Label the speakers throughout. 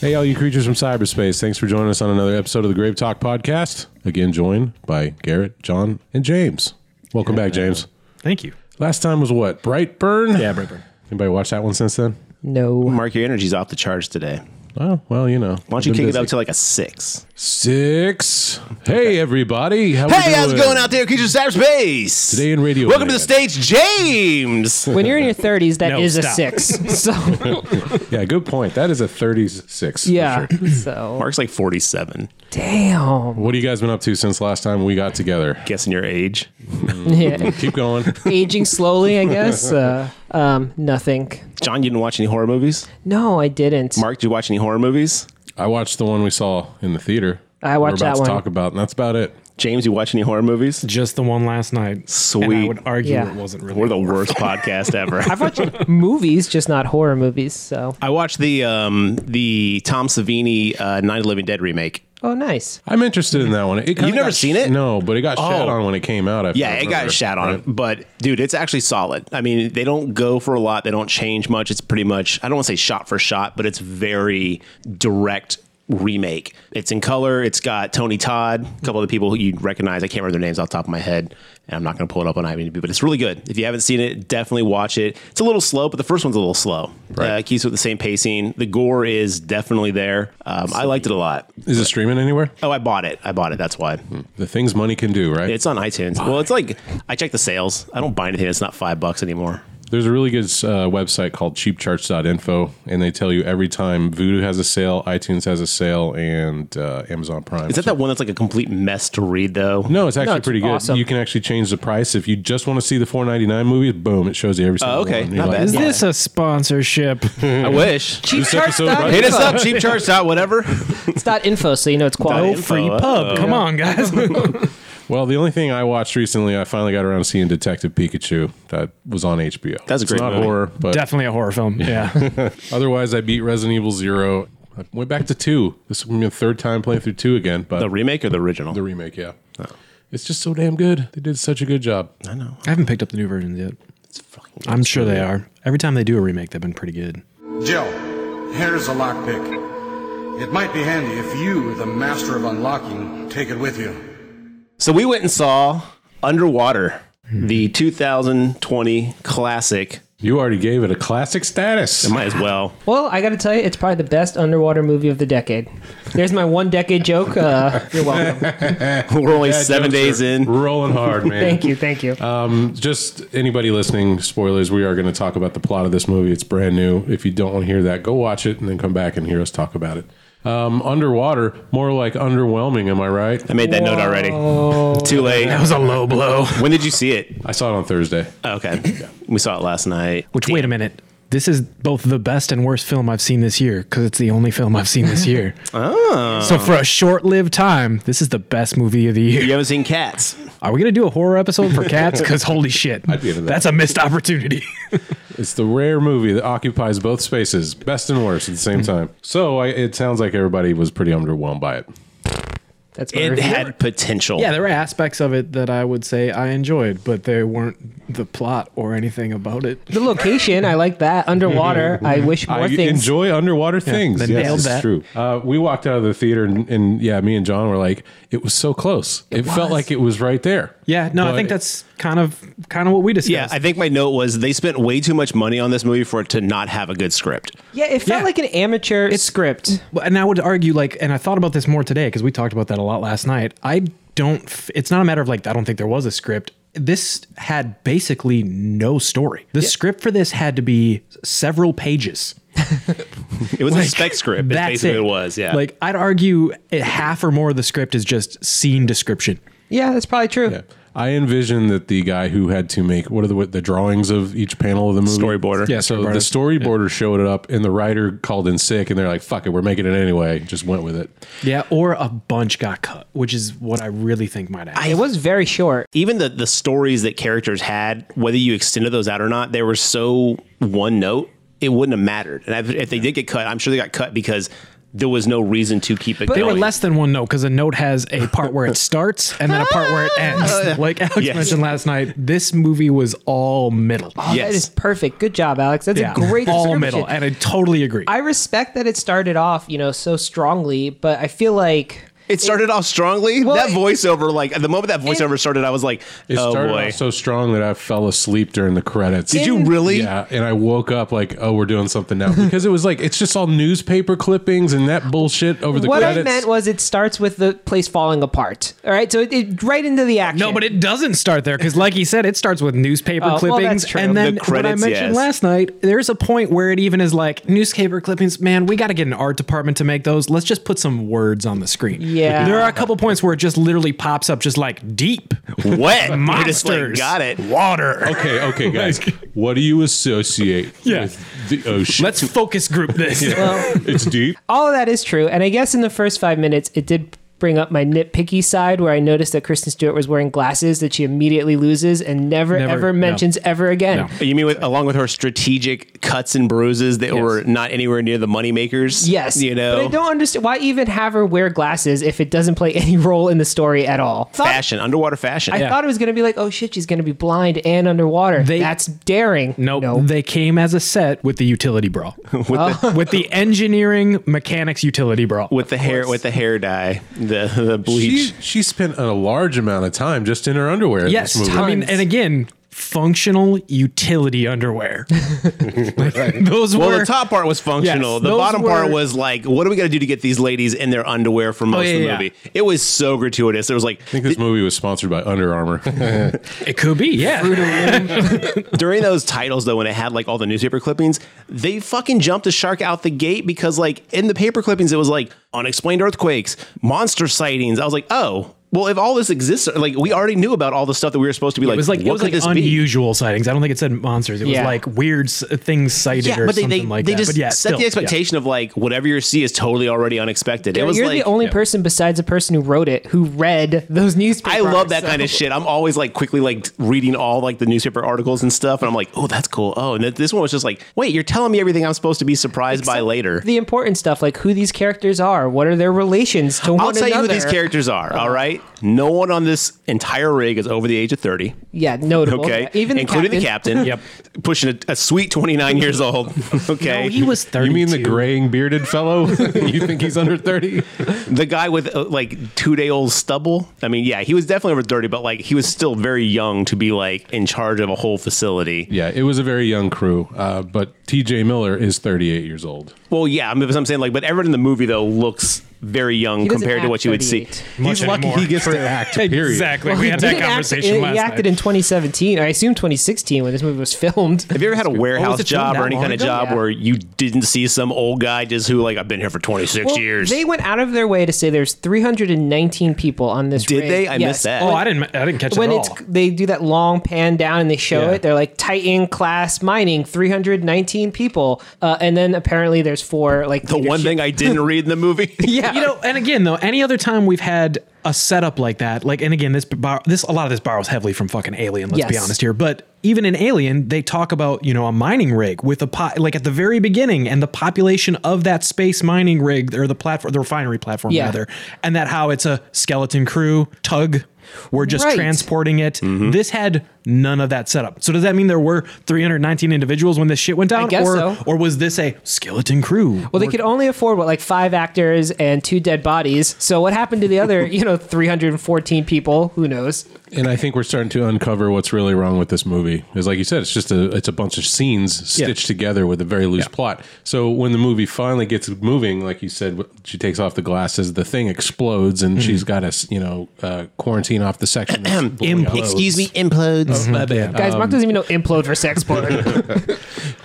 Speaker 1: Hey, all you creatures from cyberspace, thanks for joining us on another episode of the Grave Talk podcast. Again, joined by Garrett, John, and James. Welcome back, James.
Speaker 2: Thank you.
Speaker 1: Last time was what? Brightburn?
Speaker 2: Yeah, Brightburn.
Speaker 1: Anybody watch that one since then?
Speaker 3: No.
Speaker 4: Mark, your energy's off the charts today.
Speaker 1: Oh, well, you know.
Speaker 4: Why don't you kick it up to like a six?
Speaker 1: six? Hey, everybody. How
Speaker 4: Hey,
Speaker 1: we
Speaker 4: how's it
Speaker 1: doing?
Speaker 4: going out there, creatures of cyberspace?
Speaker 1: Today in radio
Speaker 4: Welcome to the
Speaker 1: land.
Speaker 4: stage, James.
Speaker 3: When you're in your 30s, that
Speaker 2: No,
Speaker 3: is
Speaker 2: stop.
Speaker 3: a six. So
Speaker 1: Yeah, good point. That is a 36. for
Speaker 3: yeah.
Speaker 1: sure.
Speaker 3: So
Speaker 4: Mark's like 47.
Speaker 3: damn.
Speaker 1: What have you guys been up to since last time we got together?
Speaker 4: Guessing your age.
Speaker 3: Yeah.
Speaker 1: Keep going.
Speaker 3: Aging slowly, I guess. Uh, um, nothing.
Speaker 4: John, you didn't watch any horror movies?
Speaker 3: No, I didn't.
Speaker 4: Mark, did you watch any horror movies?
Speaker 1: I watched the one we saw in the theater.
Speaker 3: I watched
Speaker 1: We're about
Speaker 3: that
Speaker 1: to
Speaker 3: one.
Speaker 1: talk about, and that's about it.
Speaker 4: James, you watch any horror movies?
Speaker 2: Just the one last night. And I
Speaker 4: Sweet.
Speaker 2: would argue
Speaker 3: Yeah.
Speaker 2: it wasn't really.
Speaker 4: We're the worst podcast ever.
Speaker 3: I've watched movies, just not horror movies. So
Speaker 4: I watched the um, the Tom Savini uh, Night of the Living Dead remake.
Speaker 3: oh, nice.
Speaker 1: I'm interested in that one. It kinda
Speaker 4: You've never
Speaker 1: got-
Speaker 4: seen it?
Speaker 1: No, but it got shat
Speaker 4: Oh.
Speaker 1: on when it came out. I
Speaker 4: Yeah, it
Speaker 1: remember,
Speaker 4: got shat on
Speaker 1: right?
Speaker 4: it, but dude, it's actually solid. I mean, they don't go for a lot. They don't change much. It's pretty much I don't want to say shot for shot, but it's very direct remake. It's in color. It's got Tony Todd, a couple of the people who you'd recognize. I can't remember their names off the top of my head, and I'm not going to pull it up on IMDb, but it's really good. If you haven't seen it, definitely watch it. It's a little slow, but the first one's a little slow.
Speaker 1: Right.
Speaker 4: Uh, it keeps with the same pacing. The gore is definitely there. Um, I liked it a lot.
Speaker 1: Is it streaming anywhere?
Speaker 4: Oh, I bought it. I bought it. That's why.
Speaker 1: The things money can do, right?
Speaker 4: It's on iTunes. Well, it's like I check the sales. I don't buy anything that's not five bucks anymore.
Speaker 1: There's a really good uh, website called cheapcharts.info, and they tell you every time Voodoo has a sale, iTunes has a sale, and uh, Amazon Prime.
Speaker 4: Is that that one that's like a complete mess to read though?
Speaker 1: No, it's actually
Speaker 3: it's
Speaker 1: pretty good.
Speaker 3: awesome.
Speaker 1: You can actually change the price if you just want to see the 4.99 movies. Boom! It shows you every single
Speaker 4: Oh, okay.
Speaker 1: one. You're
Speaker 4: Not
Speaker 1: like,
Speaker 4: bad.
Speaker 2: Is this a sponsorship?
Speaker 4: I wish.
Speaker 1: This episode right
Speaker 4: Hit us up, cheapcharts. whatever.
Speaker 3: It's dot info, so you know it's quality.
Speaker 2: no free pub. Come on, guys.
Speaker 1: Well, the only thing I watched recently, I finally got around to seeing Detective Pikachu. That was on HBO.
Speaker 4: That's a
Speaker 1: It's
Speaker 4: great
Speaker 1: not
Speaker 4: movie.
Speaker 1: horror, but
Speaker 2: Definitely a horror film. Yeah.
Speaker 1: otherwise, I beat Resident Evil Zero. I went back to two. This will be my third time playing through two again, but
Speaker 4: The Oh.
Speaker 1: the,
Speaker 4: remake or the original?
Speaker 1: remake, yeah. It's just so damn good. They did such a good job.
Speaker 4: I know.
Speaker 2: I haven't picked up the new versions yet. I'm sure they are. Every time they do a remake, they've been pretty good.
Speaker 5: Jill, here's a lockpick. It might be handy if you, the master of unlocking, take it with you.
Speaker 4: So we went and saw Underwater, the 2020 classic.
Speaker 1: You already gave it a classic status.
Speaker 4: Might as well.
Speaker 3: Well, I got to tell you, it's probably the best underwater movie of the decade. There's my one decade joke. Uh, you're welcome.
Speaker 4: We're only
Speaker 1: Bad
Speaker 4: seven
Speaker 1: jokes
Speaker 4: days
Speaker 1: are
Speaker 4: in.
Speaker 1: Rolling hard, man.
Speaker 3: Thank you. Thank you.
Speaker 1: Just anybody listening, spoilers, we are going to talk about the plot of this movie. It's brand new. If you don't want to hear that, go watch it and then come back and hear us talk about it. Um, underwater, more like underwhelming, am I right?
Speaker 4: I made that note already. Too late.
Speaker 2: That was a low blow.
Speaker 4: When did you see it?
Speaker 1: I saw it on Thursday.
Speaker 4: Okay. We saw it last night.
Speaker 2: Which, wait a minute. This is both the best and worst film I've seen this year because it's the only film I've seen this year. oh. So, for a short lived time, this is the best movie of the year.
Speaker 4: You haven't seen Cats.
Speaker 2: Are we going to do a horror episode for cats? Because holy shit.
Speaker 1: I'd be into that.
Speaker 2: That's a missed opportunity.
Speaker 1: It's the rare movie that occupies both spaces, best and worst at the same
Speaker 2: Mm-hmm.
Speaker 1: time. So I, it sounds like everybody was pretty underwhelmed by it.
Speaker 3: That's my
Speaker 4: It
Speaker 3: review.
Speaker 4: had potential.
Speaker 2: Yeah, there were aspects of it that I would say I enjoyed, but they weren't the plot or anything about it.
Speaker 3: the location. I like that underwater. I wish more
Speaker 1: I
Speaker 3: things.
Speaker 1: enjoy underwater things.
Speaker 2: then
Speaker 1: yes,
Speaker 2: nailed
Speaker 1: it's
Speaker 2: that.
Speaker 1: true. Uh, we walked out of the theater, and, and yeah, me and John were like, it was so close. It, felt
Speaker 3: was.
Speaker 1: like it was right there.
Speaker 2: Yeah, no,
Speaker 1: But
Speaker 2: I think that's kind of kind of what we discussed.
Speaker 4: Yeah, I think my note was they spent way too much money on this movie for it to not have a good script.
Speaker 3: yeah, it felt
Speaker 2: Yeah.
Speaker 3: like an amateur script.
Speaker 2: Well, and I would argue like, and I thought about this more today because we talked about that a lot last night. I don't. f- It's not a matter of like I don't think there was a script. This had basically no story. The script for this had to be several pages.
Speaker 4: It was a spec script. That's
Speaker 2: That's
Speaker 4: basically it. was. Yeah.
Speaker 2: Like I'd argue eh, half or more of the script is just scene description.
Speaker 3: Yeah, that's probably true.
Speaker 1: Yeah. I envision that the guy who had to make what are the what, the drawings of each panel of the movie
Speaker 4: Storyboarder.
Speaker 1: Yeah,
Speaker 4: Yeah,
Speaker 1: so the storyboarder showed it up, and the writer called in sick, and they're like, "Fuck it, we're making it anyway." Just went with it.
Speaker 2: Yeah, or a bunch got cut, which is what I really think might happen.
Speaker 3: It was very short.
Speaker 4: even the the stories that characters had, whether you extended those out or not, they were so one note it wouldn't have mattered. And if, if they did get cut, I'm sure they got cut because there was no reason to keep it
Speaker 2: They were
Speaker 4: going.
Speaker 2: less than one note because a note has a part where it starts and then a part where it
Speaker 3: Oh,
Speaker 2: ends. Like Alex
Speaker 4: Yes.
Speaker 2: mentioned last night, this movie was all middle.
Speaker 3: Oh,
Speaker 4: Yes.
Speaker 3: That is perfect. Good job, Alex. That's a great
Speaker 2: all
Speaker 3: description.
Speaker 2: middle, and I totally agree.
Speaker 3: I respect that it started off, you know, so strongly, but I feel like
Speaker 4: It started off strongly.
Speaker 3: Well,
Speaker 4: that
Speaker 3: it-
Speaker 4: voiceover, like at the moment that voiceover started, I was like,
Speaker 1: It
Speaker 4: "Oh
Speaker 1: started
Speaker 4: boy!"
Speaker 1: off so strong that I fell asleep during the credits.
Speaker 4: Did you really?
Speaker 1: Yeah, and I woke up like, oh, we're doing something now because it was like it's just all newspaper clippings and that bullshit over the
Speaker 3: what
Speaker 1: credits.
Speaker 3: I meant was it starts with the place falling apart. All right, so it, it right into the action.
Speaker 2: No, but it doesn't start there because, like he said, it starts with newspaper
Speaker 3: Oh, well,
Speaker 2: clippings,
Speaker 3: that's true.
Speaker 2: and then
Speaker 4: The
Speaker 2: what I
Speaker 4: credits,
Speaker 2: mentioned
Speaker 4: yes.
Speaker 2: last night. There's a point where it even is like newspaper clippings. Man, we got to get an art department to make those. Let's just put some words on the screen.
Speaker 3: Yeah.
Speaker 2: there are a couple points where it just literally pops up, just like deep
Speaker 4: Wet You're just like,
Speaker 2: monsters.
Speaker 4: got it.
Speaker 2: Water.
Speaker 1: okay, okay, guys, what do you associate
Speaker 2: Yeah.
Speaker 1: with the ocean?
Speaker 2: Let's focus group this.
Speaker 1: it's deep.
Speaker 3: all of that is true. And I guess in the first five minutes, it did bring up my nitpicky side where I noticed that Kristen Stewart was wearing glasses that she immediately loses and never,
Speaker 2: Never-
Speaker 3: ever
Speaker 2: no.
Speaker 3: mentions ever again.
Speaker 2: No.
Speaker 4: You mean with, along with her strategic cuts and bruises that were not anywhere near the moneymakers?
Speaker 3: Yes.
Speaker 4: You know,
Speaker 3: But I don't understand why even have her wear glasses if it doesn't play any role in the story at all. Thought-
Speaker 4: fashion, underwater fashion.
Speaker 3: I thought it was going to be like, oh shit, she's going to be blind and underwater.
Speaker 2: They-
Speaker 3: That's daring.
Speaker 2: Nope.
Speaker 3: No.
Speaker 2: They came as a set with the utility bra, with, the, with the engineering mechanics utility bra.
Speaker 4: with the hair, with the hair dye, the the bleach.
Speaker 1: She, she spent a large amount of time just in her underwear. in
Speaker 2: Yes,
Speaker 1: this movie.
Speaker 2: I mean,
Speaker 3: Tons.
Speaker 2: and again, functional utility underwear. Those
Speaker 4: well,
Speaker 2: were
Speaker 4: the top part was functional.
Speaker 2: Yes,
Speaker 4: the
Speaker 2: those
Speaker 4: bottom part
Speaker 2: were-
Speaker 4: was like, what do we got to do to get these ladies in their underwear for most
Speaker 2: yeah,
Speaker 4: of the
Speaker 2: yeah.
Speaker 4: movie? It was so gratuitous. There was like
Speaker 1: I think this movie was sponsored by Under Armour.
Speaker 2: It could be, yeah.
Speaker 4: during those titles though, when it had like all the newspaper clippings, they fucking jumped the shark out the gate because like in the paper clippings, it was like unexplained earthquakes, monster sightings. I was like, oh. Well, if all this exists, like we already knew about all the stuff that we were supposed to be
Speaker 2: It
Speaker 4: like,
Speaker 2: was like
Speaker 4: what
Speaker 2: it was
Speaker 4: could
Speaker 2: like
Speaker 4: this be?
Speaker 2: unusual sightings. I don't think it said monsters. It was
Speaker 3: Yeah.
Speaker 2: like weird s- things sighted or something like
Speaker 4: they
Speaker 2: that.
Speaker 4: just
Speaker 2: but yeah,
Speaker 4: set
Speaker 2: still,
Speaker 4: the
Speaker 2: yeah.
Speaker 4: expectation of like whatever you see is totally already unexpected. It was
Speaker 3: You're
Speaker 4: like
Speaker 3: the only person besides the person who wrote it who read those newspapers.
Speaker 4: I love that
Speaker 3: so-
Speaker 4: kind of shit. I'm always like quickly like reading all like the newspaper articles and stuff, and I'm like, oh, that's cool. Oh, and th- this one was just like, wait, you're telling me everything I'm supposed to be surprised by later.
Speaker 3: The important stuff, like who these characters are, what are their relations to
Speaker 4: I'll
Speaker 3: one
Speaker 4: tell
Speaker 3: another.
Speaker 4: you who these characters are. All right, no one on this entire rig is over the age of thirty.
Speaker 3: Yeah, notable.
Speaker 4: Okay,
Speaker 3: Yeah, even
Speaker 4: including the captain.
Speaker 2: Yep.
Speaker 4: pushing a, a sweet twenty nine years old. Okay,
Speaker 2: No, he was thirty.
Speaker 1: you mean the graying bearded fellow? you think he's under thirty?
Speaker 4: the guy with uh, like two day old stubble. I mean, yeah, he was definitely over 30, but like he was still very young to be like in charge of a whole facility.
Speaker 1: Yeah, it was a very young crew, uh, but T.J. Miller is thirty-eight years old.
Speaker 4: Well, yeah, I mean, that's what I'm saying like, but everyone in the movie though looks very young
Speaker 3: doesn't
Speaker 4: compared to
Speaker 3: act
Speaker 4: what you would see.
Speaker 3: 38.
Speaker 1: he's lucky he gets to act. Period.
Speaker 2: Exactly.
Speaker 3: Well,
Speaker 2: we
Speaker 3: he
Speaker 2: had that
Speaker 3: did act-
Speaker 2: conversation
Speaker 3: he
Speaker 2: last
Speaker 3: acted
Speaker 2: night.
Speaker 3: in 2017. I assume 2016 when this movie was filmed.
Speaker 4: Have you ever had a warehouse
Speaker 2: it filmed
Speaker 4: job
Speaker 2: that
Speaker 4: or any
Speaker 2: long
Speaker 4: kind of
Speaker 2: ago?
Speaker 4: job
Speaker 3: Yeah.
Speaker 4: where you didn't see some old guy just who like I've been here for 26
Speaker 3: Well,
Speaker 4: years?
Speaker 3: They went out of their way to say there's 319 people on this.
Speaker 4: Did
Speaker 3: rig.
Speaker 4: they? I
Speaker 3: Yes.
Speaker 4: missed that.
Speaker 2: Oh, I didn't. I didn't catch
Speaker 3: When
Speaker 2: it at
Speaker 3: it's
Speaker 2: all.
Speaker 3: they do that long pan down and they show
Speaker 2: Yeah.
Speaker 3: it, they're like Titan class mining, 319 people, uh, and then apparently there's four like
Speaker 4: the one thing I didn't read in the movie.
Speaker 3: Yeah,
Speaker 2: You know, and again though, any other time we've had a setup like that, like, and again, this bar, this a lot of this borrows heavily from fucking Alien. Let's be
Speaker 3: Yes.
Speaker 2: honest here, but even in Alien, they talk about you know a mining rig with a pot, like at the very beginning, and the population of that space mining rig or the platform, the refinery platform
Speaker 3: Yeah.
Speaker 2: rather, and that how it's a skeleton crew tug. We're just
Speaker 3: Right.
Speaker 2: transporting it. This had none of that setup. So does that mean there were 319 individuals when this shit went down,
Speaker 3: guess
Speaker 2: or
Speaker 3: so.
Speaker 2: or was this a skeleton crew?
Speaker 3: Well, they could only afford what like five actors and two dead bodies. So what happened to the other, you know, 314 people? Who knows?
Speaker 1: And I think we're starting to uncover what's really wrong with this movie. Because, like you said, it's just a it's a bunch of scenes stitched together with a very loose plot. So when the movie finally gets moving, like you said, she takes off the glasses, the thing explodes, and she's got to you know uh, quarantine off the section. that's blowing up. Uh,
Speaker 4: Excuse me, implodes. My bad.
Speaker 3: Guys,
Speaker 2: Um,
Speaker 3: Mark doesn't even know implode for sex porn.
Speaker 4: Did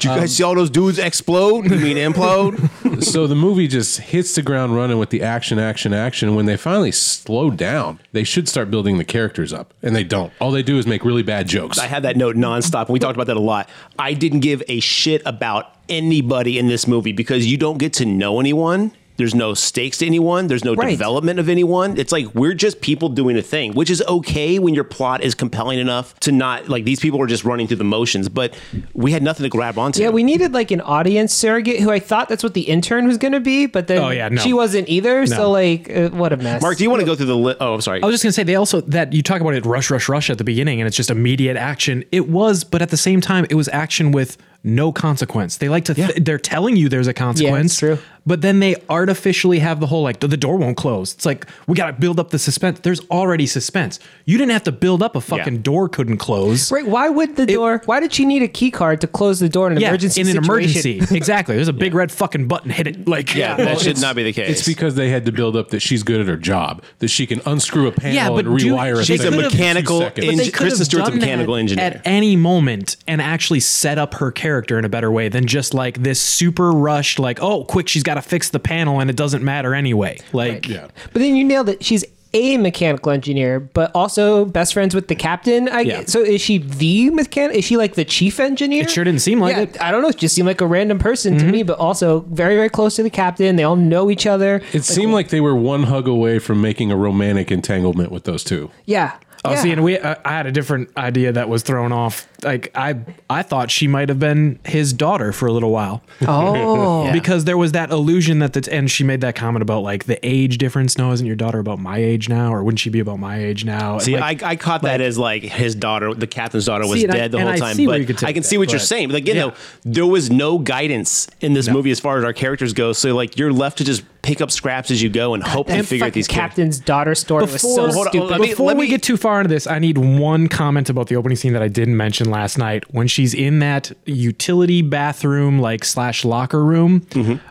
Speaker 4: you guys see all those dudes explode? You mean implode?
Speaker 1: so the movie just hits the ground running with the action, action, action. When they finally slow down, they should start building the characters up, and they don't. All they do is make really bad jokes.
Speaker 4: I had that note nonstop, and we talked about that a lot. I didn't give a shit about anybody in this movie because you don't get to know anyone There's no stakes to anyone. There's no
Speaker 3: Right.
Speaker 4: development of anyone. It's like we're just people doing a thing, which is okay when your plot is compelling enough to not like these people are just running through the motions. But we had nothing to grab onto.
Speaker 3: Yeah, we needed like an audience surrogate who I thought that's what the intern was going to be, but then
Speaker 2: Oh, yeah, no.
Speaker 3: she wasn't either. So like, uh, what a mess.
Speaker 4: Mark, do you want to go through the? Li- oh, I'm sorry.
Speaker 2: I was just gonna say they also that you talk about it rush rush rush at the beginning and it's just immediate action. It was, but at the same time, it was action with no consequence. They like to th- they're telling you there's a consequence,
Speaker 3: true.
Speaker 2: but then they artificially have the whole like the door won't close. It's like we gotta build up the suspense. There's already suspense. You didn't have to build up a fucking door couldn't close.
Speaker 3: Right? Why would the door? Why did she need a key card to close the door in an
Speaker 2: Yeah,
Speaker 3: emergency?
Speaker 2: in an
Speaker 3: situation?
Speaker 2: emergency, exactly. There's a big red fucking button. Hit it, like
Speaker 4: yeah, that should not be the case.
Speaker 1: It's because they had to build up that she's good at her job, that she can unscrew a panel
Speaker 2: Yeah, but
Speaker 1: and
Speaker 2: dude,
Speaker 1: rewire a thing.
Speaker 2: she
Speaker 4: She's a
Speaker 2: They could've-
Speaker 1: in two
Speaker 4: mechanical.
Speaker 1: seconds.
Speaker 2: But
Speaker 4: eng-
Speaker 2: they could
Speaker 4: Kristen
Speaker 2: have
Speaker 4: Stewart's a
Speaker 2: done
Speaker 4: mechanical
Speaker 2: that
Speaker 4: engineer.
Speaker 2: at any moment and actually set up her character in a better way than just like this super rushed like oh quick she's got to fix the panel and it doesn't matter anyway like
Speaker 1: yeah.
Speaker 3: But then you nailed it. She's a mechanical engineer, but also best friends with the captain. I
Speaker 2: Yeah.
Speaker 3: so is she the mechanic? Is she like the chief engineer?
Speaker 2: It sure didn't seem like
Speaker 3: Yeah,
Speaker 2: it. Mm-hmm.
Speaker 3: I don't know. It just seemed like a random person to me, but also very very close to the captain. They all know each other.
Speaker 1: It seemed like they were one hug away from making a romantic entanglement with those two.
Speaker 3: yeah.
Speaker 2: Oh,
Speaker 3: yeah.
Speaker 2: see, and we uh, I had a different idea that was thrown off. Like I I thought she might have been his daughter for a little while.
Speaker 3: oh.
Speaker 2: because there was that illusion that the and she made that comment about like the age difference. No, isn't your daughter about my age now, or wouldn't she be about my age now?
Speaker 4: See,
Speaker 2: Like,
Speaker 4: I, I caught that as like his daughter, the captain's daughter, was
Speaker 2: See, and I-
Speaker 4: dead the
Speaker 2: and
Speaker 4: whole
Speaker 2: I
Speaker 4: time.
Speaker 2: see where
Speaker 4: but
Speaker 2: you could
Speaker 4: I
Speaker 2: take
Speaker 4: can
Speaker 2: that,
Speaker 4: see what you're
Speaker 2: but-
Speaker 4: saying. Like you know, there was no guidance in this movie as far as our characters go. So like you're left to just pick up scraps as you go and hope
Speaker 3: That
Speaker 4: and figure out
Speaker 3: fucking
Speaker 4: these characters.
Speaker 3: captain's daughter story was so
Speaker 2: Before- Hold on,
Speaker 3: stupid.
Speaker 4: let me-
Speaker 2: Before we get too far into this, I need one comment about the opening scene that I didn't mention last night. When she's in that utility bathroom, like slash locker room.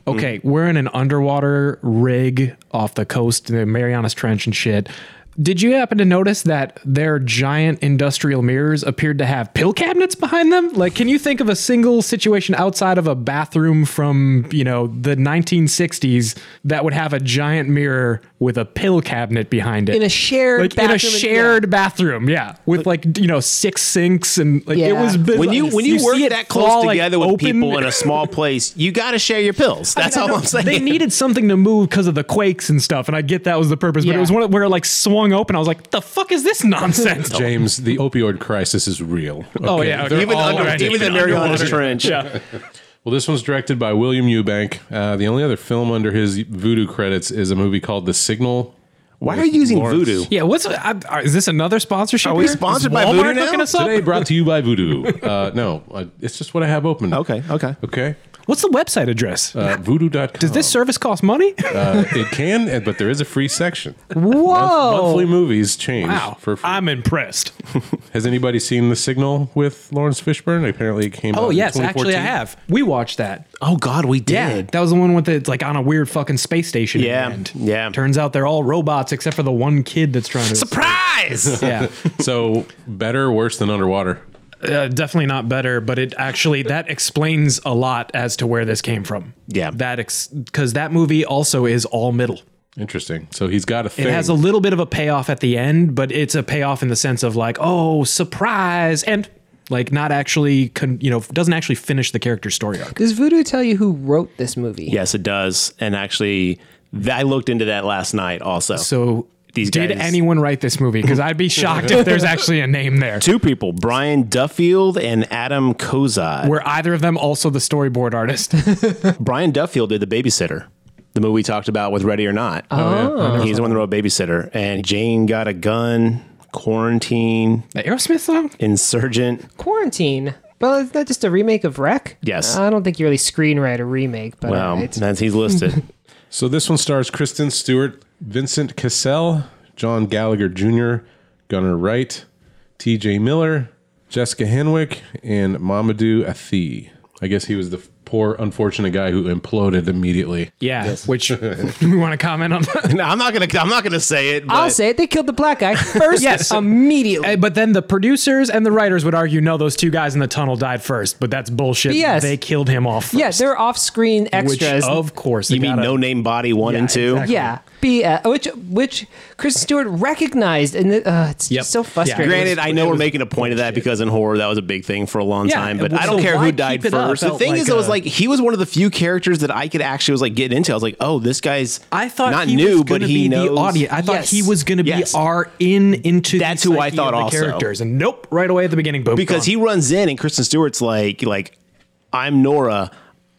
Speaker 2: Okay, we're in an underwater rig off the coast, the Marianas Trench and shit. Did you happen to notice that their giant industrial mirrors appeared to have pill cabinets behind them? Like, can you think of a single situation outside of a bathroom from, you know, the 1960s that would have a giant mirror with a pill cabinet behind it?
Speaker 3: in a shared
Speaker 2: like
Speaker 3: bathroom
Speaker 2: in a
Speaker 3: and-
Speaker 2: shared bathroom, yeah, with like you know six sinks and like
Speaker 3: Yeah.
Speaker 2: it was
Speaker 3: When
Speaker 4: when you when you, work
Speaker 2: see it
Speaker 4: that
Speaker 2: fall,
Speaker 4: close
Speaker 2: like,
Speaker 4: together with
Speaker 2: open-
Speaker 4: people in a small place, you got to share your pills. That's all I'm saying.
Speaker 2: They needed something to move because of the quakes and stuff, and I get that was the purpose, but
Speaker 3: Yeah.
Speaker 2: it was one where it like swung open. I was like, "The fuck is this nonsense?"
Speaker 1: James, the opioid crisis is real.
Speaker 2: Oh, yeah,
Speaker 1: They're
Speaker 4: even
Speaker 1: all
Speaker 4: under
Speaker 1: addicted.
Speaker 4: even the Marianas Trench.
Speaker 2: yeah,
Speaker 1: Well, this one's directed by William Eubank. Uh, the only other film under his voodoo credits is a movie called The Signal.
Speaker 4: Why
Speaker 1: with
Speaker 4: are you using
Speaker 1: Lawrence.
Speaker 4: voodoo?
Speaker 2: yeah. What's I, I- uh, is this another sponsorship?
Speaker 4: Are we
Speaker 2: here? Is
Speaker 4: sponsored by
Speaker 2: Walmart
Speaker 4: Voodoo now?
Speaker 2: hooking us up?
Speaker 1: Today brought to you by Voodoo. Uh, no, uh, it's just what I have open.
Speaker 4: Okay, okay.
Speaker 1: Okay.
Speaker 2: What's the website address?
Speaker 1: Uh, voodoo.com.
Speaker 2: Does this service cost money?
Speaker 1: Uh, it can, uh, but there is a free section.
Speaker 3: Whoa.
Speaker 1: Monthly movies change
Speaker 2: wow,
Speaker 1: for free.
Speaker 2: I'm impressed.
Speaker 4: Uh,
Speaker 1: Has anybody seen The Signal with Lawrence Fishburne? Apparently, it came out.
Speaker 2: Oh
Speaker 1: in
Speaker 2: yes, actually I
Speaker 1: 2014.
Speaker 2: have. We watched that.
Speaker 4: Oh God, we did.
Speaker 2: Yeah, that was the one with the, it's like on a weird fucking space station. at the
Speaker 4: Yeah,
Speaker 2: end.
Speaker 4: yeah.
Speaker 2: Turns out they're all robots except for the one kid that's trying to
Speaker 4: Surprise!
Speaker 2: Yeah,
Speaker 1: So better, or worse than underwater.
Speaker 2: uh, definitely not better, but it actually that explains a lot as to where this came from.
Speaker 4: Yeah.
Speaker 2: that because that movie also is all middle.
Speaker 1: Interesting. So he's got a thing.
Speaker 2: It has a little bit of a payoff at the end, but it's a payoff in the sense of like, oh, surprise, and like not actually, con- you know, doesn't actually finish the character story arc.
Speaker 3: Does Voodoo tell you who wrote this movie?
Speaker 4: yes, it does. And actually, th- I looked into that last night also.
Speaker 2: So.
Speaker 4: Oh. These
Speaker 2: Did
Speaker 4: guys-
Speaker 2: anyone write this movie? Because I'd be shocked if there's actually a name there.
Speaker 4: two people, Brian Duffield and Adam Kozai.
Speaker 2: Were either of them also the storyboard artist?
Speaker 4: Brian Duffield did The Babysitter, the movie we talked about with Ready or Not. Oh, He's the one that wrote Babysitter. And Jane Got a Gun, Quarantine,
Speaker 2: The Aerosmith song?
Speaker 4: Insurgent.
Speaker 3: Quarantine. Well, is that just a remake of Wreck?
Speaker 4: Yes.
Speaker 3: I don't think you really screenwrite a remake, but uh,
Speaker 4: Wow,
Speaker 3: alright.
Speaker 4: that's, he's listed.
Speaker 1: so this one stars Kristen Stewart, Vincent Cassell, John Gallagher Jr., Gunnar Wright, T.J. Miller, Jessica Henwick, and Mamadou Athie. I guess he was the f- poor, unfortunate guy who imploded immediately.
Speaker 2: Yeah. Which we want to comment on that.
Speaker 4: No, I'm not gonna. I'm not gonna say it. But
Speaker 3: I'll say it. They killed the black guy first.
Speaker 2: Yes.
Speaker 3: immediately.
Speaker 2: Eh, But then the producers and the writers would argue, no, those two guys in the tunnel died first, but that's bullshit.
Speaker 3: Yes.
Speaker 2: They killed him off first.
Speaker 3: yeah, they're off-screen
Speaker 2: Which,
Speaker 3: extras.
Speaker 2: of course. they
Speaker 4: You mean
Speaker 2: gotta-
Speaker 4: No Name Body one and two?
Speaker 2: exactly.
Speaker 3: yeah, BS. Which which Chris Stewart recognized, and the, uh, it's
Speaker 2: Yep.
Speaker 3: just so
Speaker 2: Yeah.
Speaker 3: frustrating.
Speaker 4: Granted, I know we're making a point of that because in horror that was a big thing for a long
Speaker 2: Yeah,
Speaker 4: time,
Speaker 2: and
Speaker 4: but I
Speaker 2: so
Speaker 4: don't care
Speaker 2: why
Speaker 4: who died
Speaker 2: keep it up?
Speaker 4: first. The
Speaker 2: Felt
Speaker 4: thing
Speaker 2: like
Speaker 4: is, it was
Speaker 2: a-
Speaker 4: like he was one of the few characters that I could actually was like getting into. I was like, oh, this guy's
Speaker 2: I thought
Speaker 4: not
Speaker 2: he
Speaker 4: new,
Speaker 2: was
Speaker 4: but
Speaker 2: gonna
Speaker 4: he
Speaker 2: be
Speaker 4: knows
Speaker 2: the audience. I thought
Speaker 3: Yes.
Speaker 2: he was going to be
Speaker 4: Yes.
Speaker 2: our in into
Speaker 4: That's
Speaker 2: the
Speaker 4: who I
Speaker 2: psyche
Speaker 4: thought
Speaker 2: of the
Speaker 4: also.
Speaker 2: characters. And nope, right away at the beginning, boom.
Speaker 4: because he runs in and Kristen Stewart's like like I'm Nora.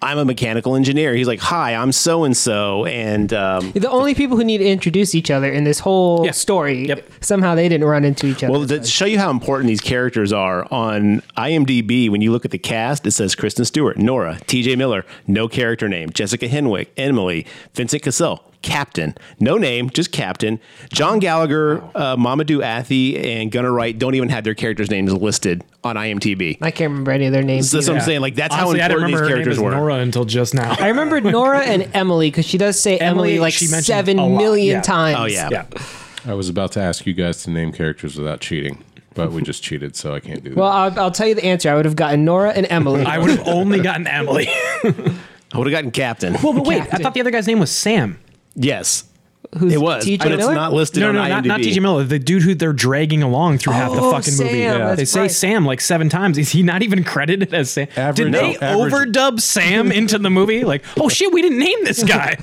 Speaker 4: I'm a mechanical engineer. He's like, "Hi, I'm so and so," and um,
Speaker 3: The only people who need to introduce each other in this whole
Speaker 2: Yeah.
Speaker 3: story,
Speaker 2: Yep.
Speaker 3: somehow they didn't run into each other.
Speaker 4: Well, to show you how important these characters are, on IMDb, when you look at the cast, it says Kristen Stewart, Nora, TJ Miller, no character name, Jessica Henwick, Emily, Vincent Cassell, Captain, no name, just Captain, John Gallagher, uh, Mamadou Athey, and Gunnar Wright don't even have their characters' names listed on IMDb.
Speaker 3: I can't remember any of their names.
Speaker 4: So that's what
Speaker 3: either.
Speaker 4: I'm saying. Like, that's
Speaker 2: Honestly,
Speaker 4: how
Speaker 2: I didn't
Speaker 4: important
Speaker 2: remember
Speaker 4: these
Speaker 2: her name
Speaker 4: characters
Speaker 2: is
Speaker 4: were.
Speaker 2: Nora until just now.
Speaker 3: I remember Nora and Emily because she does say Emily,
Speaker 2: Emily,
Speaker 3: like
Speaker 2: she mentioned
Speaker 3: seven
Speaker 2: a lot,
Speaker 3: million
Speaker 2: yeah.
Speaker 3: times.
Speaker 4: Oh, yeah.
Speaker 2: yeah.
Speaker 1: I was about to ask you guys to name characters without cheating, but we just cheated, so I can't do that.
Speaker 3: Well, I'll, I'll tell you the answer. I would have gotten Nora and Emily.
Speaker 2: I would have only gotten Emily.
Speaker 4: I would have gotten Captain.
Speaker 2: well, Oh, but wait, I
Speaker 3: Captain.
Speaker 2: thought the other guy's name was Sam.
Speaker 4: yes.
Speaker 3: Who's
Speaker 4: It was,
Speaker 3: T.J.
Speaker 4: but it's
Speaker 3: Miller?
Speaker 4: not listed
Speaker 2: No,
Speaker 4: on
Speaker 2: no,
Speaker 4: IMDb.
Speaker 2: not, not TJ Miller, the dude who they're dragging along through half the
Speaker 3: Oh,
Speaker 2: fucking movie.
Speaker 3: Sam, that's
Speaker 2: They say
Speaker 3: right.
Speaker 2: Sam like seven times. Is he not even credited as Sam?
Speaker 1: Average-
Speaker 2: Did they
Speaker 1: no, average-
Speaker 2: overdub Sam into the movie? Like, oh shit, we didn't name this guy.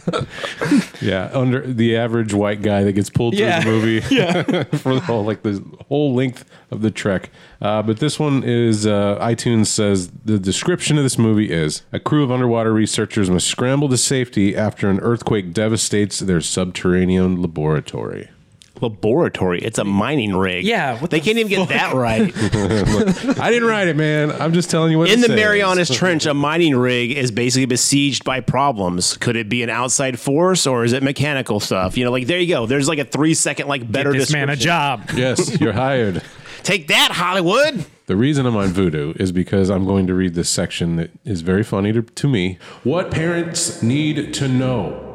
Speaker 1: yeah, under the average white guy that gets pulled
Speaker 2: Yeah.
Speaker 1: through the movie for the whole like the whole length of the trek. Uh, but this one is uh, iTunes says the description of this movie is a crew of underwater researchers must scramble to safety after an earthquake devastates their subterranean laboratory.
Speaker 4: Laboratory. It's a mining rig.
Speaker 2: Yeah, what
Speaker 4: They
Speaker 2: the
Speaker 4: can't even get that right.
Speaker 1: I didn't write it, man. I'm just telling you what
Speaker 4: In
Speaker 1: it
Speaker 4: the
Speaker 1: says.
Speaker 4: Marianas Trench, a mining rig is basically besieged by problems. Could it be an outside force or is it mechanical stuff? You know, like there you go. There's like a three second like better
Speaker 2: Get this man a
Speaker 4: description.
Speaker 2: job.
Speaker 1: Yes, you're hired.
Speaker 4: Take that, Hollywood.
Speaker 1: The reason I'm on Voodoo is because I'm going to read this section that is very funny to, to me. What parents need to know.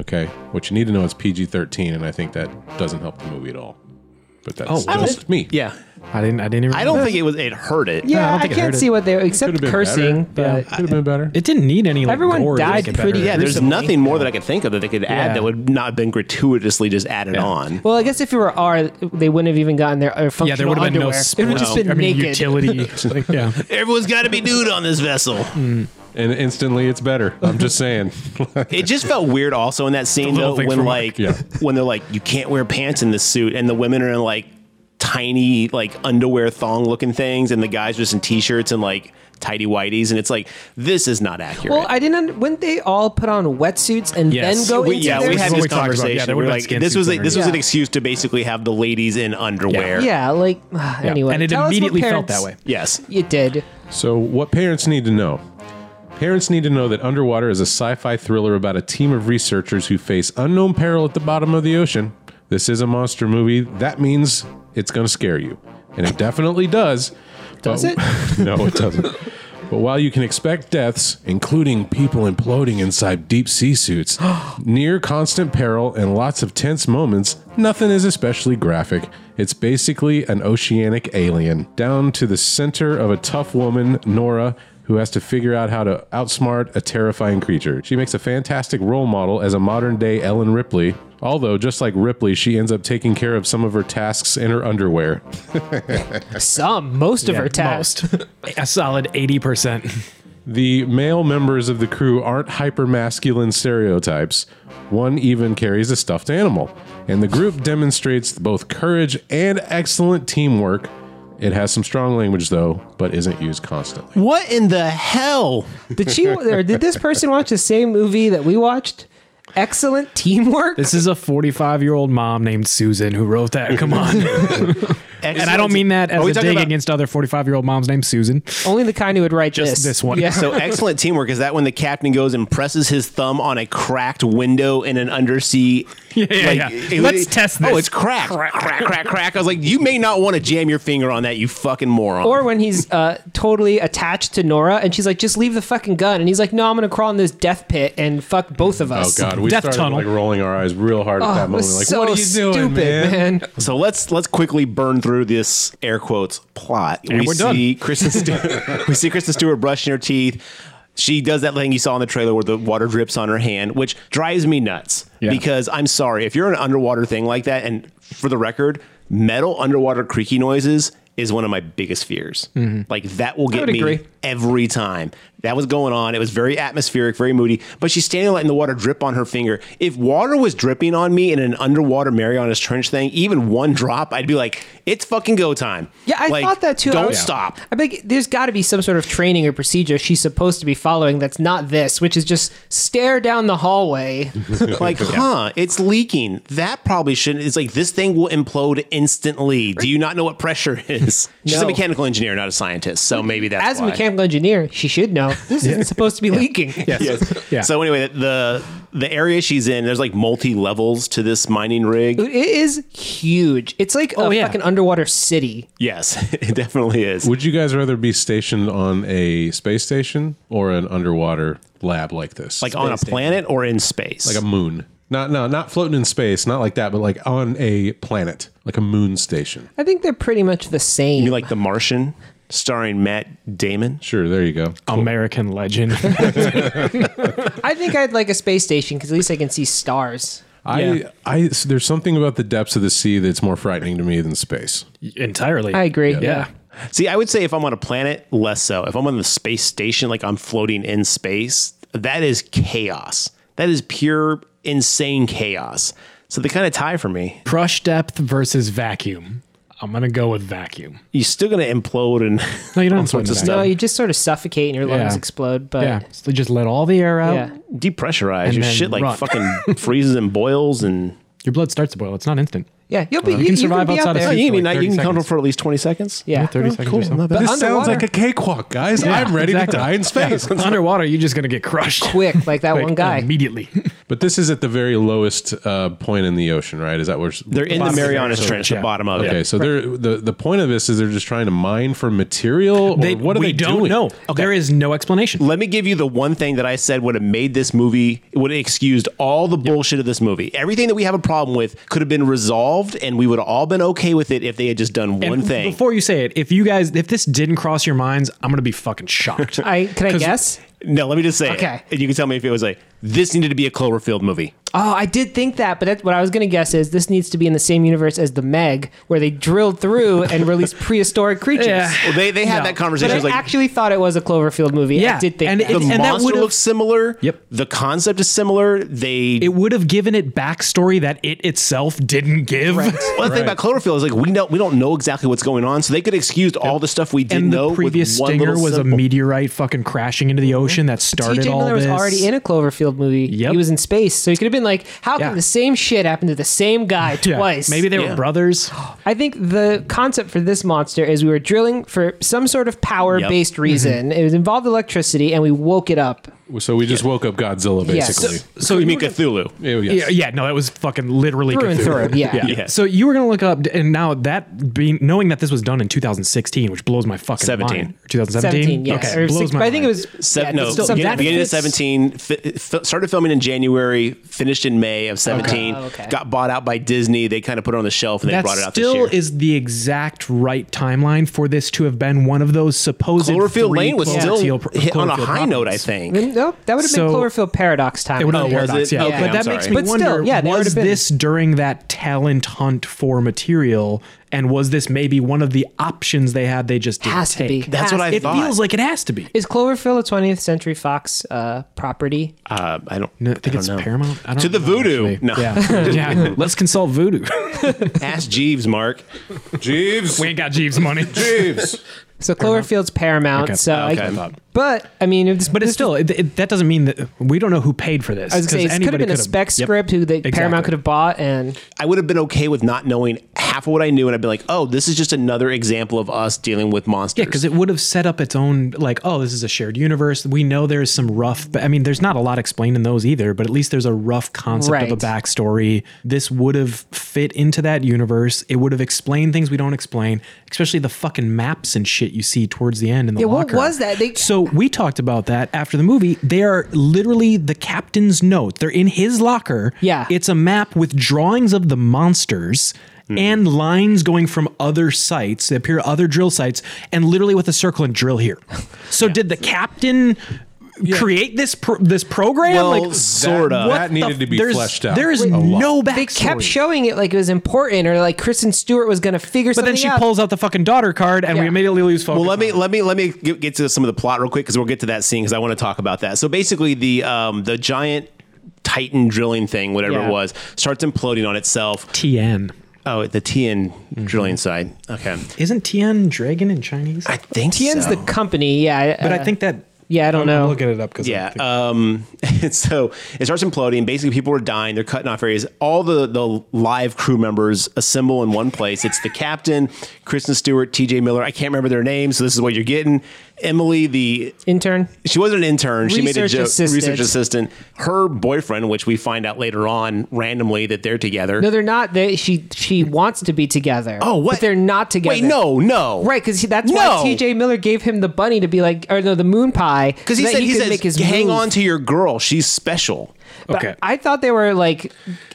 Speaker 1: Okay, what you need to know is PG 13, and I think that doesn't help the movie at all. But that's
Speaker 2: Oh, really?
Speaker 1: just me.
Speaker 4: Yeah,
Speaker 2: I didn't. I didn't even.
Speaker 4: I don't think it was. It hurt it.
Speaker 3: yeah,
Speaker 2: I don't
Speaker 3: I,
Speaker 2: think I
Speaker 3: can't
Speaker 2: heard it.
Speaker 3: see what they were
Speaker 1: Could
Speaker 3: except
Speaker 1: have been
Speaker 3: cursing,
Speaker 1: better.
Speaker 3: but
Speaker 1: Yeah, could have been better.
Speaker 2: It didn't need any. Like,
Speaker 3: Everyone
Speaker 2: gore to
Speaker 3: died
Speaker 2: make it
Speaker 3: pretty-
Speaker 2: better.
Speaker 4: Yeah, there's
Speaker 3: Recently.
Speaker 4: nothing more that I could think of that they could add
Speaker 2: Yeah.
Speaker 4: that would not have been gratuitously just added on.
Speaker 3: well, I guess if it were R, they wouldn't have even gotten their uh, functional
Speaker 2: Yeah, there would have been no.
Speaker 3: underwear. it would have just
Speaker 2: split-
Speaker 3: been
Speaker 2: I mean,
Speaker 3: naked.
Speaker 2: utility. like, yeah.
Speaker 4: Everyone's got to be nude on this vessel.
Speaker 1: And instantly it's better. I'm just saying.
Speaker 4: It just felt weird also in that scene
Speaker 2: little
Speaker 4: though
Speaker 2: things
Speaker 4: when
Speaker 2: from
Speaker 4: like
Speaker 1: Mike. Yeah.
Speaker 4: when they're like you can't wear pants in this suit and the women are in like tiny like underwear thong looking things and the guys just in t-shirts and like tidy whities and it's like this is not accurate.
Speaker 3: Well, I didn't. under- Wouldn't they all put on wetsuits and
Speaker 2: Yes.
Speaker 3: then go
Speaker 4: we,
Speaker 3: into
Speaker 4: yeah,
Speaker 3: their
Speaker 4: we
Speaker 2: This is
Speaker 4: had
Speaker 2: what
Speaker 4: this
Speaker 2: we talked about. Yeah,
Speaker 4: conversation.
Speaker 2: there
Speaker 4: we
Speaker 2: would've
Speaker 4: are
Speaker 2: been
Speaker 4: like,
Speaker 2: skin
Speaker 4: this was
Speaker 2: suits
Speaker 4: a, this was
Speaker 3: underneath.
Speaker 4: an excuse to basically have the ladies in underwear.
Speaker 3: Yeah, like ugh, anyway,
Speaker 2: and it
Speaker 3: Tell us what
Speaker 2: immediately felt
Speaker 3: parents-
Speaker 2: that way.
Speaker 4: Yes.
Speaker 3: You did.
Speaker 1: So, what parents need to know. Parents need to know that Underwater is a sci fi thriller about a team of researchers who face unknown peril at the bottom of the ocean. This is a monster movie. That means it's going to scare you. And it definitely does. Does it? no, it doesn't. But while you can expect deaths, including people imploding inside deep sea suits, near constant peril, and lots of tense moments, nothing is especially graphic. It's basically an oceanic alien, down to the center of a tough woman, Nora, who has to figure out how to outsmart a terrifying creature. She makes a fantastic role model as a modern day Ellen Ripley. Although, just like Ripley, she ends up taking care of some of her tasks in her underwear.
Speaker 3: Some, most of her tasks.
Speaker 2: Most. a solid eighty percent.
Speaker 1: The male members of the crew aren't hyper masculine stereotypes. One even carries a stuffed animal. And the group demonstrates both courage and excellent teamwork. It has some strong language, though, but isn't used constantly.
Speaker 4: What in the hell?
Speaker 3: Did she? Or did this person watch the same movie that we watched? Excellent teamwork.
Speaker 2: This is a forty-five-year-old mom named Susan who wrote that. Come on. and I don't mean that
Speaker 4: Are
Speaker 2: as
Speaker 4: we
Speaker 2: a
Speaker 4: talking
Speaker 2: dig
Speaker 4: about-
Speaker 2: against other 45 year old moms named Susan.
Speaker 3: Only the kind who would write
Speaker 2: Just
Speaker 3: this.
Speaker 2: this one.
Speaker 3: Yeah.
Speaker 4: So excellent teamwork is that when the captain goes and presses his thumb on a cracked window in an undersea.
Speaker 2: Yeah, yeah, yeah.
Speaker 4: it-
Speaker 2: Let's test
Speaker 4: Oh,
Speaker 2: this.
Speaker 4: it's cracked. Crack, crack, crack, crack. I was like, you may not want to jam your finger on that, you fucking moron.
Speaker 3: Or when he's uh, totally attached to Nora, and she's like, "Just leave the fucking gun," and he's like, "No, I'm gonna crawl in this death pit and fuck both of
Speaker 1: Oh,
Speaker 3: us."
Speaker 1: God. We
Speaker 2: Death
Speaker 1: started
Speaker 2: tunnel.
Speaker 1: like rolling our eyes real hard at
Speaker 3: Oh,
Speaker 1: that
Speaker 3: it was
Speaker 1: moment. Like,
Speaker 3: so
Speaker 1: what are you doing,
Speaker 3: stupid,
Speaker 1: man?
Speaker 4: so let's let's quickly burn through this air quotes plot. we
Speaker 2: we're done.
Speaker 4: see Kristen Stewart, we see Kristen Stewart brushing her teeth. She does that thing you saw in the trailer where the water drips on her hand, which drives me nuts.
Speaker 2: Yeah.
Speaker 4: Because I'm sorry, if you're an underwater thing like that, and for the record, metal underwater creaky noises is one of my biggest fears.
Speaker 2: Mm-hmm.
Speaker 4: Like that will get
Speaker 3: would
Speaker 4: me
Speaker 3: agree.
Speaker 4: every time. That was going on. It was very atmospheric, very moody. But she's standing letting the water drip on her finger. If water was dripping on me in an underwater Marianas Trench thing, even one drop, I'd be like, "It's fucking go time."
Speaker 3: Yeah, I
Speaker 4: Like,
Speaker 3: thought that too. I
Speaker 4: Don't
Speaker 3: was-
Speaker 4: stop.
Speaker 3: I think there's got to be some sort of training or procedure she's supposed to be following that's not this, which is just stare down the hallway.
Speaker 4: like, huh, it's leaking. That probably shouldn't. It's like this thing will implode instantly. Do you not know what pressure is? She's a
Speaker 3: No.
Speaker 4: mechanical engineer, not a scientist. So maybe that's
Speaker 3: As a
Speaker 4: why.
Speaker 3: mechanical engineer, she should know this isn't supposed to be leaking.
Speaker 4: Yes.
Speaker 2: Yeah.
Speaker 4: So anyway, the the area she's in, there's like multi levels to this mining rig.
Speaker 3: It is huge. It's like a
Speaker 2: Oh, yeah.
Speaker 3: fucking underwater city.
Speaker 4: Yes, it definitely is.
Speaker 1: Would you guys rather be stationed on a space station or an underwater lab like this?
Speaker 4: Like on a planet or in space.
Speaker 1: like a moon. Not no, not floating in space, not like that, but like on a planet, like a moon station.
Speaker 3: I think they're pretty much the same.
Speaker 4: you like The Martian, starring Matt Damon.
Speaker 1: Sure, there you go.
Speaker 2: Oh, American legend.
Speaker 3: I think I'd like a space station because at least I can see stars.
Speaker 1: I,
Speaker 2: Yeah.
Speaker 1: I, there's something about the depths of the sea that's more frightening to me than space.
Speaker 2: Entirely.
Speaker 3: I agree.
Speaker 2: Yeah.
Speaker 4: See, I would say if I'm on a planet, less so. If I'm on the space station, like I'm floating in space, that is chaos. That is pure insane chaos. So they kind of tie for me.
Speaker 2: Crush depth versus vacuum. I'm gonna go with vacuum.
Speaker 4: You're still gonna implode and
Speaker 2: No, you don't have to
Speaker 4: sorts
Speaker 2: win
Speaker 4: of stuff.
Speaker 2: that.
Speaker 3: No, you just sort of suffocate and your lungs
Speaker 2: Yeah.
Speaker 3: explode. But
Speaker 2: Yeah. So just let all the air out.
Speaker 3: yeah.
Speaker 4: depressurize.
Speaker 2: And
Speaker 4: Your
Speaker 2: then
Speaker 4: shit like
Speaker 2: run.
Speaker 4: fucking freezes and boils and
Speaker 2: Your blood starts to boil. It's not instant.
Speaker 3: Yeah, you'll be. You,
Speaker 2: can
Speaker 3: you
Speaker 2: survive
Speaker 3: be
Speaker 2: outside
Speaker 3: out
Speaker 2: of
Speaker 3: there.
Speaker 2: sea.
Speaker 4: you
Speaker 2: like
Speaker 4: can, be not-
Speaker 2: 30
Speaker 4: you can control
Speaker 2: seconds.
Speaker 4: for at least 20 seconds.
Speaker 3: Yeah.
Speaker 2: Thirty
Speaker 3: Oh,
Speaker 2: seconds
Speaker 4: cool.
Speaker 2: or
Speaker 4: Not
Speaker 2: something.
Speaker 4: bad.
Speaker 1: This sounds
Speaker 3: Underwater.
Speaker 1: like a cakewalk, guys. I'm ready to die in space.
Speaker 2: Underwater, you're just gonna get crushed.
Speaker 3: Quick, like that
Speaker 2: Quick,
Speaker 3: one guy.
Speaker 2: Immediately.
Speaker 1: But this is at the very lowest uh, point in the ocean, right? Is that where
Speaker 4: They're in the
Speaker 2: Bottom of the
Speaker 4: Marianas
Speaker 2: Marianas
Speaker 4: Trench, the
Speaker 2: Trench,
Speaker 4: bottom of
Speaker 1: Okay,
Speaker 4: it.
Speaker 1: so they're the the point of this is they're just trying to mine for material. Or what are
Speaker 2: we
Speaker 1: they
Speaker 2: don't
Speaker 1: doing?
Speaker 2: know. There is no explanation.
Speaker 4: Let me give you the one thing that I said would have made this movie, would have excused all the bullshit of this movie. Everything that we have a problem with could have been resolved and we would have all been okay with it if they had just done
Speaker 2: And
Speaker 4: one thing.
Speaker 2: Before you say it, if you guys, if this didn't cross your minds, I'm gonna be fucking shocked.
Speaker 3: I can I
Speaker 4: 'Cause-
Speaker 3: guess?
Speaker 4: No, let me just say. it.
Speaker 3: Okay.
Speaker 4: And you can tell me if it was like, this needed to be a Cloverfield movie.
Speaker 3: Oh, I did think that, but that's what I was going to guess is this needs to be in the same universe as the Meg, where they drilled through and released prehistoric creatures.
Speaker 2: Yeah.
Speaker 4: Well, they, they had
Speaker 3: No.
Speaker 4: Oh, that conversation.
Speaker 3: But I
Speaker 4: It was like,
Speaker 3: actually thought it was a Cloverfield movie. I
Speaker 2: Yeah,
Speaker 3: did think
Speaker 2: and
Speaker 3: that.
Speaker 2: it-
Speaker 4: the
Speaker 2: and that
Speaker 4: monster
Speaker 2: would've-
Speaker 4: looks similar.
Speaker 2: Yep.
Speaker 4: The concept is similar. They
Speaker 2: it would have given it backstory that it itself didn't give.
Speaker 4: Well, the thing about Cloverfield is like we know we don't know exactly what's going on, so they could excuse all the stuff we didn't
Speaker 2: and
Speaker 4: know.
Speaker 2: the previous
Speaker 4: with one
Speaker 2: stinger
Speaker 4: little
Speaker 2: was
Speaker 4: symbol.
Speaker 2: a meteorite fucking crashing into the
Speaker 3: Mm-hmm.
Speaker 2: ocean that started
Speaker 3: T.J.
Speaker 2: all
Speaker 3: Miller was
Speaker 2: this.
Speaker 3: already in a Cloverfield movie.
Speaker 2: Yep.
Speaker 3: He was in space, so he could have been like, "How
Speaker 2: Yeah.
Speaker 3: can the same shit happen to the same guy
Speaker 2: Yeah.
Speaker 3: twice?"
Speaker 2: Maybe they
Speaker 4: Yeah.
Speaker 2: were brothers.
Speaker 3: I think the concept for this monster is we were drilling for some sort of power-based
Speaker 2: Mm-hmm.
Speaker 3: reason. It was involved electricity, and we woke it up.
Speaker 1: So we just woke up Godzilla,
Speaker 3: Yes.
Speaker 1: basically.
Speaker 4: So you mean Cthulhu?
Speaker 1: Yeah, yes.
Speaker 2: Yeah, yeah, no, that was fucking literally
Speaker 3: Through and
Speaker 2: Cthulhu.
Speaker 3: through, yeah.
Speaker 4: Yeah.
Speaker 2: So you were gonna look up, and now that being knowing that this was done in 2016, which blows my fucking
Speaker 4: 17.
Speaker 2: mind. 2017.
Speaker 3: 17, yes.
Speaker 2: Okay,
Speaker 3: Or
Speaker 2: blows
Speaker 3: six-
Speaker 2: my
Speaker 3: but I think
Speaker 2: mind.
Speaker 3: it was
Speaker 4: Seven,
Speaker 3: yeah,
Speaker 4: no,
Speaker 3: still-
Speaker 4: beginning,
Speaker 3: that
Speaker 4: beginning of
Speaker 3: fits.
Speaker 4: 17, fi- fi- started filming in January, finished in May of 17,
Speaker 3: Oh, okay.
Speaker 4: got bought out by Disney. They kind of put it on the shelf and they
Speaker 2: that
Speaker 4: brought it out
Speaker 2: still
Speaker 4: this year.
Speaker 2: is the exact right timeline for this to have been one of those supposed
Speaker 4: Cloverfield
Speaker 2: three
Speaker 4: Lane was
Speaker 2: Clover-
Speaker 4: still
Speaker 2: Teal-
Speaker 4: hit on a
Speaker 2: Cloverfield
Speaker 4: high note, I
Speaker 2: properties.
Speaker 4: think.
Speaker 3: No, that would have
Speaker 2: So-
Speaker 3: been Cloverfield paradox time.
Speaker 2: It would have
Speaker 4: Oh,
Speaker 2: been
Speaker 4: was
Speaker 2: paradox,
Speaker 4: it?
Speaker 2: yeah.
Speaker 4: Okay,
Speaker 2: but
Speaker 4: I'm
Speaker 2: that
Speaker 4: sorry.
Speaker 2: makes me
Speaker 3: But
Speaker 2: wonder:
Speaker 3: still, yeah, they
Speaker 2: was
Speaker 3: would've been-
Speaker 2: this during that talent hunt for material, and was this maybe one of the options they had? They just didn't
Speaker 3: Has to be.
Speaker 2: take?
Speaker 4: That's what
Speaker 3: Has-
Speaker 4: I
Speaker 2: It
Speaker 4: thought.
Speaker 2: feels like it has to be.
Speaker 3: Is Cloverfield a 20th Century Fox uh, property?
Speaker 4: uh, I don't,
Speaker 2: I think
Speaker 4: don't
Speaker 2: it's
Speaker 4: know.
Speaker 2: Paramount. I don't
Speaker 4: To the
Speaker 2: know,
Speaker 4: voodoo.
Speaker 2: actually.
Speaker 4: No.
Speaker 2: Yeah. yeah. Let's consult voodoo.
Speaker 4: Ask Jeeves, Mark.
Speaker 1: Jeeves,
Speaker 2: we ain't got Jeeves money.
Speaker 1: Jeeves.
Speaker 3: So Cloverfield's Paramount.
Speaker 2: Okay.
Speaker 3: So, I-
Speaker 4: Okay.
Speaker 3: but I mean, if this,
Speaker 2: But it's
Speaker 3: this
Speaker 2: still it, it, that doesn't mean that we don't know who paid for this.
Speaker 3: I was gonna
Speaker 2: 'cause
Speaker 3: say it could have
Speaker 2: anybody
Speaker 3: been a
Speaker 2: could've-
Speaker 3: spec
Speaker 2: Yep.
Speaker 3: script who that Paramount
Speaker 2: Exactly.
Speaker 3: could have bought, and
Speaker 4: I would have been okay with not knowing half of what I knew, and I'd be like, oh, this is just another example of us dealing with monsters.
Speaker 2: Yeah, because it would have set up its own like, oh, this is a shared universe. We know there's some rough, but I mean, there's not a lot explained in those either. But at least there's a rough concept of a
Speaker 3: Right.
Speaker 2: backstory. This would have fit into that universe. It would have explained things we don't explain, especially the fucking maps and shit you see towards the end in the
Speaker 3: Yeah, what
Speaker 2: locker.
Speaker 3: was that? They-
Speaker 2: so we talked about that after the movie. They are literally the captain's note. They're in his locker.
Speaker 3: Yeah.
Speaker 2: it's a map with drawings of the monsters
Speaker 1: Hmm.
Speaker 2: and lines going from other sites that appear other drill sites and literally with a circle and drill here so did the captain create this pro- this program?
Speaker 4: Well,
Speaker 2: like
Speaker 4: sort
Speaker 1: That
Speaker 4: of.
Speaker 2: what the
Speaker 1: needed
Speaker 2: f-
Speaker 1: to be
Speaker 2: there's-
Speaker 1: fleshed out.
Speaker 2: There is
Speaker 1: a lot.
Speaker 2: no backstory.
Speaker 3: They kept showing it like it was important, or like Kristen Stewart was going to figure
Speaker 2: but
Speaker 3: something
Speaker 2: then she
Speaker 3: out.
Speaker 2: pulls out the fucking daughter card, and we
Speaker 3: Yeah.
Speaker 2: immediately lose focus.
Speaker 4: Well, let
Speaker 2: on
Speaker 4: me
Speaker 2: it.
Speaker 4: let me let me get get to some of the plot real quick because we'll get to that scene because I want to talk about that. So basically, the um, the giant Titan drilling thing, whatever
Speaker 3: Yeah.
Speaker 4: it was, starts imploding on itself.
Speaker 2: Tien.
Speaker 4: Oh, the TN drilling side. Okay,
Speaker 2: Isn't Tien dragon in Chinese?
Speaker 4: I think
Speaker 3: Tien's
Speaker 4: so.
Speaker 3: the company, yeah.
Speaker 2: but I
Speaker 3: uh,
Speaker 2: think that.
Speaker 3: yeah, I don't
Speaker 2: I'm
Speaker 3: know.
Speaker 2: looking it up because
Speaker 4: Yeah. Um, and so it starts imploding. Basically, people are dying. They're cutting off areas. All the, the live crew members assemble in one place. It's the captain, Kristen Stewart, TJ Miller. I can't remember their names. So this is what you're getting. Emily, the
Speaker 3: intern.
Speaker 4: she wasn't an intern. She made a
Speaker 3: Research
Speaker 4: joke.
Speaker 3: assistant.
Speaker 4: Research assistant. Her boyfriend, which we find out later on randomly that they're together.
Speaker 3: No, they're not. They, she she wants to be together.
Speaker 4: oh, what?
Speaker 3: But they're not together.
Speaker 4: Wait, no, no.
Speaker 3: Right, because that's
Speaker 4: No.
Speaker 3: why T.J. Miller gave him the bunny to be like, or no, the moon pie.
Speaker 4: Because he
Speaker 3: so that
Speaker 4: said he,
Speaker 3: could
Speaker 4: says, hang on to your girl. She's special.
Speaker 3: But
Speaker 2: Okay.
Speaker 3: I thought they were like,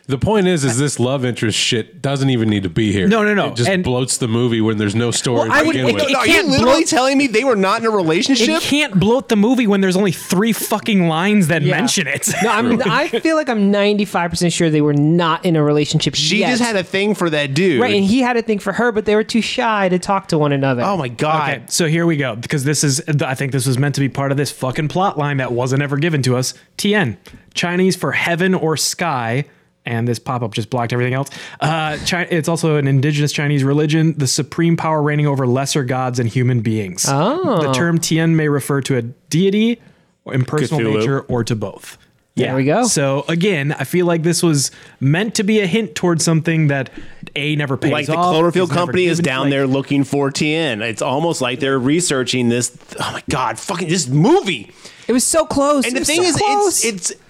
Speaker 1: The point is, is this love interest shit doesn't even need to be here.
Speaker 2: No, no, no.
Speaker 1: It just
Speaker 2: And-
Speaker 1: bloats the movie when there's no story
Speaker 2: Well, I
Speaker 1: to
Speaker 2: would-
Speaker 1: begin
Speaker 2: it-
Speaker 1: with.
Speaker 2: it-
Speaker 4: Are you
Speaker 2: can't
Speaker 4: literally
Speaker 2: blow-
Speaker 4: telling me they were not in a relationship?
Speaker 2: It can't bloat the movie when there's only three fucking lines that
Speaker 3: Yeah.
Speaker 2: mention it.
Speaker 3: no, I'm, I feel like I'm 95% sure they were not in a relationship.
Speaker 4: She
Speaker 3: yet.
Speaker 4: just had a thing for that dude.
Speaker 3: Right, and he had a thing for her, but they were too shy to talk to one another.
Speaker 4: oh my god.
Speaker 2: Okay, so here we go because this is I think this was meant to be part of this fucking plot line that wasn't ever given to us. Tien, Chinese for heaven or sky, and this pop up just blocked everything else. Uh, Chi it's also an indigenous Chinese religion, the supreme power reigning over lesser gods and human beings. Oh. The term Tien may refer to a deity, or impersonal
Speaker 4: Cthulhu.
Speaker 2: nature, or to both. Yeah.
Speaker 3: we go.
Speaker 2: So again, I feel like this was meant to be a hint towards something that a never pays
Speaker 4: Like the
Speaker 2: off,
Speaker 4: Cloverfield
Speaker 2: never
Speaker 4: company is
Speaker 2: given,
Speaker 4: down
Speaker 2: like-
Speaker 4: there looking for TN. It's almost like they're researching this. Oh my god, fucking this movie.
Speaker 3: It was so close.
Speaker 4: And
Speaker 3: It
Speaker 4: the
Speaker 3: was
Speaker 4: thing
Speaker 3: so
Speaker 4: is,
Speaker 3: close. Mm-hmm.
Speaker 4: it's it's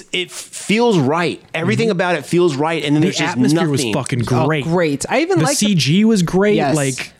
Speaker 4: it's it feels right. Everything about it feels right. And then
Speaker 2: The
Speaker 4: there's just
Speaker 2: atmosphere
Speaker 4: nothing.
Speaker 2: was fucking
Speaker 3: Oh,
Speaker 2: great.
Speaker 3: great. I even
Speaker 2: the
Speaker 3: like
Speaker 2: CG was great.
Speaker 3: Yes.
Speaker 2: Like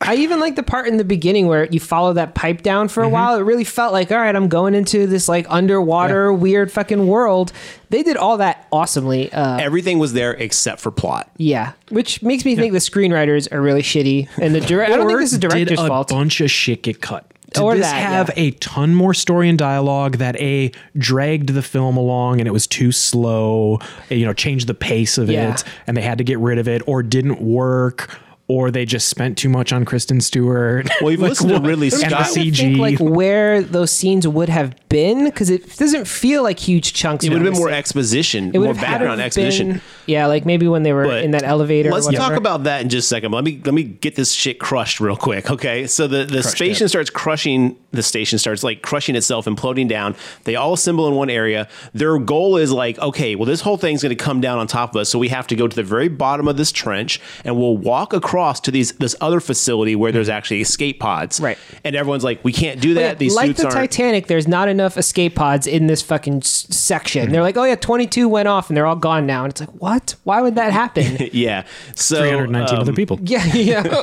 Speaker 3: I even like the part in the beginning where you follow that pipe down for a
Speaker 2: Mm-hmm.
Speaker 3: while. It really felt like, all right, I'm going into this like underwater weird fucking world. They did all that awesomely. Uh,
Speaker 4: Everything was there except for plot.
Speaker 3: yeah, which makes me think the screenwriters are really shitty and the director. I don't think this is the
Speaker 2: did
Speaker 3: director's
Speaker 2: a
Speaker 3: fault.
Speaker 2: bunch of shit get cut. Did
Speaker 3: Or
Speaker 2: this
Speaker 3: that,
Speaker 2: have
Speaker 3: yeah.
Speaker 2: a ton more story and dialogue that a dragged the film along and it was too slow? You know, changed the pace of
Speaker 3: Yeah.
Speaker 2: it, and they had to get rid of it, or didn't work, or they just spent too much on Kristen Stewart.
Speaker 4: Well, you've listened to Ridley
Speaker 2: and the
Speaker 4: Scott.
Speaker 3: I think
Speaker 2: CG.
Speaker 3: like where those scenes would have been because it doesn't feel like huge chunks.
Speaker 4: It would have been more
Speaker 3: It
Speaker 4: exposition,
Speaker 3: would
Speaker 4: more
Speaker 3: have had to
Speaker 4: background
Speaker 3: have
Speaker 4: exposition.
Speaker 3: been- yeah, like maybe when they were
Speaker 4: But
Speaker 3: in that elevator. or
Speaker 4: Let's
Speaker 3: whatever.
Speaker 4: talk about that in just a second. Let me let me get this shit crushed real quick. Okay, so the the station starts crushing. The station starts like crushing itself, imploding down. They all assemble in one area. Their goal is like, okay, well, this whole thing's going to come down on top of us, so we have to go to the very bottom of this trench, and we'll walk across to these this other facility where there's actually escape pods.
Speaker 3: Mm. Right.
Speaker 4: and everyone's like, we can't do that.
Speaker 3: Yeah,
Speaker 4: These
Speaker 3: like
Speaker 4: suits
Speaker 3: the
Speaker 4: aren't.
Speaker 3: Titanic, there's not enough escape pods in this fucking s- section. They're like, oh yeah, 22 went off and they're all gone now. And it's like, what? Why would that happen?
Speaker 4: yeah, so uh,
Speaker 2: 319
Speaker 4: um,
Speaker 2: other people.
Speaker 3: yeah, yeah.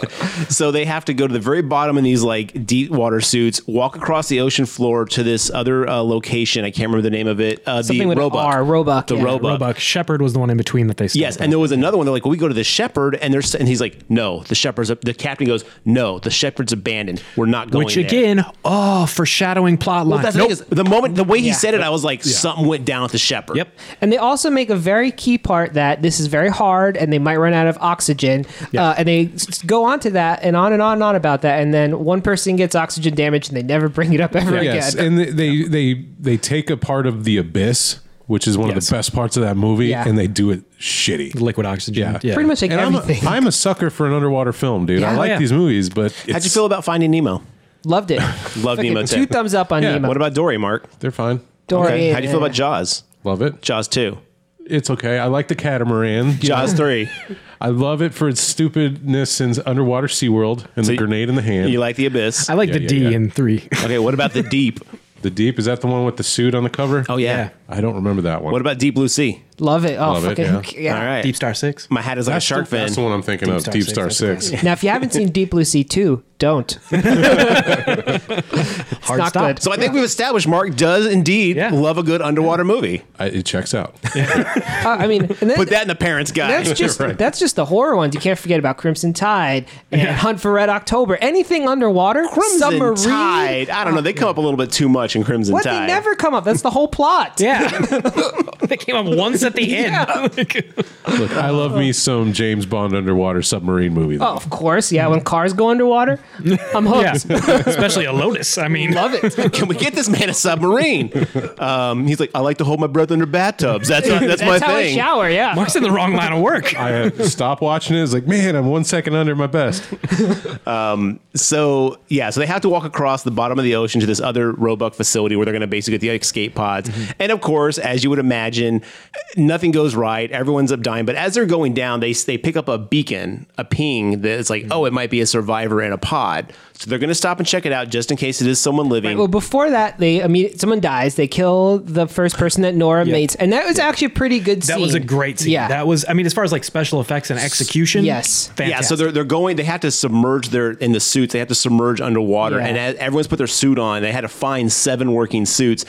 Speaker 4: so they have to go to the very bottom in these like deep water suits, walk across the ocean floor to this other uh, location. I can't remember the name of it. Uh,
Speaker 3: Something
Speaker 4: the
Speaker 3: with an
Speaker 4: Roebuck.
Speaker 3: R, Roebuck,
Speaker 4: The
Speaker 3: yeah.
Speaker 4: Roebuck.
Speaker 2: Roebuck Shepard was the one in between that they.
Speaker 4: Yes,
Speaker 2: stole.
Speaker 4: and there was another one. They're like, well, we go to the shepherd, and there's and he's like, no, the shepherd's. up The captain goes, no, the shepherd's abandoned. We're not going.
Speaker 2: which
Speaker 4: there."
Speaker 2: again, oh, foreshadowing plot line.
Speaker 4: Well, that's
Speaker 2: Nope.
Speaker 4: the, thing is, the moment, the way he
Speaker 3: Yeah.
Speaker 4: said it, I was like, something went down with the shepherd.
Speaker 2: Yep.
Speaker 3: and they also make a very key part that this is very hard and they might run out of oxygen. Uh, and they s- s- go on to that and on and on and on about that. And then one person gets oxygen damage and they never bring it up ever
Speaker 1: Yes,
Speaker 4: uh,
Speaker 3: again.
Speaker 1: and they, they they they take a part of the abyss, which is one of
Speaker 2: Yes.
Speaker 1: the best parts of that movie,
Speaker 3: Yeah.
Speaker 1: and they do it shitty.
Speaker 2: liquid oxygen.
Speaker 1: Yeah.
Speaker 3: Pretty much like
Speaker 1: And I'm a-
Speaker 3: everything.
Speaker 1: I'm a sucker for an underwater film, dude. I
Speaker 3: Yeah.
Speaker 1: like
Speaker 2: Oh, yeah.
Speaker 1: these movies, but
Speaker 4: How'd
Speaker 1: it's,
Speaker 4: you feel about Finding Nemo?
Speaker 3: Loved it.
Speaker 4: Love
Speaker 3: Fucking
Speaker 4: Nemo.
Speaker 3: Two
Speaker 4: too.
Speaker 3: thumbs up on
Speaker 1: Yeah,
Speaker 3: Nemo.
Speaker 4: What about Dory, Mark?
Speaker 1: They're fine.
Speaker 3: Dory?
Speaker 4: How do you feel
Speaker 3: yeah.
Speaker 4: about Jaws?
Speaker 1: Love it.
Speaker 4: Jaws two,
Speaker 1: It's okay. I like the catamaran. You
Speaker 4: Jaws
Speaker 1: know,
Speaker 4: three.
Speaker 1: I love it for its stupidness in underwater SeaWorld and the
Speaker 4: you-
Speaker 1: grenade in the hand.
Speaker 4: You like the abyss?
Speaker 2: I like
Speaker 1: Yeah,
Speaker 2: the
Speaker 1: yeah,
Speaker 2: D
Speaker 1: yeah.
Speaker 2: in three.
Speaker 4: okay, what about the deep?
Speaker 1: the deep is that the one with the suit on the cover?
Speaker 4: Oh yeah.
Speaker 1: I don't remember that one.
Speaker 4: What about Deep Blue Sea?
Speaker 3: Love it. Oh,
Speaker 1: Love it,
Speaker 3: fucking who
Speaker 1: yeah.
Speaker 3: ca- yeah.
Speaker 4: All right.
Speaker 2: Deep Star Six.
Speaker 4: My hat is like a shark
Speaker 1: the,
Speaker 4: fin.
Speaker 1: That's the one I'm thinking
Speaker 2: Deep
Speaker 1: of.
Speaker 2: Star
Speaker 1: Deep
Speaker 2: Six,
Speaker 1: Star
Speaker 2: that's a
Speaker 1: Six.
Speaker 3: Now, if you haven't seen Deep Blue Sea 2, don't. it's
Speaker 2: Hard
Speaker 3: not
Speaker 2: stop.
Speaker 3: good.
Speaker 4: So I think we've established Mark does indeed
Speaker 2: Yeah.
Speaker 4: love a good underwater movie.
Speaker 1: I, it checks out.
Speaker 3: Uh, I mean, and then,
Speaker 4: Put that in the parents' guide.
Speaker 3: that's just
Speaker 1: Right.
Speaker 3: that's just the horror ones. You can't forget about Crimson Tide and Hunt for Red October. Anything underwater,
Speaker 4: Crimson
Speaker 3: submarine.
Speaker 4: Tide. I don't know. They come up a little bit too much in Crimson
Speaker 3: What
Speaker 4: Tide.
Speaker 3: they never come up. That's the whole plot.
Speaker 2: Yeah. they came up once at the end.
Speaker 1: Look, I love me some James Bond underwater submarine movie.
Speaker 3: Oh, of course. Yeah. When cars go underwater, I'm
Speaker 2: Yeah.
Speaker 3: hooked.
Speaker 2: Especially a Lotus. I mean,
Speaker 3: Love it.
Speaker 4: Can we get this man a submarine? Um, he's like, I like to hold my breath under bathtubs. That's that's, my
Speaker 3: That's how
Speaker 4: thing.
Speaker 3: I shower. Yeah.
Speaker 2: Mark's in the wrong line of work.
Speaker 1: I had stop watching it. It's like, man, I'm one second under my best.
Speaker 4: So yeah, so they have to walk across the bottom of the ocean to this other Roebuck facility where they're going to basically get the escape pods. And of course, as you would imagine, nothing goes right. Everyone's up dying. But as they're going down, they they pick up a beacon, a ping that's like, oh, it might be a survivor in a pod. So they're going to stop and check it out just in case it is someone living.
Speaker 3: Well, before that, they immediate someone dies. They kill the first person that Nora meets, and that was actually a pretty good scene.
Speaker 2: That was a great scene.
Speaker 3: Yeah,
Speaker 2: That was, I mean, as far as like special effects and execution.
Speaker 3: Yes.
Speaker 2: Fantastic.
Speaker 4: Yeah, so they're, they're going. They have to submerge their in the suits. They have to submerge underwater,
Speaker 3: Yeah.
Speaker 4: and as everyone's put their suit on. They had to find seven working suits.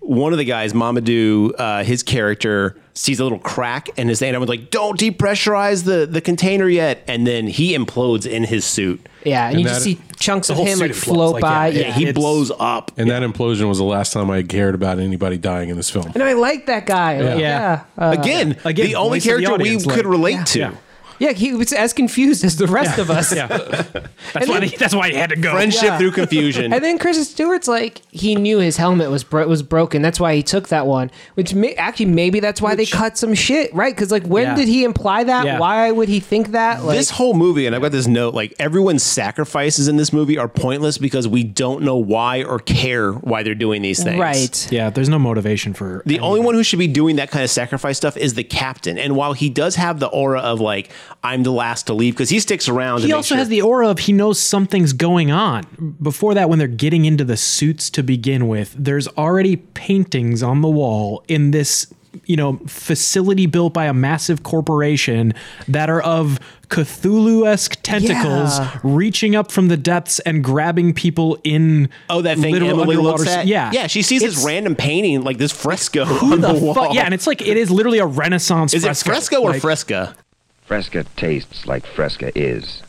Speaker 4: One of the guys, Mamadou, uh, his character sees a little crack in his thing. and Everyone's like, "Don't depressurize the the container yet," and then he implodes in his suit.
Speaker 3: yeah, and,
Speaker 1: And
Speaker 3: you just
Speaker 1: that-
Speaker 3: see chunks of
Speaker 2: whole
Speaker 3: him
Speaker 2: suit
Speaker 3: like
Speaker 2: implodes,
Speaker 3: float
Speaker 2: like,
Speaker 3: by.
Speaker 2: yeah,
Speaker 3: Yeah,
Speaker 4: Yeah, he
Speaker 2: It's-
Speaker 4: blows up.
Speaker 1: And that implosion was the last time I cared about anybody dying in this film.
Speaker 3: and I like that guy.
Speaker 2: Yeah.
Speaker 3: Like, Yeah, yeah. Uh,
Speaker 4: Again,
Speaker 2: again,
Speaker 4: the only
Speaker 2: voice of the
Speaker 4: character
Speaker 2: audience,
Speaker 4: we
Speaker 2: like-
Speaker 4: could relate to.
Speaker 2: Yeah.
Speaker 3: yeah, he was as confused as the rest of us.
Speaker 2: Yeah. That's, why
Speaker 3: then-
Speaker 2: they, that's why he had to go.
Speaker 4: Friendship
Speaker 3: Yeah.
Speaker 4: through confusion.
Speaker 3: And then Chris Stewart's like he knew his helmet was bro- was broken. That's why he took that one. Which may- actually maybe that's why they cut some shit, right? Because like when
Speaker 2: Yeah.
Speaker 3: did he imply that?
Speaker 2: Yeah.
Speaker 3: Why would he think that? Like
Speaker 4: this whole movie, and I've got this note, like everyone's sacrifices in this movie are pointless because we don't know why or care why they're doing these things.
Speaker 3: right?
Speaker 2: Yeah. There's no motivation for
Speaker 4: The only one who should be doing that kind of sacrifice stuff is the captain. And while he does have the aura of like, I'm the last to leave, because he sticks around.
Speaker 2: He also has the aura of he knows something's going on. Before that, when they're getting into the suits to begin with, there's already paintings on the wall in this, you know, facility built by a massive corporation that are of Cthulhu esque tentacles
Speaker 3: Yeah.
Speaker 2: reaching up from the depths and grabbing people in.
Speaker 4: Oh, that thing
Speaker 2: literal
Speaker 4: Emily
Speaker 2: underwater
Speaker 4: looks
Speaker 2: s-
Speaker 4: at.
Speaker 2: Yeah.
Speaker 4: yeah. She sees this
Speaker 2: It's-
Speaker 4: random painting, like this fresco on the,
Speaker 2: fu-
Speaker 4: wall.
Speaker 2: Yeah, and it's like it is literally a Renaissance.
Speaker 4: is
Speaker 2: fresco.
Speaker 4: it fresco or
Speaker 2: Like,
Speaker 4: fresca?
Speaker 6: Fresca tastes like Fresca is.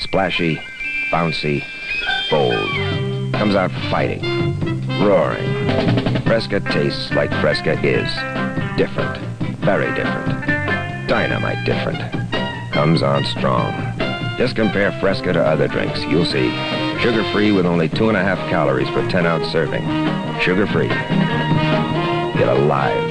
Speaker 6: Splashy, bouncy, bold. Comes out fighting, roaring. Fresca tastes like Fresca is. Different, very different. Dynamite different. Comes on strong. Just compare Fresca to other drinks. You'll see. Sugar free with only two and a half calories per 10 ounce serving. Sugar free. Get alive.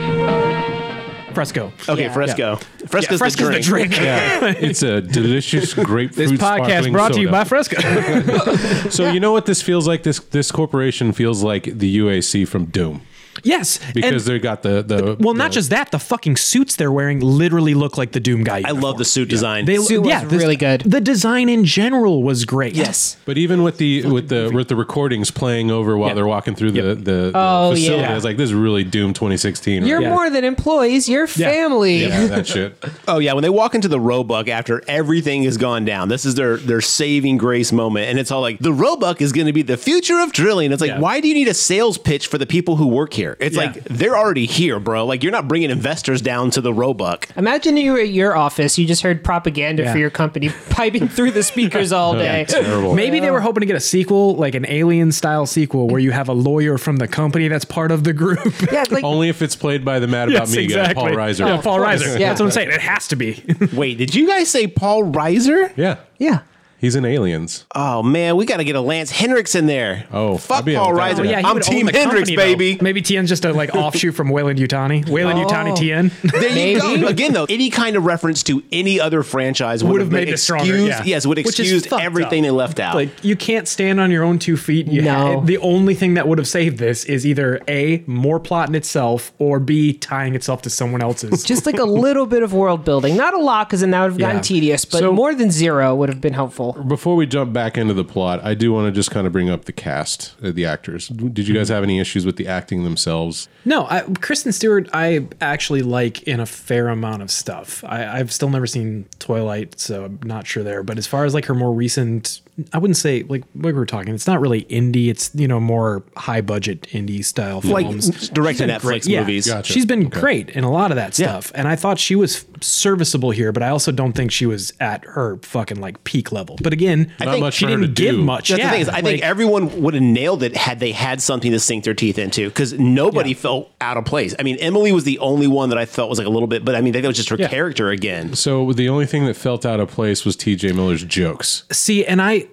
Speaker 2: Fresco?
Speaker 4: Okay,
Speaker 3: Yeah.
Speaker 4: fresco. Fresco's,
Speaker 2: Yeah, Fresco's
Speaker 4: the
Speaker 2: the
Speaker 4: drink.
Speaker 2: drink.
Speaker 1: Yeah, it's a delicious grapefruit. sparkling soda.
Speaker 2: Fresco.
Speaker 1: So you know what this feels like? This this corporation feels like the UAC from Doom
Speaker 2: yes,
Speaker 1: because
Speaker 2: and,
Speaker 1: they got the the
Speaker 2: well, not just that. The fucking suits they're wearing literally look like the Doom guy.
Speaker 4: I love the suit design.
Speaker 2: They,
Speaker 3: Suit was
Speaker 2: yeah,
Speaker 3: really good.
Speaker 2: The design in general was great.
Speaker 3: Yes.
Speaker 1: But even with the with the with the recordings playing over while
Speaker 2: Yeah.
Speaker 1: they're walking through the the, the
Speaker 3: Oh,
Speaker 1: facility,
Speaker 3: yeah.
Speaker 1: it's like this is really Doom 2016.
Speaker 3: You're
Speaker 1: right?
Speaker 2: Yeah.
Speaker 3: more than employees. You're family.
Speaker 1: yeah, that shit.
Speaker 4: Oh yeah, when they walk into the Roebuck after everything has gone down, this is their their saving grace moment, and it's all like the Roebuck is going to be the future of drilling. It's like,
Speaker 2: Yeah.
Speaker 4: why do you need a sales pitch for the people who work here? It's
Speaker 2: Yeah.
Speaker 4: like they're already here, bro. Like you're not bringing investors down to the Roebuck.
Speaker 3: Imagine you were at your office. You just heard propaganda
Speaker 2: Yeah.
Speaker 3: for your company piping through the speakers all day.
Speaker 1: Terrible.
Speaker 2: Maybe they were hoping to get a sequel, like an alien style sequel, where you have a lawyer from the company that's part of the group.
Speaker 3: yeah, it's like
Speaker 1: Only if it's played by the Mad About Me guy, Paul Reiser.
Speaker 2: Yeah, Paul
Speaker 3: course,
Speaker 2: Reiser.
Speaker 3: yeah.
Speaker 2: That's what I'm saying. It has to be.
Speaker 4: Wait, did you guys say Paul Reiser?
Speaker 1: Yeah.
Speaker 3: yeah.
Speaker 1: He's in Aliens.
Speaker 4: Oh man, we got to get a Lance Hendricks in there.
Speaker 1: Oh, I'd
Speaker 4: fuck
Speaker 1: be
Speaker 4: Paul
Speaker 1: able to
Speaker 4: Reiser.
Speaker 1: do that. Oh, yeah,
Speaker 2: he
Speaker 4: I'm
Speaker 2: would own
Speaker 4: Team
Speaker 2: the company,
Speaker 4: Hendricks,
Speaker 2: though.
Speaker 4: baby.
Speaker 2: Maybe Tien's just a like offshoot from Wayland Utani.
Speaker 3: Oh.
Speaker 2: Wayland Utani Tien.
Speaker 4: There you
Speaker 3: Maybe.
Speaker 4: go. Again, though, any kind of reference to any other franchise would,
Speaker 2: would have made it
Speaker 4: excused,
Speaker 2: stronger. Yeah.
Speaker 4: Yes, would
Speaker 2: Which is
Speaker 4: excuse
Speaker 2: fucked up.
Speaker 4: everything they left out.
Speaker 2: Like you can't stand on your own two feet. You
Speaker 3: No.
Speaker 2: ha- the only thing that would have saved this is either a more plot in itself or b tying itself to someone else's.
Speaker 3: Just like a little bit of world building. Not a lot because then that would have gotten
Speaker 2: Yeah.
Speaker 3: tedious, but
Speaker 1: So-
Speaker 3: more than zero would have been helpful. level.
Speaker 1: Before we jump back into the plot, I do want to just kind of bring up the cast, uh, the actors. Did you guys have any issues with the acting themselves?
Speaker 2: No, I, Kristen Stewart, I actually like in a fair amount of stuff. I, I've still never seen Twilight, so I'm not sure there. But as far as like her more recent, I wouldn't say like what we were talking. It's not really indie. It's you know more high budget indie style
Speaker 4: Like
Speaker 2: films.
Speaker 4: directed
Speaker 2: She's been
Speaker 4: Netflix
Speaker 2: great- yeah.
Speaker 4: movies.
Speaker 1: Gotcha.
Speaker 2: She's been
Speaker 1: Okay.
Speaker 2: great in a lot of that stuff, and I thought she was serviceable here. But I also don't think she was at her fucking like peak level. But again,
Speaker 1: Not think- much
Speaker 2: she
Speaker 1: for her
Speaker 2: didn't
Speaker 1: to
Speaker 2: give
Speaker 1: do.
Speaker 2: much.
Speaker 4: That's
Speaker 2: yeah,
Speaker 4: the thing is, I
Speaker 2: like-
Speaker 4: think everyone would have nailed it had they had something to sink their teeth into because nobody
Speaker 2: Yeah.
Speaker 4: felt out of place. I mean, Emily was the only one that I felt was like a little bit, but I mean, that was just her
Speaker 2: Yeah.
Speaker 4: character again.
Speaker 1: So the only thing that felt out of place was T.J. Miller's jokes.
Speaker 2: See, and I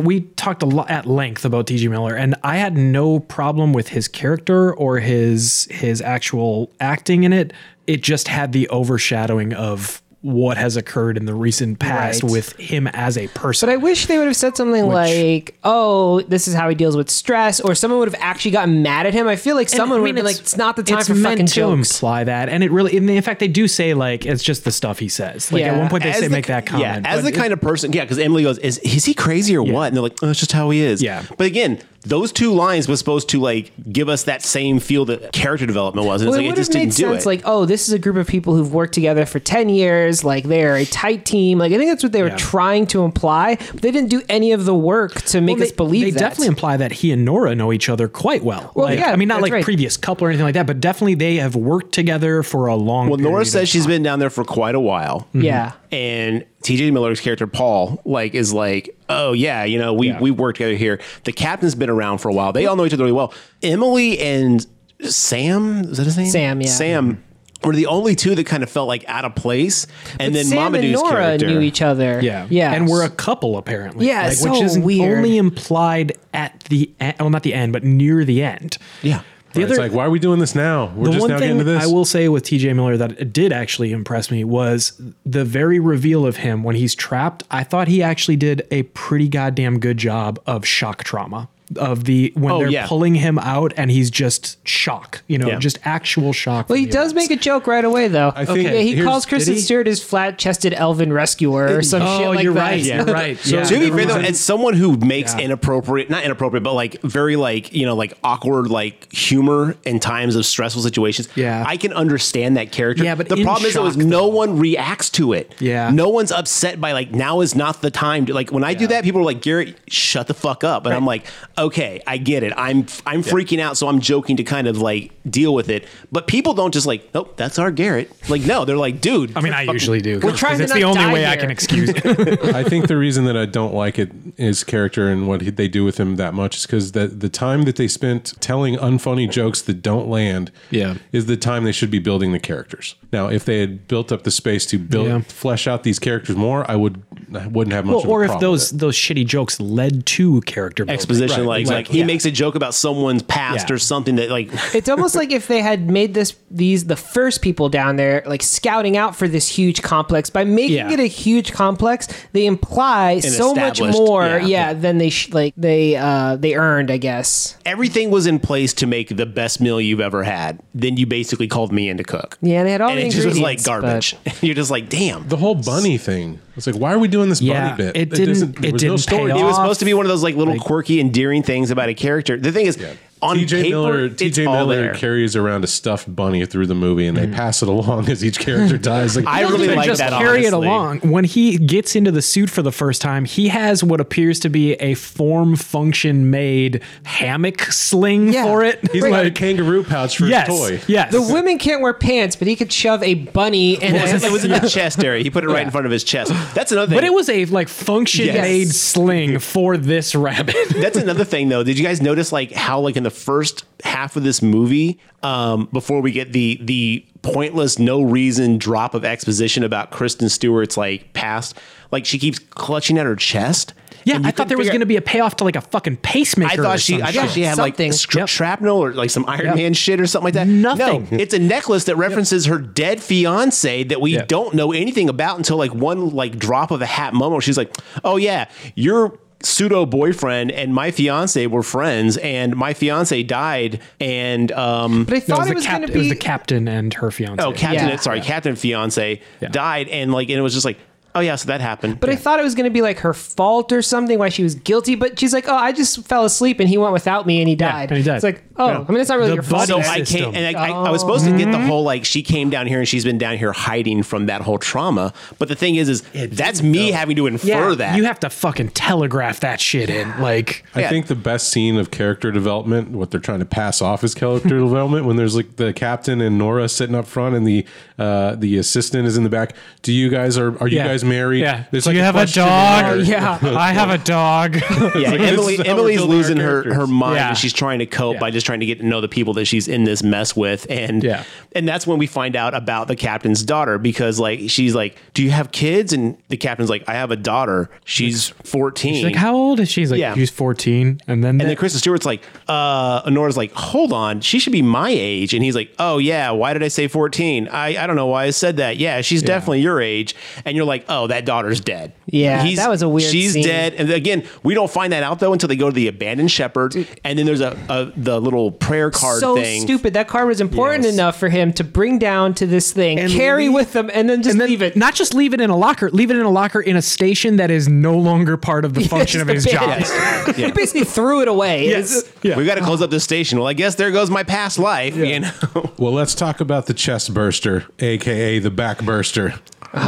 Speaker 2: we talked a lot at length about T.G. Miller, and I had no problem with his character or his his actual acting in it. It just had the overshadowing of what has occurred in the recent past
Speaker 3: Right.
Speaker 2: with him as a person.
Speaker 3: But I wish they would have said something like, "Oh, this is how he deals with stress," or someone would have actually gotten mad at him. I feel like
Speaker 2: And,
Speaker 3: someone
Speaker 2: I
Speaker 3: would
Speaker 2: mean,
Speaker 3: have been like, "It's not the time
Speaker 2: it's
Speaker 3: for
Speaker 2: meant
Speaker 3: fucking
Speaker 2: to
Speaker 3: jokes."
Speaker 2: imply that, and it really, and in fact, they do say like it's just the stuff he says. Like at
Speaker 3: Yeah.
Speaker 2: one point they
Speaker 4: As
Speaker 2: say
Speaker 4: the-
Speaker 2: make that comment.
Speaker 4: Yeah, as
Speaker 2: but
Speaker 4: the
Speaker 2: it-
Speaker 4: kind of person, yeah, because Emily goes, is, is he crazy or what? And they're like, oh, it's just how he is.
Speaker 2: Yeah.
Speaker 4: But again, those two lines was supposed to like give us that same feel that character development was. And
Speaker 3: Well,
Speaker 4: it's
Speaker 3: it
Speaker 4: like, it
Speaker 3: would
Speaker 4: just
Speaker 3: have made
Speaker 4: didn't do
Speaker 3: sense.
Speaker 4: it.
Speaker 3: Like, oh, this is a group of people who've worked together for ten years. Like, they're a tight team. Like, I think that's what they were
Speaker 2: Yeah.
Speaker 3: trying to imply. But they didn't do any of the work to make
Speaker 2: Well,
Speaker 3: us believe
Speaker 2: they
Speaker 3: that.
Speaker 2: definitely imply that he and Nora know each other quite well.
Speaker 3: Well,
Speaker 2: Like,
Speaker 3: yeah,
Speaker 2: I mean, not
Speaker 3: that's
Speaker 2: like
Speaker 3: right.
Speaker 2: previous couple or anything like that, but definitely they have worked together for a long.
Speaker 4: well, Nora
Speaker 2: period of
Speaker 4: says she's
Speaker 2: time.
Speaker 4: been down there for quite a while.
Speaker 3: yeah.
Speaker 4: and TJ Miller's character Paul like is like, oh yeah, you know we
Speaker 2: Yeah.
Speaker 4: we work together here. The captain's been around for a while. They all know each other really well. Emily and Sam is that his name?
Speaker 3: Sam, yeah.
Speaker 4: Sam were the only two that kind of felt like out of place. And then
Speaker 3: Sam and
Speaker 4: Mamadou's
Speaker 3: Nora
Speaker 4: character
Speaker 3: knew each other.
Speaker 2: Yeah,
Speaker 3: yeah,
Speaker 2: and we're a couple apparently.
Speaker 3: Yeah,
Speaker 2: like, which
Speaker 3: so
Speaker 2: is
Speaker 3: weird.
Speaker 2: only implied at the end. Well, not the end, but near the end.
Speaker 4: Yeah.
Speaker 2: the
Speaker 1: it's like, why are we doing this now? We're
Speaker 2: the
Speaker 1: just
Speaker 2: one
Speaker 1: now getting
Speaker 2: thing
Speaker 1: to this.
Speaker 2: I will say with TJ Miller that it did actually impress me was the very reveal of him when he's trapped. I thought he actually did a pretty goddamn good job of shock trauma of the when
Speaker 4: Oh,
Speaker 2: they're
Speaker 4: yeah.
Speaker 2: pulling him out and he's just shock, you know,
Speaker 4: Yeah.
Speaker 2: just actual shock.
Speaker 3: Well, he does make a joke right away, though.
Speaker 1: I think-
Speaker 3: yeah, he
Speaker 1: here's-
Speaker 3: calls
Speaker 1: did
Speaker 3: Kristen
Speaker 2: he?
Speaker 3: Stewart his flat-chested elven rescuer or some
Speaker 2: Oh,
Speaker 3: shit like
Speaker 2: you're
Speaker 3: that.
Speaker 2: right. You're right. yeah.
Speaker 4: to be
Speaker 2: Never
Speaker 4: fair though,
Speaker 2: mind.
Speaker 4: as someone who makes
Speaker 2: Yeah.
Speaker 4: inappropriate, not inappropriate, but like very like, you know, like awkward like humor in times of stressful situations,
Speaker 2: Yeah.
Speaker 4: I can understand that character.
Speaker 2: Yeah, but
Speaker 4: the
Speaker 2: in
Speaker 4: problem is, though, is
Speaker 2: shock,
Speaker 4: no one reacts to it.
Speaker 2: Yeah.
Speaker 4: No one's upset by like, now is not the time to like, when I do that, people are like, Garrett, shut the fuck up. And I'm like, okay, I get it. I'm, I'm freaking out. So I'm joking to kind of like deal with it. But people don't just like, nope, that's our Garrett. Like, no, they're like, dude,
Speaker 2: I mean, I usually do.
Speaker 3: We're
Speaker 2: 'cause
Speaker 3: trying to
Speaker 2: it's the
Speaker 3: not
Speaker 2: only
Speaker 3: die
Speaker 2: way I
Speaker 3: here.
Speaker 2: can excuse it.
Speaker 1: I think the reason that I don't like it his character and what he- they do with him that much is because the the time that they spent telling unfunny jokes that don't land,
Speaker 2: Yeah.
Speaker 1: is the time they should be building the characters. Now, if they had built up the space to build
Speaker 2: Yeah.
Speaker 1: flesh out these characters more, I would I wouldn't have much.
Speaker 2: well,
Speaker 1: of a
Speaker 2: or if
Speaker 1: problem with
Speaker 2: those
Speaker 1: it.
Speaker 2: those shitty jokes led to character building.
Speaker 4: exposition
Speaker 1: Right,
Speaker 4: like, like
Speaker 1: exactly.
Speaker 4: he
Speaker 1: Yeah.
Speaker 4: makes a joke about someone's past
Speaker 2: Yeah.
Speaker 4: or something that like
Speaker 3: it's almost like if they had made this these the first people down there like scouting out for this huge complex by making
Speaker 2: Yeah.
Speaker 3: it a huge complex they imply so much
Speaker 4: established,
Speaker 3: more yeah,
Speaker 4: yeah.
Speaker 3: than they sh- like they uh they earned i guess
Speaker 4: everything was in place to make the best meal you've ever had. Then you basically called me in to cook.
Speaker 3: yeah they had all
Speaker 4: And
Speaker 3: the
Speaker 4: it just was like
Speaker 3: ingredients, but-
Speaker 4: garbage. You're just like, damn.
Speaker 1: the whole bunny thing, it's like, why are we doing this
Speaker 2: Yeah,
Speaker 1: bunny bit?
Speaker 2: it didn't-
Speaker 1: doesn't- there
Speaker 2: it
Speaker 1: was no
Speaker 2: didn't pay
Speaker 1: story.
Speaker 2: off.
Speaker 4: it was supposed to be one of those like little quirky, endearing things about a character. The thing is, on
Speaker 1: TJ
Speaker 4: paper,
Speaker 1: Miller,
Speaker 4: it's
Speaker 1: TJ
Speaker 4: all
Speaker 1: Miller
Speaker 4: there.
Speaker 1: carries around a stuffed bunny through the movie, and they pass it along as each character dies. Like,
Speaker 4: I
Speaker 2: Don't
Speaker 4: really
Speaker 2: even
Speaker 4: like
Speaker 2: just
Speaker 4: that.
Speaker 2: carry it
Speaker 4: honestly.
Speaker 2: along. When he gets into the suit for the first time, he has what appears to be a form function made hammock sling
Speaker 3: Yeah.
Speaker 2: for it.
Speaker 1: he's like a kangaroo pouch for
Speaker 2: yes,
Speaker 1: his toy.
Speaker 2: yes.
Speaker 3: the women can't wear pants but he could shove a bunny and
Speaker 4: It was- it was in the chest area. He put it right in front of his chest. That's another thing.
Speaker 2: but it was a like function
Speaker 4: Yes.
Speaker 2: made sling for this rabbit.
Speaker 4: That's another thing, though. Did you guys notice, like, how, like, in the first half of this movie, um, before we get the the pointless, no reason drop of exposition about Kristen Stewart's like past, like she keeps clutching at her chest.
Speaker 2: yeah,
Speaker 4: and you
Speaker 2: I thought
Speaker 4: couldn't
Speaker 2: there was
Speaker 4: figure-
Speaker 2: going to be a payoff to like a fucking pacemaker.
Speaker 4: I
Speaker 2: or
Speaker 4: thought she,
Speaker 2: some
Speaker 4: I thought
Speaker 2: shit.
Speaker 4: she had
Speaker 3: Something.
Speaker 4: like scr-
Speaker 2: Yep.
Speaker 4: shrapnel or like some Iron
Speaker 2: Yep.
Speaker 4: Man shit or something like that.
Speaker 2: Nothing.
Speaker 4: No, it's a necklace that references her dead fiance that we
Speaker 2: Yep.
Speaker 4: don't know anything about until like one like drop of a hat moment. Where she's like, "Oh yeah, your Pseudo boyfriend and my fiance were friends, and my fiance died. And um,
Speaker 3: but i
Speaker 2: No,
Speaker 3: thought
Speaker 2: it,
Speaker 3: it was,
Speaker 2: was the cap-
Speaker 3: gonna
Speaker 2: it was
Speaker 3: be
Speaker 2: the captain and her fiance.
Speaker 4: oh, captain,
Speaker 3: Yeah.
Speaker 4: sorry, captain fiance
Speaker 2: Yeah.
Speaker 4: died, and like, and it was just like, oh yeah, so that happened.
Speaker 3: But I
Speaker 4: Yeah.
Speaker 3: thought it was going to be like her fault or something, why she was guilty. But she's like, oh, I just fell asleep and he went without me and he died.
Speaker 2: and he died.
Speaker 3: It's like, oh,
Speaker 2: Yeah.
Speaker 3: I mean, it's not really
Speaker 2: The
Speaker 3: your fault.
Speaker 2: buddy
Speaker 4: so
Speaker 2: Buddy's
Speaker 4: I
Speaker 2: system. Oh.
Speaker 4: can't. And I, I, I was supposed to get the whole like she came down here and she's been down here hiding from that whole trauma. But the thing is, is that's me having to infer that.
Speaker 2: you have to fucking telegraph that shit in. Like,
Speaker 1: I think the best scene of character development, what they're trying to pass off as character development, when there's like the captain and Nora sitting up front, and the uh, the assistant is in the back. Do you guys are are you
Speaker 2: Yeah.
Speaker 1: guys married?
Speaker 2: Yeah.
Speaker 1: There's
Speaker 2: Do
Speaker 1: like
Speaker 2: you have a
Speaker 1: question in
Speaker 2: dog?
Speaker 1: there.
Speaker 3: Yeah.
Speaker 2: I have a dog.
Speaker 4: yeah,
Speaker 1: like, this
Speaker 4: Emily,
Speaker 1: is how we're
Speaker 4: Emily's
Speaker 1: building our
Speaker 4: losing her, her
Speaker 1: characters.
Speaker 4: mind
Speaker 2: Yeah.
Speaker 4: and she's trying to cope
Speaker 2: Yeah.
Speaker 4: by just trying to get to know the people that she's in this mess with. And
Speaker 2: Yeah.
Speaker 4: and that's when we find out about the captain's daughter because like she's like, Do you have kids? And the captain's like, I have a daughter. She's 14.
Speaker 2: She's like, how old is she? He's like,
Speaker 4: Yeah.
Speaker 2: she's 14. And then,
Speaker 4: and then Kristen Stewart's like, uh, Honora's like, hold on, she should be my age. And he's like, oh, yeah, why did I say 14? I, I don't know why I said that. Yeah, she's definitely your age. And you're like, oh, that daughter's dead.
Speaker 3: Yeah, that was a weird
Speaker 4: She's
Speaker 3: scene.
Speaker 4: dead. And again, we don't find that out, though, until they go to the abandoned shepherd. And then there's a, a the little prayer card
Speaker 3: so
Speaker 4: thing.
Speaker 3: stupid. That card was important
Speaker 1: Yes.
Speaker 3: enough for him to bring down to this thing,
Speaker 2: And
Speaker 3: carry
Speaker 2: leave-
Speaker 3: with them, and then just
Speaker 2: and then
Speaker 3: leave it.
Speaker 2: Not just leave it in a locker, leave it in a locker in a station that is no longer part of the function
Speaker 3: It's
Speaker 2: of
Speaker 3: the
Speaker 2: his
Speaker 3: bit.
Speaker 2: job.
Speaker 3: he basically threw it uh, away. It's-
Speaker 2: Yeah.
Speaker 4: We got to close up this station. Well, I guess there goes my past life. You know,
Speaker 1: Well, let's talk about the chest burster, aka the back burster.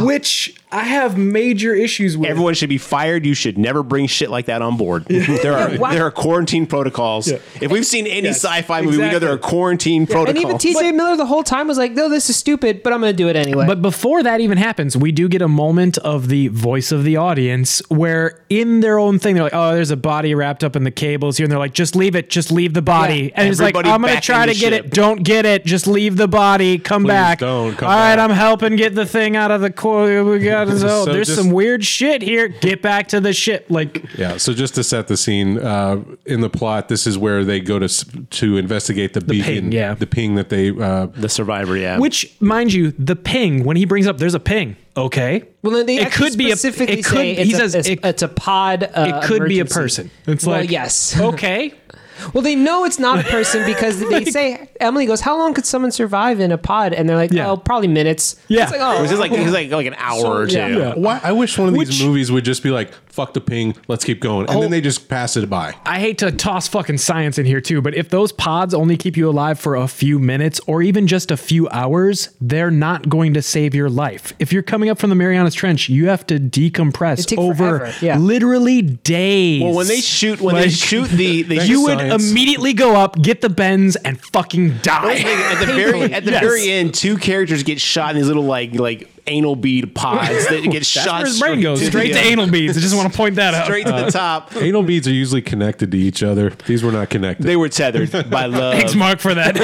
Speaker 2: Which I have major issues with.
Speaker 4: everyone should be fired. You should never bring shit like that on board. There are
Speaker 3: why-
Speaker 4: there are quarantine protocols.
Speaker 2: Yeah.
Speaker 4: If we've seen any
Speaker 2: Yes,
Speaker 4: sci-fi movie, we know there
Speaker 2: exactly.
Speaker 4: are quarantine
Speaker 3: And even
Speaker 4: protocols.
Speaker 3: T.J. Miller the whole time was like, "No, this is stupid, but I'm going to do it anyway."
Speaker 2: But before that even happens, we do get a moment of the voice of the audience where in their own thing, they're like, oh, there's a body wrapped up in the cables here. And they're like, just leave it. Just leave the body. And he's like,
Speaker 4: Everybody
Speaker 2: I'm going to
Speaker 4: back
Speaker 2: try
Speaker 4: in
Speaker 2: to
Speaker 4: the
Speaker 2: get
Speaker 4: ship.
Speaker 2: it. Don't get it. Just leave the body. Come
Speaker 1: Please
Speaker 2: back.
Speaker 1: don't. Come
Speaker 2: All right,
Speaker 1: back."
Speaker 2: I'm helping get the thing out of the coil. We got to
Speaker 1: So
Speaker 2: There's
Speaker 1: just-
Speaker 2: some weird shit here. Get back to the ship. Like,
Speaker 1: Yeah. So just to set the scene uh, in the plot, this is where they go to s- to investigate the, beacon,
Speaker 2: ping, yeah.
Speaker 1: the ping that they uh,
Speaker 4: the Survivor, yeah.
Speaker 2: which, mind you, the ping, when he brings up, there's a ping. Okay.
Speaker 3: well, then they
Speaker 2: it
Speaker 3: actually
Speaker 2: could be a- it
Speaker 3: specifically
Speaker 2: could-
Speaker 3: say
Speaker 2: he
Speaker 3: it's,
Speaker 2: says
Speaker 3: a, it's,
Speaker 2: it-
Speaker 3: it's a pod. Uh,
Speaker 2: It could be a
Speaker 3: emergency.
Speaker 2: person. It's
Speaker 3: Well,
Speaker 2: like,
Speaker 3: yes.
Speaker 2: Okay.
Speaker 3: Well, they know it's not a person because they say Emily goes, "How long could someone survive in a pod?" And they're like,
Speaker 2: Yeah.
Speaker 3: "Oh, probably minutes."
Speaker 2: Yeah.
Speaker 3: It's like, oh,
Speaker 4: it was just like it was like like an hour or two.
Speaker 3: yeah. Yeah.
Speaker 1: Why? I wish one of
Speaker 2: Which-
Speaker 1: these movies would just be like, "Fuck the ping, let's keep going," and then they just pass it by.
Speaker 2: I hate to toss fucking science in here too, but if those pods only keep you alive for a few minutes or even just a few hours, they're not going to save your life. If you're coming up from the Marianas Trench, you have to decompress
Speaker 3: take
Speaker 2: over
Speaker 3: forever, yeah.
Speaker 2: literally days.
Speaker 4: Well, when they shoot, when they
Speaker 2: Like,
Speaker 4: shoot the, the
Speaker 2: you would
Speaker 1: Science.
Speaker 2: immediately go up, get the bends, and fucking die.
Speaker 4: at the very at the
Speaker 2: Yes.
Speaker 4: very end, two characters get shot in these little like like anal bead pods that get
Speaker 2: That's
Speaker 4: shot
Speaker 2: where his brain goes,
Speaker 4: the-
Speaker 2: straight to
Speaker 4: yeah,
Speaker 2: anal Uh-huh. beads. I just want to point that out.
Speaker 4: straight to the top.
Speaker 1: Anal beads are usually connected to each other. These were not connected.
Speaker 4: They were tethered by love.
Speaker 2: Thanks, Mark, for that.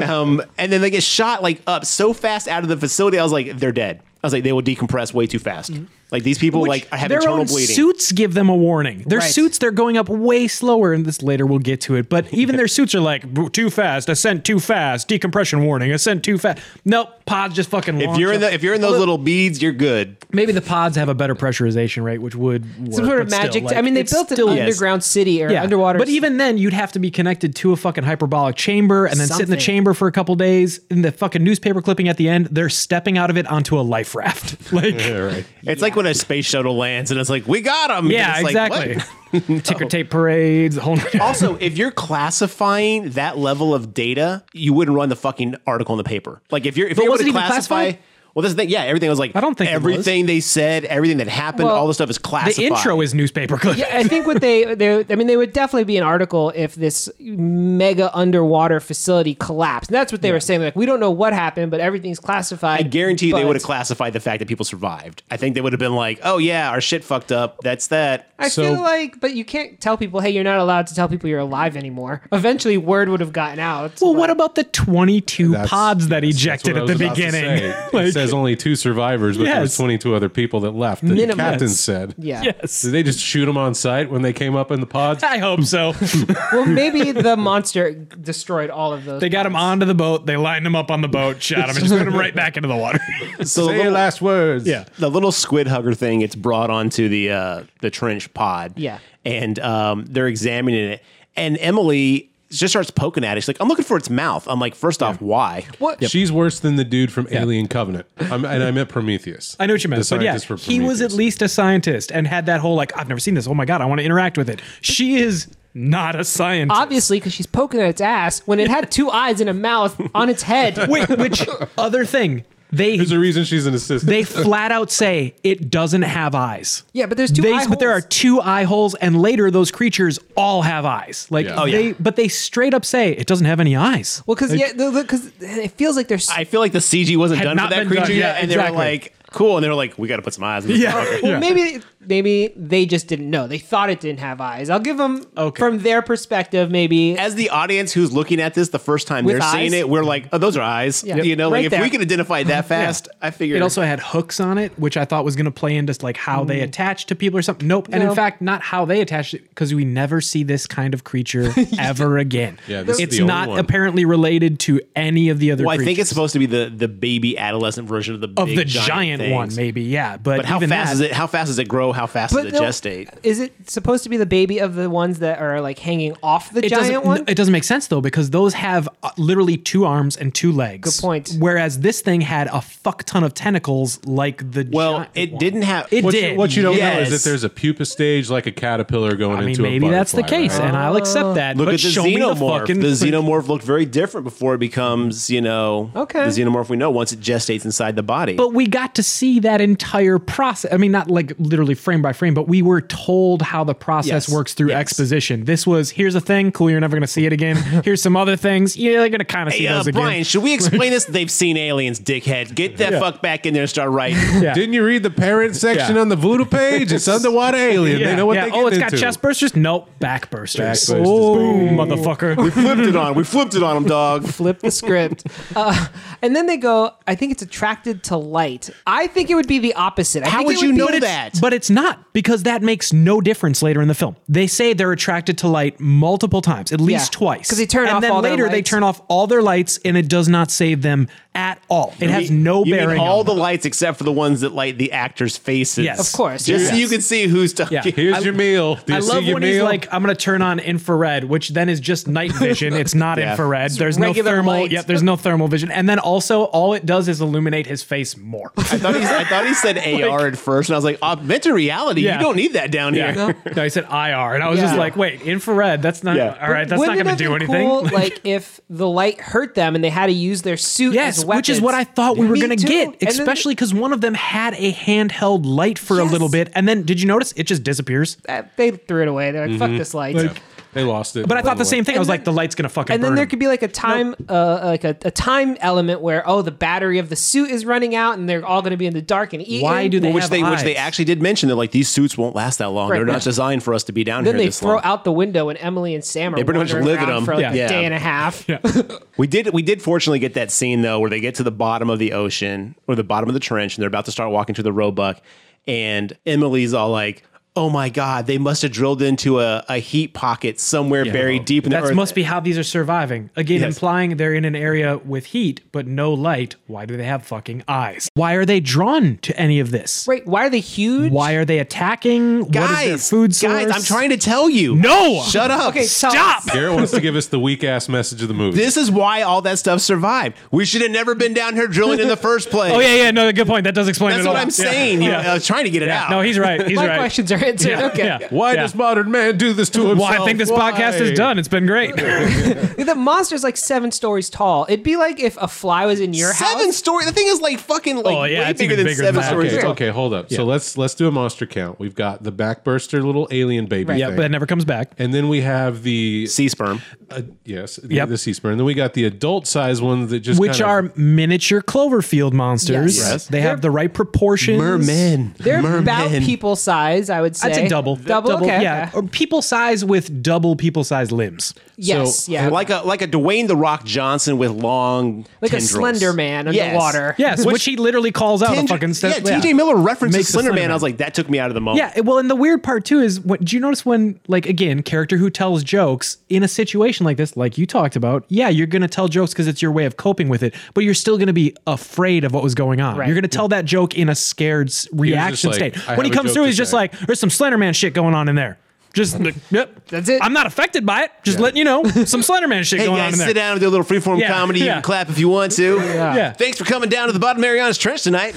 Speaker 4: Um, and then they get shot like up so fast out of the facility. I was like, they're dead. I was like, they will decompress way too fast. Like these people, like I have
Speaker 2: Mm-hmm. their
Speaker 4: internal
Speaker 2: own
Speaker 4: bleeding.
Speaker 2: suits give them a warning. Their
Speaker 3: Right.
Speaker 2: suits, they're going up way slower, and this later we'll get to it. But even their suits are like "Boo, too fast, ascent too fast, decompression warning, ascent too fast. Nope, pods just fucking.
Speaker 4: If
Speaker 2: launch
Speaker 4: you're in
Speaker 2: up.
Speaker 4: the if you're in those little beads, you're good.
Speaker 2: maybe the pods have a better pressurization rate, which would work,
Speaker 3: some sort of
Speaker 2: but still,
Speaker 3: magic.
Speaker 2: like,
Speaker 3: I mean, they
Speaker 2: it's
Speaker 3: built an
Speaker 2: still-
Speaker 3: underground city or
Speaker 2: Yeah,
Speaker 3: underwater.
Speaker 2: But even then, you'd have to be connected to a fucking hyperbolic chamber and then sit in the
Speaker 3: Something.
Speaker 2: chamber for a couple days. In the fucking newspaper clipping at the end, they're stepping out of it onto a life raft. Like,
Speaker 1: Yeah, right.
Speaker 4: It's like when a space shuttle lands and it's like, we got him.
Speaker 2: yeah, exactly. Ticker tape parades, the whole.
Speaker 4: also, if you're classifying that level of data, you wouldn't run the fucking article in the paper. Like if you're if
Speaker 2: But
Speaker 4: you were
Speaker 2: was it
Speaker 4: to
Speaker 2: even
Speaker 4: classify.
Speaker 2: classified?
Speaker 4: Well, this thing, yeah, everything was like
Speaker 2: I don't think it was.
Speaker 4: everything they said, everything that happened,
Speaker 3: Well,
Speaker 4: all this stuff is classified.
Speaker 2: The intro is newspaper clip.
Speaker 3: Yeah, I think what they, they, I mean, they would definitely be an article if this mega underwater facility collapsed. And that's what they were saying. Like, we don't know what happened, but everything's classified.
Speaker 4: I guarantee you they
Speaker 3: But
Speaker 4: would have classified the fact that people survived. I think they would have been like, "Oh yeah, our shit fucked up. That's that."
Speaker 3: I
Speaker 1: So-
Speaker 3: feel like, but you can't tell people, hey, you're not allowed to tell people you're alive anymore. Eventually, word would have gotten out.
Speaker 2: Well, what about the 22
Speaker 1: That's-
Speaker 2: pods that
Speaker 1: yes,
Speaker 2: ejected
Speaker 1: that's
Speaker 2: at
Speaker 1: what
Speaker 2: the
Speaker 1: I was about to
Speaker 2: beginning?
Speaker 1: say.
Speaker 2: Like,
Speaker 1: it says only two survivors, but there was
Speaker 2: Yes.
Speaker 1: 22 other people that left. The
Speaker 3: Minimum.
Speaker 1: captain
Speaker 2: Yes.
Speaker 1: said,
Speaker 3: Yeah.
Speaker 2: yes.
Speaker 1: Did they just shoot them on sight when they came up in the pods?
Speaker 2: I hope so.
Speaker 3: Well, maybe the monster destroyed all of those.
Speaker 2: they got him onto the boat. They lined him up on the boat, shot him, and just put him right back into the water.
Speaker 4: So the
Speaker 1: Say your
Speaker 4: little,
Speaker 1: last words.
Speaker 2: Yeah.
Speaker 4: the little squid hugger thing gets brought onto the uh, the trench pod.
Speaker 3: Yeah.
Speaker 4: and um, they're examining it, and Emily just starts poking at it. She's like, I'm looking for its mouth. I'm like, first off, why?
Speaker 3: What?
Speaker 1: She's worse than the dude from Alien Covenant. I'm, and I meant Prometheus.
Speaker 2: I know what you meant.
Speaker 1: The
Speaker 2: But yeah,
Speaker 1: scientist for
Speaker 2: he was at
Speaker 1: Prometheus.
Speaker 2: least a scientist and had that whole like, I've never seen this. Oh my god, I want to interact with it. She is not a scientist.
Speaker 3: Obviously, because she's poking at its ass when it had two eyes and a mouth on its head.
Speaker 2: Wait, which other thing? They
Speaker 1: There's a reason she's an assistant.
Speaker 2: they flat out say it doesn't have eyes.
Speaker 3: Yeah, but there's two
Speaker 2: They-
Speaker 3: eye
Speaker 2: But there are
Speaker 3: holes.
Speaker 2: two eye holes, and later those creatures all have eyes. Like
Speaker 1: Yeah. Oh, yeah.
Speaker 2: they, but they straight up say it doesn't have any eyes.
Speaker 3: Well, because yeah, because it feels like there's.
Speaker 4: I feel like the CG wasn't
Speaker 2: Had
Speaker 4: done for
Speaker 2: not
Speaker 4: that
Speaker 2: been
Speaker 4: creature
Speaker 2: done.
Speaker 4: yet.
Speaker 2: Yeah,
Speaker 4: and they were
Speaker 2: exactly.
Speaker 4: like, cool. And they were like, we got to put some eyes in this motherfucker."
Speaker 3: Well, maybe maybe they just didn't know. They thought it didn't have eyes. I'll give them
Speaker 2: Okay.
Speaker 3: from their perspective. Maybe
Speaker 4: As the audience who's looking at this the first time
Speaker 3: With
Speaker 4: they're seeing
Speaker 3: eyes?
Speaker 4: it, we're like, oh, those are eyes.
Speaker 3: Yeah.
Speaker 4: You know, like
Speaker 3: Right
Speaker 4: if
Speaker 3: there.
Speaker 4: we can identify that fast, I figured.
Speaker 2: It also had hooks on it, which I thought was going to play into like how
Speaker 4: Mm.
Speaker 2: they attach to people or something. Nope. And
Speaker 3: No.
Speaker 2: in fact, not how they attach it because we never see this kind of creature ever again.
Speaker 1: Yeah, this is
Speaker 2: it's
Speaker 1: the only
Speaker 2: not
Speaker 1: one.
Speaker 2: apparently related to any of the other.
Speaker 4: well, I think
Speaker 2: creatures.
Speaker 4: it's supposed to be the, the baby adolescent version of the
Speaker 2: of
Speaker 4: big,
Speaker 2: the giant,
Speaker 4: things.
Speaker 2: one, maybe. Yeah, but,
Speaker 4: But how
Speaker 2: even
Speaker 4: fast
Speaker 2: that-
Speaker 4: is it? How fast does it grow? How fast does it
Speaker 3: they'll-
Speaker 4: gestate?
Speaker 3: Is it supposed to be the baby of the ones that are like hanging off the
Speaker 2: It
Speaker 3: giant
Speaker 2: doesn't,
Speaker 3: one?
Speaker 2: It doesn't make sense though because those have uh, literally two arms and two legs.
Speaker 3: Good point.
Speaker 2: Whereas this thing had a fuck ton of tentacles, like the
Speaker 4: Well,
Speaker 2: giant
Speaker 4: it
Speaker 2: one.
Speaker 4: didn't have.
Speaker 2: It
Speaker 1: what,
Speaker 2: did.
Speaker 1: You, what you don't know is
Speaker 4: Yes.
Speaker 1: that there's a pupa stage like a caterpillar going
Speaker 2: I mean,
Speaker 1: into a
Speaker 2: maybe that's the
Speaker 1: butterfly,
Speaker 2: case,
Speaker 1: right?
Speaker 2: and I'll
Speaker 3: Uh,
Speaker 2: accept that.
Speaker 4: Look
Speaker 2: but
Speaker 4: at the
Speaker 2: show me the
Speaker 4: xenomorph. The,
Speaker 2: fucking
Speaker 4: xenomorph looked very different before it becomes, you know,
Speaker 3: Okay.
Speaker 4: the xenomorph we know once it gestates inside the body.
Speaker 2: But we got to see that entire process. I mean, not like literally frame by frame, but we were told how the process
Speaker 4: Yes.
Speaker 2: works through
Speaker 4: Yes.
Speaker 2: exposition. This was here's a thing, cool, you're never going to see it again. here's some other things, yeah, you're going to kind of see
Speaker 4: Hey, uh,
Speaker 2: those again.
Speaker 4: Brian, should we explain this? They've seen aliens, dickhead. Get that fuck back in there and start writing.
Speaker 2: Yeah.
Speaker 1: Didn't you read the parent section
Speaker 2: Yeah.
Speaker 1: on the voodoo page? It's underwater alien. They know what they get
Speaker 2: Oh, it's got
Speaker 1: into.
Speaker 2: chest bursters? Nope, back bursters.
Speaker 1: Back bursters.
Speaker 2: Oh,
Speaker 1: Boom.
Speaker 4: we
Speaker 2: motherfucker.
Speaker 4: flipped it on. We flipped it on him, dog.
Speaker 3: Flip the script, uh, and then they go. I think it's attracted to light. I think it would be the opposite. I
Speaker 4: How
Speaker 3: think
Speaker 4: would
Speaker 3: it
Speaker 4: you
Speaker 3: be-
Speaker 4: know
Speaker 3: but it's-
Speaker 4: that?
Speaker 2: But it's not because that makes no difference later in the film. They say they're attracted to light multiple times, at least
Speaker 3: Yeah.
Speaker 2: twice.
Speaker 3: 'Cause they turn
Speaker 2: and
Speaker 3: off
Speaker 2: then
Speaker 3: all their
Speaker 2: later they
Speaker 3: lights.
Speaker 2: turn off all their lights, and it does not save them at all. It has no
Speaker 4: you mean
Speaker 2: bearing.
Speaker 4: all
Speaker 2: on
Speaker 4: the lights except for the ones that light the actors' faces.
Speaker 2: Yes. Of
Speaker 3: course,
Speaker 4: Just so
Speaker 3: yes.
Speaker 4: you can see who's talking.
Speaker 2: Yeah.
Speaker 1: Here's your meal. Do you
Speaker 2: I
Speaker 1: see
Speaker 2: love
Speaker 1: your
Speaker 2: when he's
Speaker 1: meal?
Speaker 2: like, "I'm gonna turn on infrared," which then is just night vision. It's not
Speaker 4: Yeah.
Speaker 2: infrared. There's no
Speaker 3: regular
Speaker 2: thermal.
Speaker 3: light.
Speaker 2: Yep, there's no thermal vision. And then also, all it does is illuminate his face more.
Speaker 4: I thought, he, I thought he said AR at first, and I was like, augmented reality.
Speaker 2: Yeah.
Speaker 4: You don't need that down here.
Speaker 2: Yeah. no, he said IR, and I was just
Speaker 3: Yeah.
Speaker 2: like, "Wait, infrared? That's not
Speaker 4: Yeah.
Speaker 2: all right. That's
Speaker 3: Wouldn't
Speaker 2: not gonna
Speaker 3: it
Speaker 2: do
Speaker 3: have been
Speaker 2: anything."
Speaker 3: Cool, like if the light hurt them and they had to use their suit.
Speaker 2: Yes,
Speaker 3: as weapons.
Speaker 2: which is what I thought we were
Speaker 3: Me
Speaker 2: going to
Speaker 3: too.
Speaker 2: get,
Speaker 3: And then-
Speaker 2: especially because one of them had a handheld light for a
Speaker 3: Yes.
Speaker 2: little bit. And then, did you notice it just disappears?
Speaker 3: uh, they threw it away. They're like, "Fuck this light."
Speaker 1: they lost it.
Speaker 2: But I thought the same thing. I was
Speaker 3: then-
Speaker 2: like, the light's going to fucking
Speaker 3: and then
Speaker 2: burn
Speaker 3: there
Speaker 2: him.
Speaker 3: could be like a time uh, like a, a time element where oh the battery of the suit is running out and they're all going to be in the dark and eaten.
Speaker 2: Why do they
Speaker 4: Which
Speaker 2: have
Speaker 4: they, which
Speaker 2: eyes?
Speaker 4: they actually did mention. They're like, these suits won't last that long.
Speaker 3: Right.
Speaker 4: They're
Speaker 3: Yeah.
Speaker 4: not designed for us to be down
Speaker 3: then
Speaker 4: here
Speaker 3: they
Speaker 4: this
Speaker 3: throw
Speaker 4: long.
Speaker 3: out the window and Emily and Sam are
Speaker 4: They pretty much
Speaker 3: wandering
Speaker 4: live in
Speaker 3: around
Speaker 4: them.
Speaker 3: for like
Speaker 2: Yeah.
Speaker 3: a day and a half.
Speaker 4: We did we did fortunately get that scene though where they get to the bottom of the ocean or the bottom of the trench and they're about to start walking to the roebuck and Emily's all like, "Oh my god, they must have drilled into a, a heat pocket somewhere buried deep in the
Speaker 2: That
Speaker 4: earth."
Speaker 2: must be how these are surviving. Again,
Speaker 4: Yes.
Speaker 2: implying they're in an area with heat but no light. Why do they have fucking eyes? Why are they drawn to any of this?
Speaker 3: Right? Why are they huge?
Speaker 2: Why are they attacking? what is their
Speaker 4: guys,
Speaker 2: food source?
Speaker 4: guys, I'm trying to tell you.
Speaker 2: No!
Speaker 4: shut up.
Speaker 3: Okay, tell
Speaker 2: Stop!
Speaker 3: us.
Speaker 1: Garrett wants to give us the weak ass message of the movie.
Speaker 4: This is why all that stuff survived. We should have never been down here drilling in the first place.
Speaker 2: Oh yeah, yeah. No, good point. That does explain.
Speaker 4: That's
Speaker 2: it
Speaker 4: what
Speaker 2: all.
Speaker 4: I'm
Speaker 2: Yeah.
Speaker 4: saying. You know, I was trying to get it
Speaker 2: Yeah.
Speaker 4: out.
Speaker 2: No, he's right. He's
Speaker 3: My
Speaker 2: right.
Speaker 3: questions are answered.
Speaker 2: Yeah,
Speaker 3: okay.
Speaker 2: yeah.
Speaker 1: Why
Speaker 2: Yeah.
Speaker 1: does modern man do this to himself?
Speaker 2: Well, I think this podcast is
Speaker 1: Why?
Speaker 2: done. It's been great.
Speaker 3: The monster's like seven stories tall. It'd be like if a fly was in your
Speaker 4: seven
Speaker 3: house.
Speaker 4: story. The thing is like fucking like
Speaker 2: Oh, yeah,
Speaker 4: way
Speaker 2: it's
Speaker 4: bigger
Speaker 2: even
Speaker 4: than
Speaker 2: bigger than
Speaker 4: seven
Speaker 2: that.
Speaker 4: stories.
Speaker 1: Okay,
Speaker 4: tall.
Speaker 1: okay, hold up. So let's let's do a monster count. We've got the backburster little alien baby
Speaker 2: yeah,
Speaker 1: thing.
Speaker 2: but that never comes back.
Speaker 1: and then we have the
Speaker 4: Sea sperm.
Speaker 1: uh, yes, the-
Speaker 2: Yep.
Speaker 1: the sea sperm. And then we got the adult size ones that just
Speaker 2: Which
Speaker 1: kind of-
Speaker 2: are miniature Cloverfield monsters.
Speaker 3: Yes.
Speaker 4: Yes.
Speaker 2: They have the right proportions.
Speaker 3: They're about people size, I would say.
Speaker 2: That's a double.
Speaker 3: Double, okay. Oh,
Speaker 2: Yeah.
Speaker 3: okay.
Speaker 2: Or people size with double people size limbs.
Speaker 3: Yes,
Speaker 1: So,
Speaker 3: yeah. Like,
Speaker 4: Like a like a Dwayne the Rock Johnson with long
Speaker 3: a
Speaker 4: tendrils.
Speaker 3: slender man underwater.
Speaker 2: Yes, which, he literally calls out a
Speaker 4: Tendr-
Speaker 2: fucking
Speaker 4: yeah,
Speaker 2: step.
Speaker 4: TJ Miller references
Speaker 2: Makes the
Speaker 4: Slender
Speaker 2: Slender
Speaker 4: Man.
Speaker 2: Man.
Speaker 4: I was like, that took me out of the moment.
Speaker 2: Yeah, well, and the weird part too is what do you notice when like again, character who tells jokes in a situation like this, like you talked about, yeah, you're gonna tell jokes because it's your way of coping with it, but you're still gonna be afraid of what was going on.
Speaker 3: Right.
Speaker 2: You're gonna tell that joke in a scared s- reaction
Speaker 1: like,
Speaker 2: state.
Speaker 1: I
Speaker 2: when he
Speaker 1: have a
Speaker 2: comes
Speaker 1: joke
Speaker 2: through,
Speaker 1: to
Speaker 2: he's just
Speaker 1: say.
Speaker 2: like, there's some Slenderman shit going on in there. Just like, yep.
Speaker 3: That's it.
Speaker 2: I'm not affected by it. Just letting you know some Slenderman shit
Speaker 4: Hey
Speaker 2: going
Speaker 4: guys,
Speaker 2: on in
Speaker 4: sit
Speaker 2: there.
Speaker 4: down and do a little freeform
Speaker 2: Yeah,
Speaker 4: comedy. You
Speaker 2: yeah.
Speaker 4: can clap if you want to.
Speaker 2: Yeah.
Speaker 4: Thanks for coming down to the bottom of Mariana's trench tonight.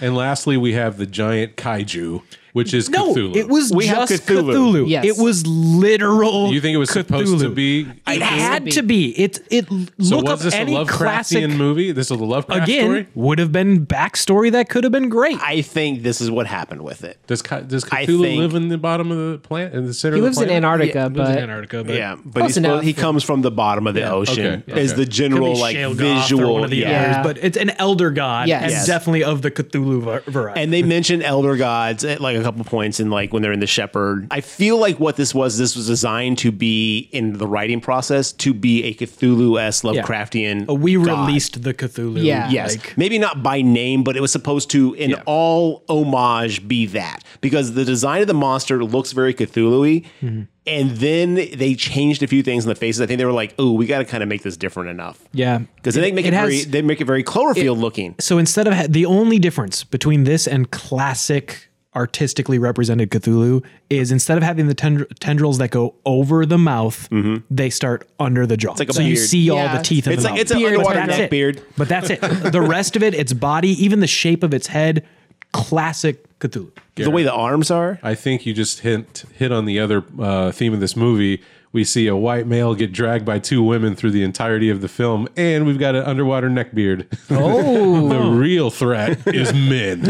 Speaker 1: And lastly, we have the giant kaiju, which is
Speaker 2: No,
Speaker 1: Cthulhu.
Speaker 2: it was
Speaker 4: We have
Speaker 2: just
Speaker 4: Cthulhu.
Speaker 2: Cthulhu.
Speaker 3: Yes.
Speaker 2: It was literal.
Speaker 1: You think it was supposed to
Speaker 2: Cthulhu.
Speaker 1: be?
Speaker 2: It
Speaker 3: It
Speaker 2: had
Speaker 3: was.
Speaker 2: to be. It it
Speaker 1: So
Speaker 2: look
Speaker 1: was
Speaker 2: up
Speaker 1: this a
Speaker 2: any
Speaker 1: Lovecraftian
Speaker 2: classic
Speaker 1: movie? This is a Lovecraft
Speaker 2: again
Speaker 1: story.
Speaker 2: would have been backstory that could have been great.
Speaker 4: I think this is what happened with it.
Speaker 1: Does Ca- does
Speaker 4: I
Speaker 1: Cthulhu
Speaker 4: think-
Speaker 1: live in the bottom of the planet? In the center?
Speaker 3: He
Speaker 1: of the
Speaker 3: lives in
Speaker 1: planet?
Speaker 3: Antarctica,
Speaker 2: It was
Speaker 3: but
Speaker 2: in Antarctica, but
Speaker 4: Yeah, but he's
Speaker 3: Close enough.
Speaker 4: supposed- he comes from the bottom of the ocean.
Speaker 1: okay,
Speaker 4: Is
Speaker 1: okay.
Speaker 4: the general like visual?
Speaker 2: one of the
Speaker 4: yeah.
Speaker 3: others.
Speaker 2: others, but it's an elder god
Speaker 3: Yes.
Speaker 2: and
Speaker 3: Yes.
Speaker 2: definitely of the Cthulhu var- variety.
Speaker 4: And they mention elder gods at like a couple points in like when they're in the shepherd. I feel like what this was, this was designed to be in the writing process to be a Cthulhu s
Speaker 2: Yeah.
Speaker 4: Lovecraftian.
Speaker 2: Uh, we
Speaker 4: god.
Speaker 2: released the Cthulhu.
Speaker 3: Yeah.
Speaker 4: Yes,
Speaker 2: like-
Speaker 4: maybe not by name, but it was supposed to, in
Speaker 2: Yeah.
Speaker 4: all homage, be that because the design of the monster looks very Cthulhu-y.
Speaker 2: Mm-hmm.
Speaker 4: And then they changed a few things in the faces. I think they were like, "Oh, we got to kind of make this different enough."
Speaker 2: yeah.
Speaker 4: because they make it,
Speaker 2: it has-
Speaker 4: very they make it very Cloverfield looking.
Speaker 2: So instead of ha- the only difference between this and classic artistically represented Cthulhu is instead of having the tend- tendrils that go over the mouth, they start under the jaw.
Speaker 4: Mm-hmm. like a
Speaker 2: so you
Speaker 4: beard.
Speaker 2: see all
Speaker 3: Yeah.
Speaker 2: the teeth. Of
Speaker 4: It's
Speaker 2: the
Speaker 4: like-
Speaker 2: mouth.
Speaker 4: it's an Beard. underwater
Speaker 2: But that's
Speaker 4: neck
Speaker 2: it.
Speaker 4: beard.
Speaker 2: But that's it. the rest of it, its body, even the shape of its head, classic Cthulhu.
Speaker 4: The way the arms are.
Speaker 1: I think you just hint hit on the other uh, theme of this movie. We see a white male get dragged by two women through the entirety of the film, and we've got an underwater neckbeard. Oh, the real threat is men.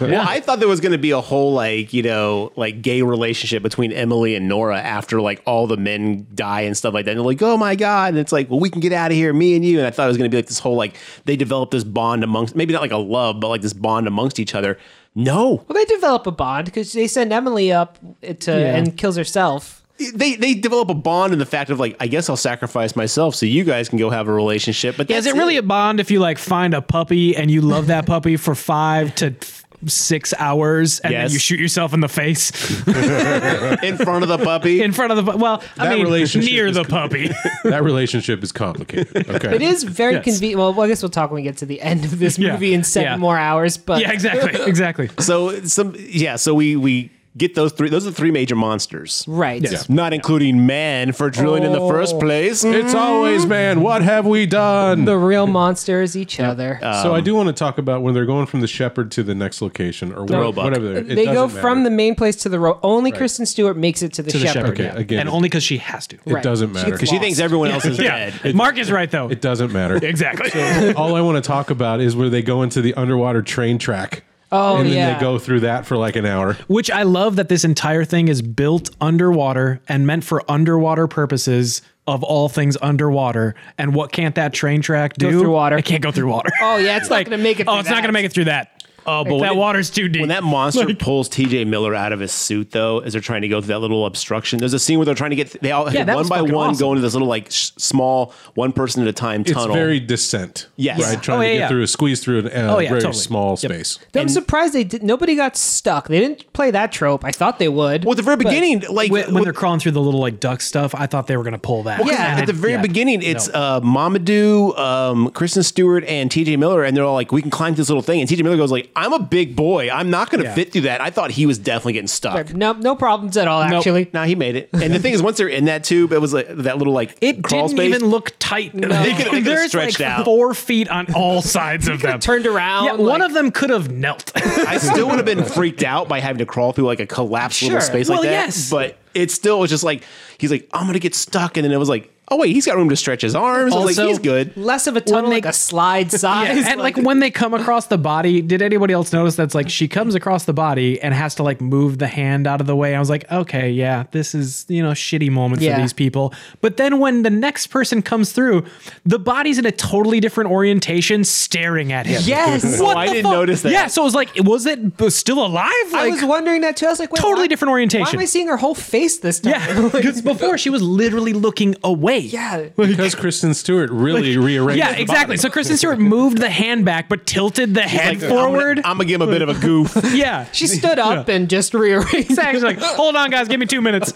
Speaker 4: Well, I thought there was going to be a whole like you know like gay relationship between Emily and Nora after like all the men die and stuff like that. And they're like, oh my god, and it's like, well, we can get out of here, me and you. And I thought it was going to be like this whole like they develop this bond amongst maybe not like a love, but like this bond amongst each other. No,
Speaker 3: well, they develop a bond because they send Emily up to and kills herself.
Speaker 4: they they develop a bond in the fact of like I guess I'll sacrifice myself so you guys can go have a relationship. But
Speaker 2: Yeah, is
Speaker 4: that's
Speaker 2: it really a bond if you like find a puppy and you love that puppy for five to th- six hours and
Speaker 4: Yes.
Speaker 2: then you shoot yourself in the face
Speaker 4: in front of the puppy?
Speaker 2: in front of the pu- well, I
Speaker 1: That
Speaker 2: mean
Speaker 1: relationship
Speaker 2: near
Speaker 1: is
Speaker 2: the
Speaker 1: com-
Speaker 2: puppy.
Speaker 1: that relationship is complicated. Okay,
Speaker 3: It is very
Speaker 2: Yes.
Speaker 3: convenient. Well, well, I guess we'll talk when we get to the end of this
Speaker 2: Yeah.
Speaker 3: movie in seven
Speaker 2: Yeah.
Speaker 3: more hours. But
Speaker 2: yeah, exactly, exactly.
Speaker 4: So some yeah, so we we get those three. Those are the three major monsters,
Speaker 3: right.
Speaker 4: not including man for drilling in the
Speaker 2: Oh.
Speaker 4: first place. Mm.
Speaker 1: it's always man. What have we done?
Speaker 3: The real monster is each other.
Speaker 1: so I do want to talk about when they're going from the shepherd to the next location or whatever.
Speaker 4: Roebuck.
Speaker 1: whatever it
Speaker 3: they go
Speaker 1: doesn't
Speaker 3: from
Speaker 1: matter.
Speaker 3: the main place to the road. Only Kristen Stewart makes it to the,
Speaker 2: To the
Speaker 3: shepherd.
Speaker 2: shepherd,
Speaker 1: Okay,
Speaker 2: yeah.
Speaker 1: again.
Speaker 2: and only because she has to.
Speaker 1: It doesn't
Speaker 3: She
Speaker 1: matter.
Speaker 3: gets
Speaker 4: because she thinks everyone else is
Speaker 2: Yeah,
Speaker 4: dead.
Speaker 2: Mark is right though.
Speaker 1: It doesn't matter.
Speaker 2: exactly.
Speaker 1: All I want to talk about is where they go into the underwater train track.
Speaker 3: Oh,
Speaker 1: and then
Speaker 3: yeah.
Speaker 1: they go through that for like an hour.
Speaker 2: Which I love that this entire thing is built underwater and meant for underwater purposes. Of all things underwater, and what can't that train track do?
Speaker 3: through water.
Speaker 2: It can't go through water.
Speaker 3: Oh, yeah, it's not gonna make it
Speaker 2: Oh,
Speaker 3: through
Speaker 2: it's not
Speaker 3: that.
Speaker 2: going to make it through that. Oh, but that
Speaker 4: it-
Speaker 2: water's too deep.
Speaker 4: When that monster pulls T.J. Miller out of his suit, though, as they're trying to go through that little obstruction, there's a scene where they're trying to get they all
Speaker 2: Yeah, that
Speaker 4: one
Speaker 2: was
Speaker 4: by
Speaker 2: fucking
Speaker 4: one
Speaker 2: awesome.
Speaker 4: go into this little like sh- small one person at a time
Speaker 1: It's
Speaker 4: tunnel.
Speaker 1: very descent.
Speaker 4: Yes.
Speaker 1: Right? Trying
Speaker 2: Oh,
Speaker 1: to
Speaker 2: yeah,
Speaker 1: get
Speaker 2: yeah.
Speaker 1: through a squeeze through an uh,
Speaker 2: Oh, yeah,
Speaker 1: very
Speaker 2: totally.
Speaker 1: small
Speaker 2: Yep.
Speaker 1: space.
Speaker 3: I'm surprised they did. Nobody got stuck. They didn't play that trope. I thought they would.
Speaker 4: well, at the very beginning, like
Speaker 2: when, when
Speaker 4: with-
Speaker 2: they're crawling through the little like duck stuff, I thought they were gonna pull that.
Speaker 3: Yeah.
Speaker 2: And
Speaker 4: at the
Speaker 2: it-
Speaker 4: very
Speaker 2: yeah.
Speaker 4: beginning, it's
Speaker 2: No.
Speaker 4: uh, Mamadou, um, Kristen Stewart, and T.J. Miller, and they're all like, "We can climb this little thing." And T.J. Miller goes like, "I'm a big boy. I'm not going to
Speaker 2: Yeah.
Speaker 4: fit through that." I thought he was definitely getting stuck.
Speaker 3: no, no problems at all. Actually,
Speaker 4: Now he made it. And the thing is, once they're in that tube, it was like that little like
Speaker 2: it
Speaker 4: crawl
Speaker 2: didn't
Speaker 4: space.
Speaker 2: even look tight.
Speaker 4: They could- they could
Speaker 2: There's
Speaker 4: stretched
Speaker 2: like
Speaker 4: out.
Speaker 2: four feet on all sides of them.
Speaker 3: turned around,
Speaker 2: Yeah, one
Speaker 3: like-
Speaker 2: of them could have knelt.
Speaker 4: I still would have been freaked out by having to crawl through like a collapsed little
Speaker 3: Sure.
Speaker 4: space like
Speaker 2: Well,
Speaker 4: that.
Speaker 2: yes.
Speaker 4: But it still was just like he's like, I'm gonna get stuck, and then it was like, oh wait, he's got room to stretch his arms. I was like
Speaker 2: Also-
Speaker 4: he's good.
Speaker 3: less of a tunnel,
Speaker 2: they-
Speaker 3: like a slide
Speaker 2: Yeah,
Speaker 3: size.
Speaker 2: and like, when they come across the body, did anybody else notice that's like she comes across the body and has to like move the hand out of the way? I was like, okay, yeah, this is you know shitty moment
Speaker 3: Yeah.
Speaker 2: for these people. But then when the next person comes through, the body's in a totally different orientation, staring at him.
Speaker 3: Yes.
Speaker 4: Oh,
Speaker 3: What
Speaker 4: I
Speaker 3: the
Speaker 4: didn't
Speaker 3: fuck?
Speaker 4: notice that.
Speaker 2: Yeah, so it was like, was it b- still alive?
Speaker 3: I
Speaker 2: Like,
Speaker 3: was wondering that too. I was like, wait,
Speaker 2: Totally
Speaker 3: why-
Speaker 2: different orientation.
Speaker 3: Why am I seeing her whole face this time?
Speaker 2: yeah, because before she was literally looking away.
Speaker 3: yeah.
Speaker 1: Because Kristen Stewart really rearranged
Speaker 2: Yeah,
Speaker 1: the
Speaker 2: exactly. So Kristen Stewart moved the hand back, but tilted the head
Speaker 4: Like,
Speaker 2: forward.
Speaker 4: I'm gonna, I'm gonna give him a bit of a goof.
Speaker 2: yeah,
Speaker 3: She stood up and just rearranged.
Speaker 2: She's like, hold on, guys, give me two minutes.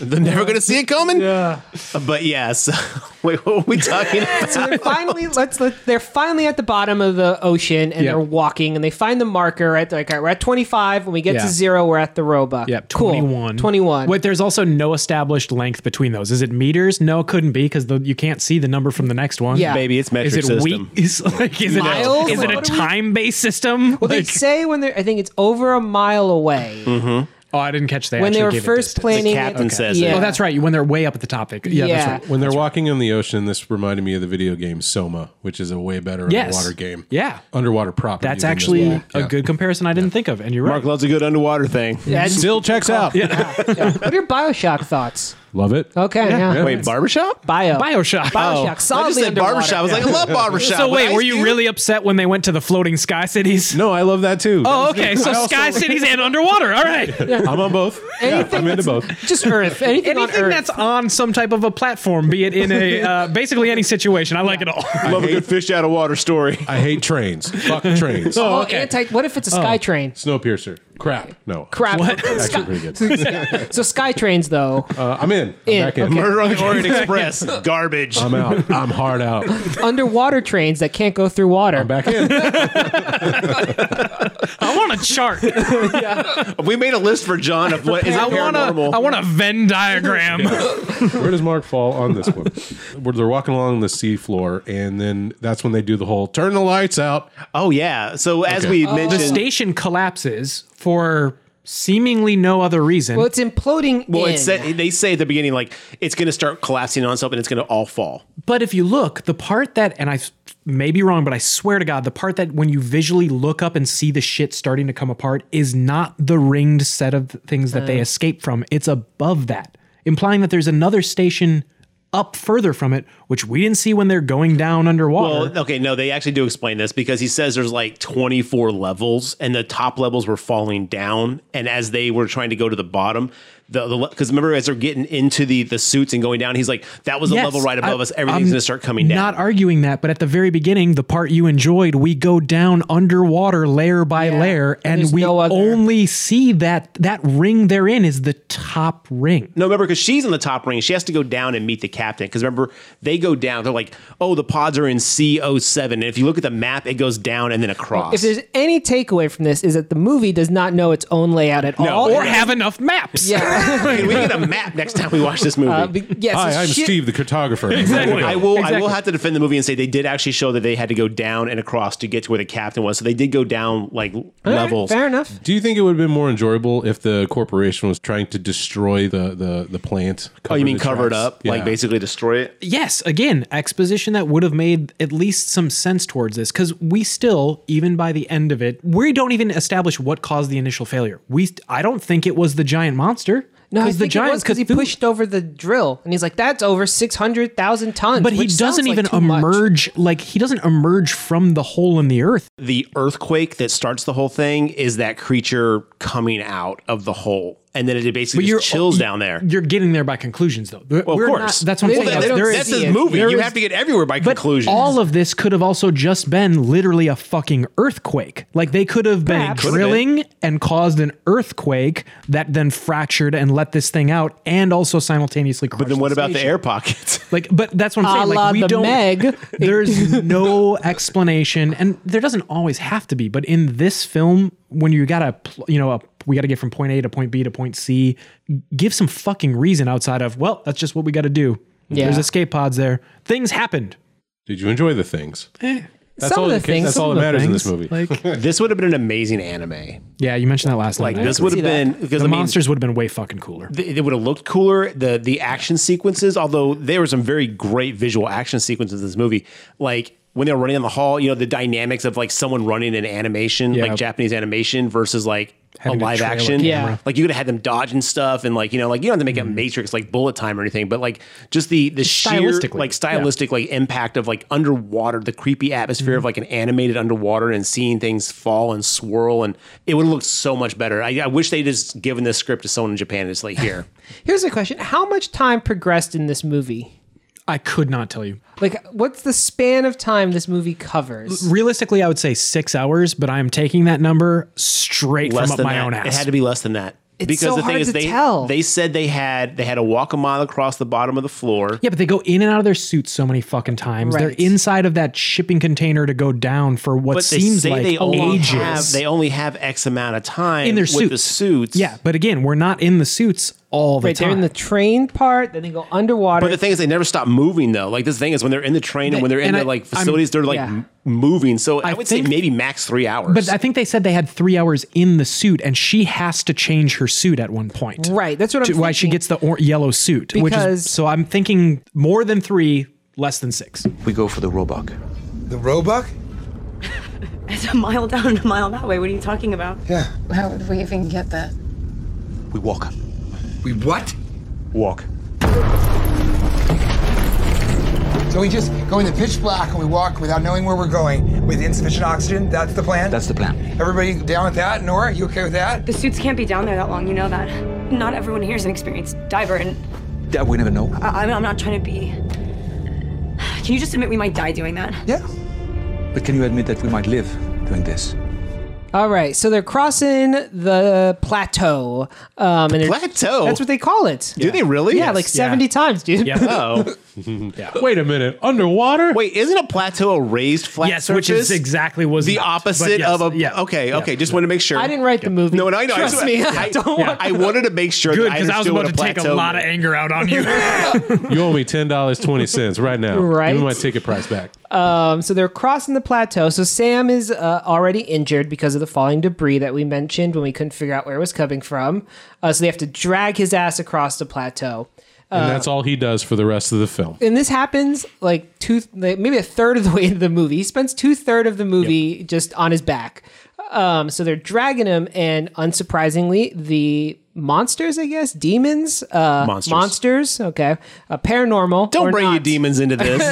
Speaker 4: They're never gonna see it coming.
Speaker 3: Yeah.
Speaker 4: But yes. Wait, what were we talking
Speaker 3: So
Speaker 4: about?
Speaker 3: they're finally let's let, they're finally at the bottom of the ocean
Speaker 2: Yep.
Speaker 3: and they're walking and they find the marker at like all right, we're at 25 when we get
Speaker 2: Yeah.
Speaker 3: to 0 we're at the roebuck.
Speaker 2: Yep,
Speaker 3: Cool.
Speaker 2: 21.
Speaker 3: 21.
Speaker 2: Wait, there's also no established length between those. Is it meters? No, it couldn't be because you can't see the number from the next one.
Speaker 3: Yeah.
Speaker 4: Baby, it's metric
Speaker 2: Is it
Speaker 4: system.
Speaker 2: week? Is, like, is, it a,
Speaker 3: Miles?
Speaker 2: is it a
Speaker 3: What are we-
Speaker 2: time-based system?
Speaker 3: well, they
Speaker 2: Like-
Speaker 3: say when they're I think it's over a mile away
Speaker 2: oh, I didn't catch that.
Speaker 3: when they were first planning it.
Speaker 4: captain says
Speaker 3: yeah.
Speaker 4: it.
Speaker 2: Oh, that's right. When they're way up at the top. They, yeah, that's right.
Speaker 1: When they're walking in the ocean, this reminded me of the video game Soma, which is a way better
Speaker 2: Yes.
Speaker 1: underwater game.
Speaker 2: Yeah.
Speaker 1: Underwater property.
Speaker 2: That's
Speaker 1: than this
Speaker 2: actually
Speaker 1: one.
Speaker 2: a
Speaker 1: Yeah.
Speaker 2: good comparison. I didn't think of, and you're right.
Speaker 4: Mark loves a good underwater thing.
Speaker 3: Yeah, it's-
Speaker 1: Still checks out.
Speaker 3: yeah. What are your BioShock thoughts?
Speaker 1: Love it.
Speaker 3: Okay, yeah.
Speaker 4: Wait, barbershop?
Speaker 3: Bio.
Speaker 2: Bioshock.
Speaker 3: Bioshock. solidly
Speaker 4: Oh. I just said
Speaker 3: underwater.
Speaker 4: barbershop. I was like, I love barbershop.
Speaker 2: So
Speaker 4: with
Speaker 2: wait,
Speaker 4: Ice
Speaker 2: were you
Speaker 4: Cube.
Speaker 2: really upset when they went to the floating sky cities?
Speaker 1: No, I love that too.
Speaker 2: Oh, okay. So sky cities and underwater. All right.
Speaker 1: I'm on both. Yeah,
Speaker 3: Anything
Speaker 1: I'm into both.
Speaker 3: that's- Just Earth. Anything, on
Speaker 2: Anything
Speaker 3: Earth.
Speaker 2: that's on some type of a platform, be it in a uh, basically any situation, I like it all.
Speaker 4: love a good fish out of water story?
Speaker 1: I hate trains. Fuck trains.
Speaker 3: oh,
Speaker 2: okay.
Speaker 3: anti. What if it's a sky train?
Speaker 1: Snowpiercer. Crap. No.
Speaker 3: Crap.
Speaker 1: Actually,
Speaker 3: Sky-
Speaker 1: pretty good.
Speaker 3: so sky trains though.
Speaker 1: Uh, I'm in. I'm
Speaker 3: In,
Speaker 1: back in.
Speaker 3: okay.
Speaker 4: Murder on the Orient Express. Garbage.
Speaker 1: I'm out. I'm hard out.
Speaker 3: underwater trains that can't go through water.
Speaker 1: I'm back in.
Speaker 2: I want a chart.
Speaker 4: we made a list for John of what is it
Speaker 2: I want
Speaker 4: paranormal.
Speaker 2: a I want a Venn diagram.
Speaker 1: Where does Mark fall on this one? Where they're walking along the seafloor, and then that's when they do the whole turn the lights out.
Speaker 4: oh yeah. So as
Speaker 1: Okay.
Speaker 4: we
Speaker 2: the
Speaker 4: mentioned,
Speaker 2: station collapses for seemingly no other reason.
Speaker 3: well, it's imploding.
Speaker 4: well,
Speaker 3: in.
Speaker 4: it said, they say at the beginning like it's going to start collapsing on itself and it's going to all fall.
Speaker 2: But if you look, the part that, and I s- may be wrong, but I swear to God, the part that when you visually look up and see the shit starting to come apart is not the ringed set of things that
Speaker 4: Mm.
Speaker 2: they escape from. It's above that, implying that there's another station up further from it, which we didn't see when they're going down underwater.
Speaker 4: Well, okay, no, they actually do explain this because he says there's like 24 levels and the top levels were falling down. And as they were trying to go to the bottom, the because remember, as they're getting into the the suits and going down, he's like, that was a
Speaker 2: Yes,
Speaker 4: level right above
Speaker 2: I-
Speaker 4: us. Everything's
Speaker 2: I'm
Speaker 4: going to start coming down.
Speaker 2: Not arguing that, but at the very beginning, the part you enjoyed, we go down underwater layer by
Speaker 3: Yeah,
Speaker 2: layer,
Speaker 3: and
Speaker 2: and,
Speaker 3: there's
Speaker 2: we
Speaker 3: no other-
Speaker 2: only see that that ring therein is the top ring.
Speaker 4: No, remember, because she's in the top ring. She has to go down and meet the captain. Because remember, they go down. They're like, oh, the pods are in C07. And if you look at the map, it goes down and then across.
Speaker 3: If there's any takeaway from this, is that the movie does not know its own layout at all.
Speaker 2: or have enough maps.
Speaker 3: yeah.
Speaker 4: Can we need a map next time we watch this movie.
Speaker 3: Uh, be- yes,
Speaker 1: Hi,
Speaker 3: it's
Speaker 1: I'm
Speaker 3: shit-
Speaker 1: Steve, the cartographer.
Speaker 2: Exactly.
Speaker 4: I will. I will
Speaker 2: Exactly.
Speaker 4: have to defend the movie and say they did actually show that they had to go down and across to get to where the captain was. So they did go down like levels.
Speaker 3: Fair enough.
Speaker 1: Do you think it would have been more enjoyable if the corporation was trying to destroy the the, the plant?
Speaker 4: Oh, you mean
Speaker 1: the
Speaker 4: covered
Speaker 1: tracks?
Speaker 4: up, like
Speaker 1: Yeah.
Speaker 4: basically destroy it?
Speaker 2: Yes, again, exposition that would have made at least some sense towards this cuz we still even by the end of it, we don't even establish what caused the initial failure. We I don't think it was the giant monster
Speaker 3: No, I
Speaker 2: cuz the
Speaker 3: think it
Speaker 2: giant
Speaker 3: was because he
Speaker 2: Cthulhu-
Speaker 3: pushed over the drill, and he's like, "That's over six hundred thousand tons."
Speaker 2: but he
Speaker 3: which sounds
Speaker 2: doesn't
Speaker 3: like
Speaker 2: even
Speaker 3: too much.
Speaker 2: emerge like he doesn't emerge from the hole in the earth.
Speaker 4: The earthquake that starts the whole thing is that creature coming out of the hole, and then it basically just chills
Speaker 2: you-
Speaker 4: down there.
Speaker 2: You're getting there by conclusions though.
Speaker 4: Well, of
Speaker 2: We're not-
Speaker 4: course,
Speaker 2: that's what I'm
Speaker 3: They-
Speaker 2: saying.
Speaker 3: they
Speaker 2: There
Speaker 3: don't
Speaker 2: is-
Speaker 4: that's
Speaker 3: see
Speaker 4: his
Speaker 3: it.
Speaker 4: movie.
Speaker 2: There
Speaker 4: You
Speaker 2: is-
Speaker 4: have to get everywhere by
Speaker 2: But
Speaker 4: conclusions.
Speaker 2: all of this could have also just been literally a fucking earthquake. Like they could have been
Speaker 3: Perhaps. Could
Speaker 4: have
Speaker 2: drilling and caused an earthquake that then fractured and let this thing out, and also simultaneously. Crushed
Speaker 4: but then what about the
Speaker 2: station.
Speaker 4: air pockets?
Speaker 2: Like, but that's what I'm
Speaker 3: A
Speaker 2: saying.
Speaker 3: la
Speaker 2: Like, we
Speaker 3: the
Speaker 2: don't.
Speaker 3: Meg.
Speaker 2: There's no explanation, and there doesn't always have to be. But in this film, when you gotta, pl- you know, a, we gotta get from point A to point B to point C, give some fucking reason outside of well, that's just what we gotta do.
Speaker 3: Yeah.
Speaker 2: There's escape pods there. Things happened.
Speaker 1: Did you enjoy the things? That's
Speaker 3: Eh, Some
Speaker 1: all.
Speaker 3: of the
Speaker 1: that ca-
Speaker 3: things-
Speaker 1: That's
Speaker 3: some
Speaker 1: all
Speaker 3: of
Speaker 1: that
Speaker 3: the
Speaker 1: matters in this
Speaker 2: Things,
Speaker 1: movie.
Speaker 2: Like,
Speaker 4: this would have been an amazing anime.
Speaker 2: Yeah, you mentioned that last
Speaker 4: Like
Speaker 2: night.
Speaker 4: this
Speaker 2: actually.
Speaker 4: would have
Speaker 3: see that.
Speaker 4: been because
Speaker 2: the
Speaker 4: I mean,
Speaker 2: monsters would have been way fucking cooler.
Speaker 4: th- it would have looked cooler. The the action sequences, although there were some very great visual action sequences in this movie, like when they were running on the hall, you know, the dynamics of like someone running in animation,
Speaker 2: Yeah.
Speaker 4: like Japanese animation versus like
Speaker 2: Having a
Speaker 4: a live
Speaker 2: trailer
Speaker 4: action.
Speaker 3: camera.
Speaker 4: Like you could have had them dodging stuff and like, you know, like you don't have to make a
Speaker 2: Mm-hmm.
Speaker 4: matrix like bullet time or anything, but like just the the sheer
Speaker 2: Stylistically.
Speaker 4: like
Speaker 2: Yeah.
Speaker 4: stylistic like impact of like underwater, the creepy atmosphere
Speaker 2: Mm-hmm.
Speaker 4: of like an animated underwater and seeing things fall and swirl and it would have looked so much better. I, I wish they just given this script to someone in Japan and it's like here.
Speaker 3: Here's a question: How much time progressed in this movie?
Speaker 2: I could not tell you.
Speaker 3: Like, what's the span of time this movie covers?
Speaker 2: Realistically, I would say six hours, but I am taking that number straight
Speaker 4: less
Speaker 2: from up
Speaker 4: than
Speaker 2: my
Speaker 4: that.
Speaker 2: own ass.
Speaker 4: It had to be less than that.
Speaker 3: It's
Speaker 4: because
Speaker 3: so
Speaker 4: the thing
Speaker 3: hard
Speaker 4: is
Speaker 3: to
Speaker 4: they
Speaker 3: tell.
Speaker 4: they said they had they had to walk a mile across the bottom of the floor.
Speaker 2: Yeah, but they go in and out of their suits so many fucking times. They're
Speaker 3: Right.
Speaker 2: inside of that shipping container to go down for what
Speaker 4: But they
Speaker 2: seems
Speaker 4: say
Speaker 2: like
Speaker 4: they only
Speaker 2: ages.
Speaker 4: have they only have X amount of time
Speaker 2: in their
Speaker 4: with
Speaker 2: suits.
Speaker 4: the suits.
Speaker 2: Yeah, but again, we're not in the suits all the
Speaker 3: Right,
Speaker 2: time.
Speaker 3: they're in the train part, then they go underwater.
Speaker 4: But the thing is, they never stop moving though. Like this thing is when they're in the train and when they're in
Speaker 2: And
Speaker 4: the
Speaker 2: I-
Speaker 4: like
Speaker 2: I'm-
Speaker 4: facilities, they're like
Speaker 3: yeah.
Speaker 4: m moving. So I,
Speaker 2: I
Speaker 4: would
Speaker 2: think-
Speaker 4: say maybe max three hours.
Speaker 2: but I think they said they had three hours in the suit, and she has to change her suit at one point.
Speaker 3: right, that's what I'm
Speaker 2: to- why she
Speaker 3: thinking.
Speaker 2: gets the or- yellow suit. which
Speaker 3: Because-
Speaker 2: is, so I'm thinking more than three, less than six.
Speaker 7: We go for the roebuck.
Speaker 8: The Roebuck?
Speaker 9: It's a mile down and a mile that way. What are you talking about?
Speaker 8: Yeah.
Speaker 10: How would we even get that?
Speaker 7: We walk.
Speaker 8: We what?
Speaker 7: Walk.
Speaker 8: So we just go in the pitch black and we walk without knowing where we're going with insufficient oxygen. That's the plan.
Speaker 7: That's the plan.
Speaker 8: Everybody down with that? Nora, you okay with that?
Speaker 9: The suits can't be down there that long. You know that. Not everyone here is an experienced diver, and
Speaker 7: That we never know.
Speaker 9: I- I'm I'm not trying to be. Can you just admit we might die doing that?
Speaker 8: Yeah.
Speaker 7: But can you admit that we might live doing this?
Speaker 3: All right, so they're crossing the plateau, um, and they're-
Speaker 4: Plateau?
Speaker 3: That's what they call it.
Speaker 4: Oh. do they really?
Speaker 3: Yeah, like seventy times, dude.
Speaker 2: Yeah.
Speaker 4: Oh
Speaker 1: Wait a minute, underwater?
Speaker 4: wait, isn't a plateau a raised flat
Speaker 2: yes,
Speaker 4: surface?
Speaker 2: which is exactly was
Speaker 4: the
Speaker 2: not, but
Speaker 4: opposite
Speaker 2: yes,
Speaker 4: of a.
Speaker 2: yeah,
Speaker 4: okay,
Speaker 2: yeah.
Speaker 4: okay. Just want to make sure.
Speaker 3: I didn't write the movie.
Speaker 4: No, and I know.
Speaker 3: Trust
Speaker 4: I,
Speaker 3: me,
Speaker 4: I,
Speaker 3: don't.
Speaker 4: yeah. I wanted to make sure.
Speaker 2: Good
Speaker 4: that I
Speaker 2: because I, was
Speaker 4: understood
Speaker 2: about
Speaker 4: what
Speaker 2: to take a
Speaker 4: plateau
Speaker 2: lot of
Speaker 4: meant.
Speaker 2: anger out on you.
Speaker 1: You owe me ten dollars twenty cents right now.
Speaker 3: Right.
Speaker 1: Give me my ticket price back.
Speaker 3: Um, so they're crossing the plateau. So Sam is uh, already injured because of the falling debris that we mentioned when we couldn't figure out where it was coming from. Uh, so they have to drag his ass across the plateau. Uh,
Speaker 1: and that's all he does for the rest of the film.
Speaker 3: and this happens like two like, maybe a third of the way into the movie he spends two-third of the movie just on his back um, so they're dragging him and unsurprisingly the monsters i guess demons uh,
Speaker 4: Monsters.
Speaker 3: monsters okay uh, paranormal
Speaker 4: Don't
Speaker 3: or
Speaker 4: bring your
Speaker 3: not.
Speaker 4: demons into this.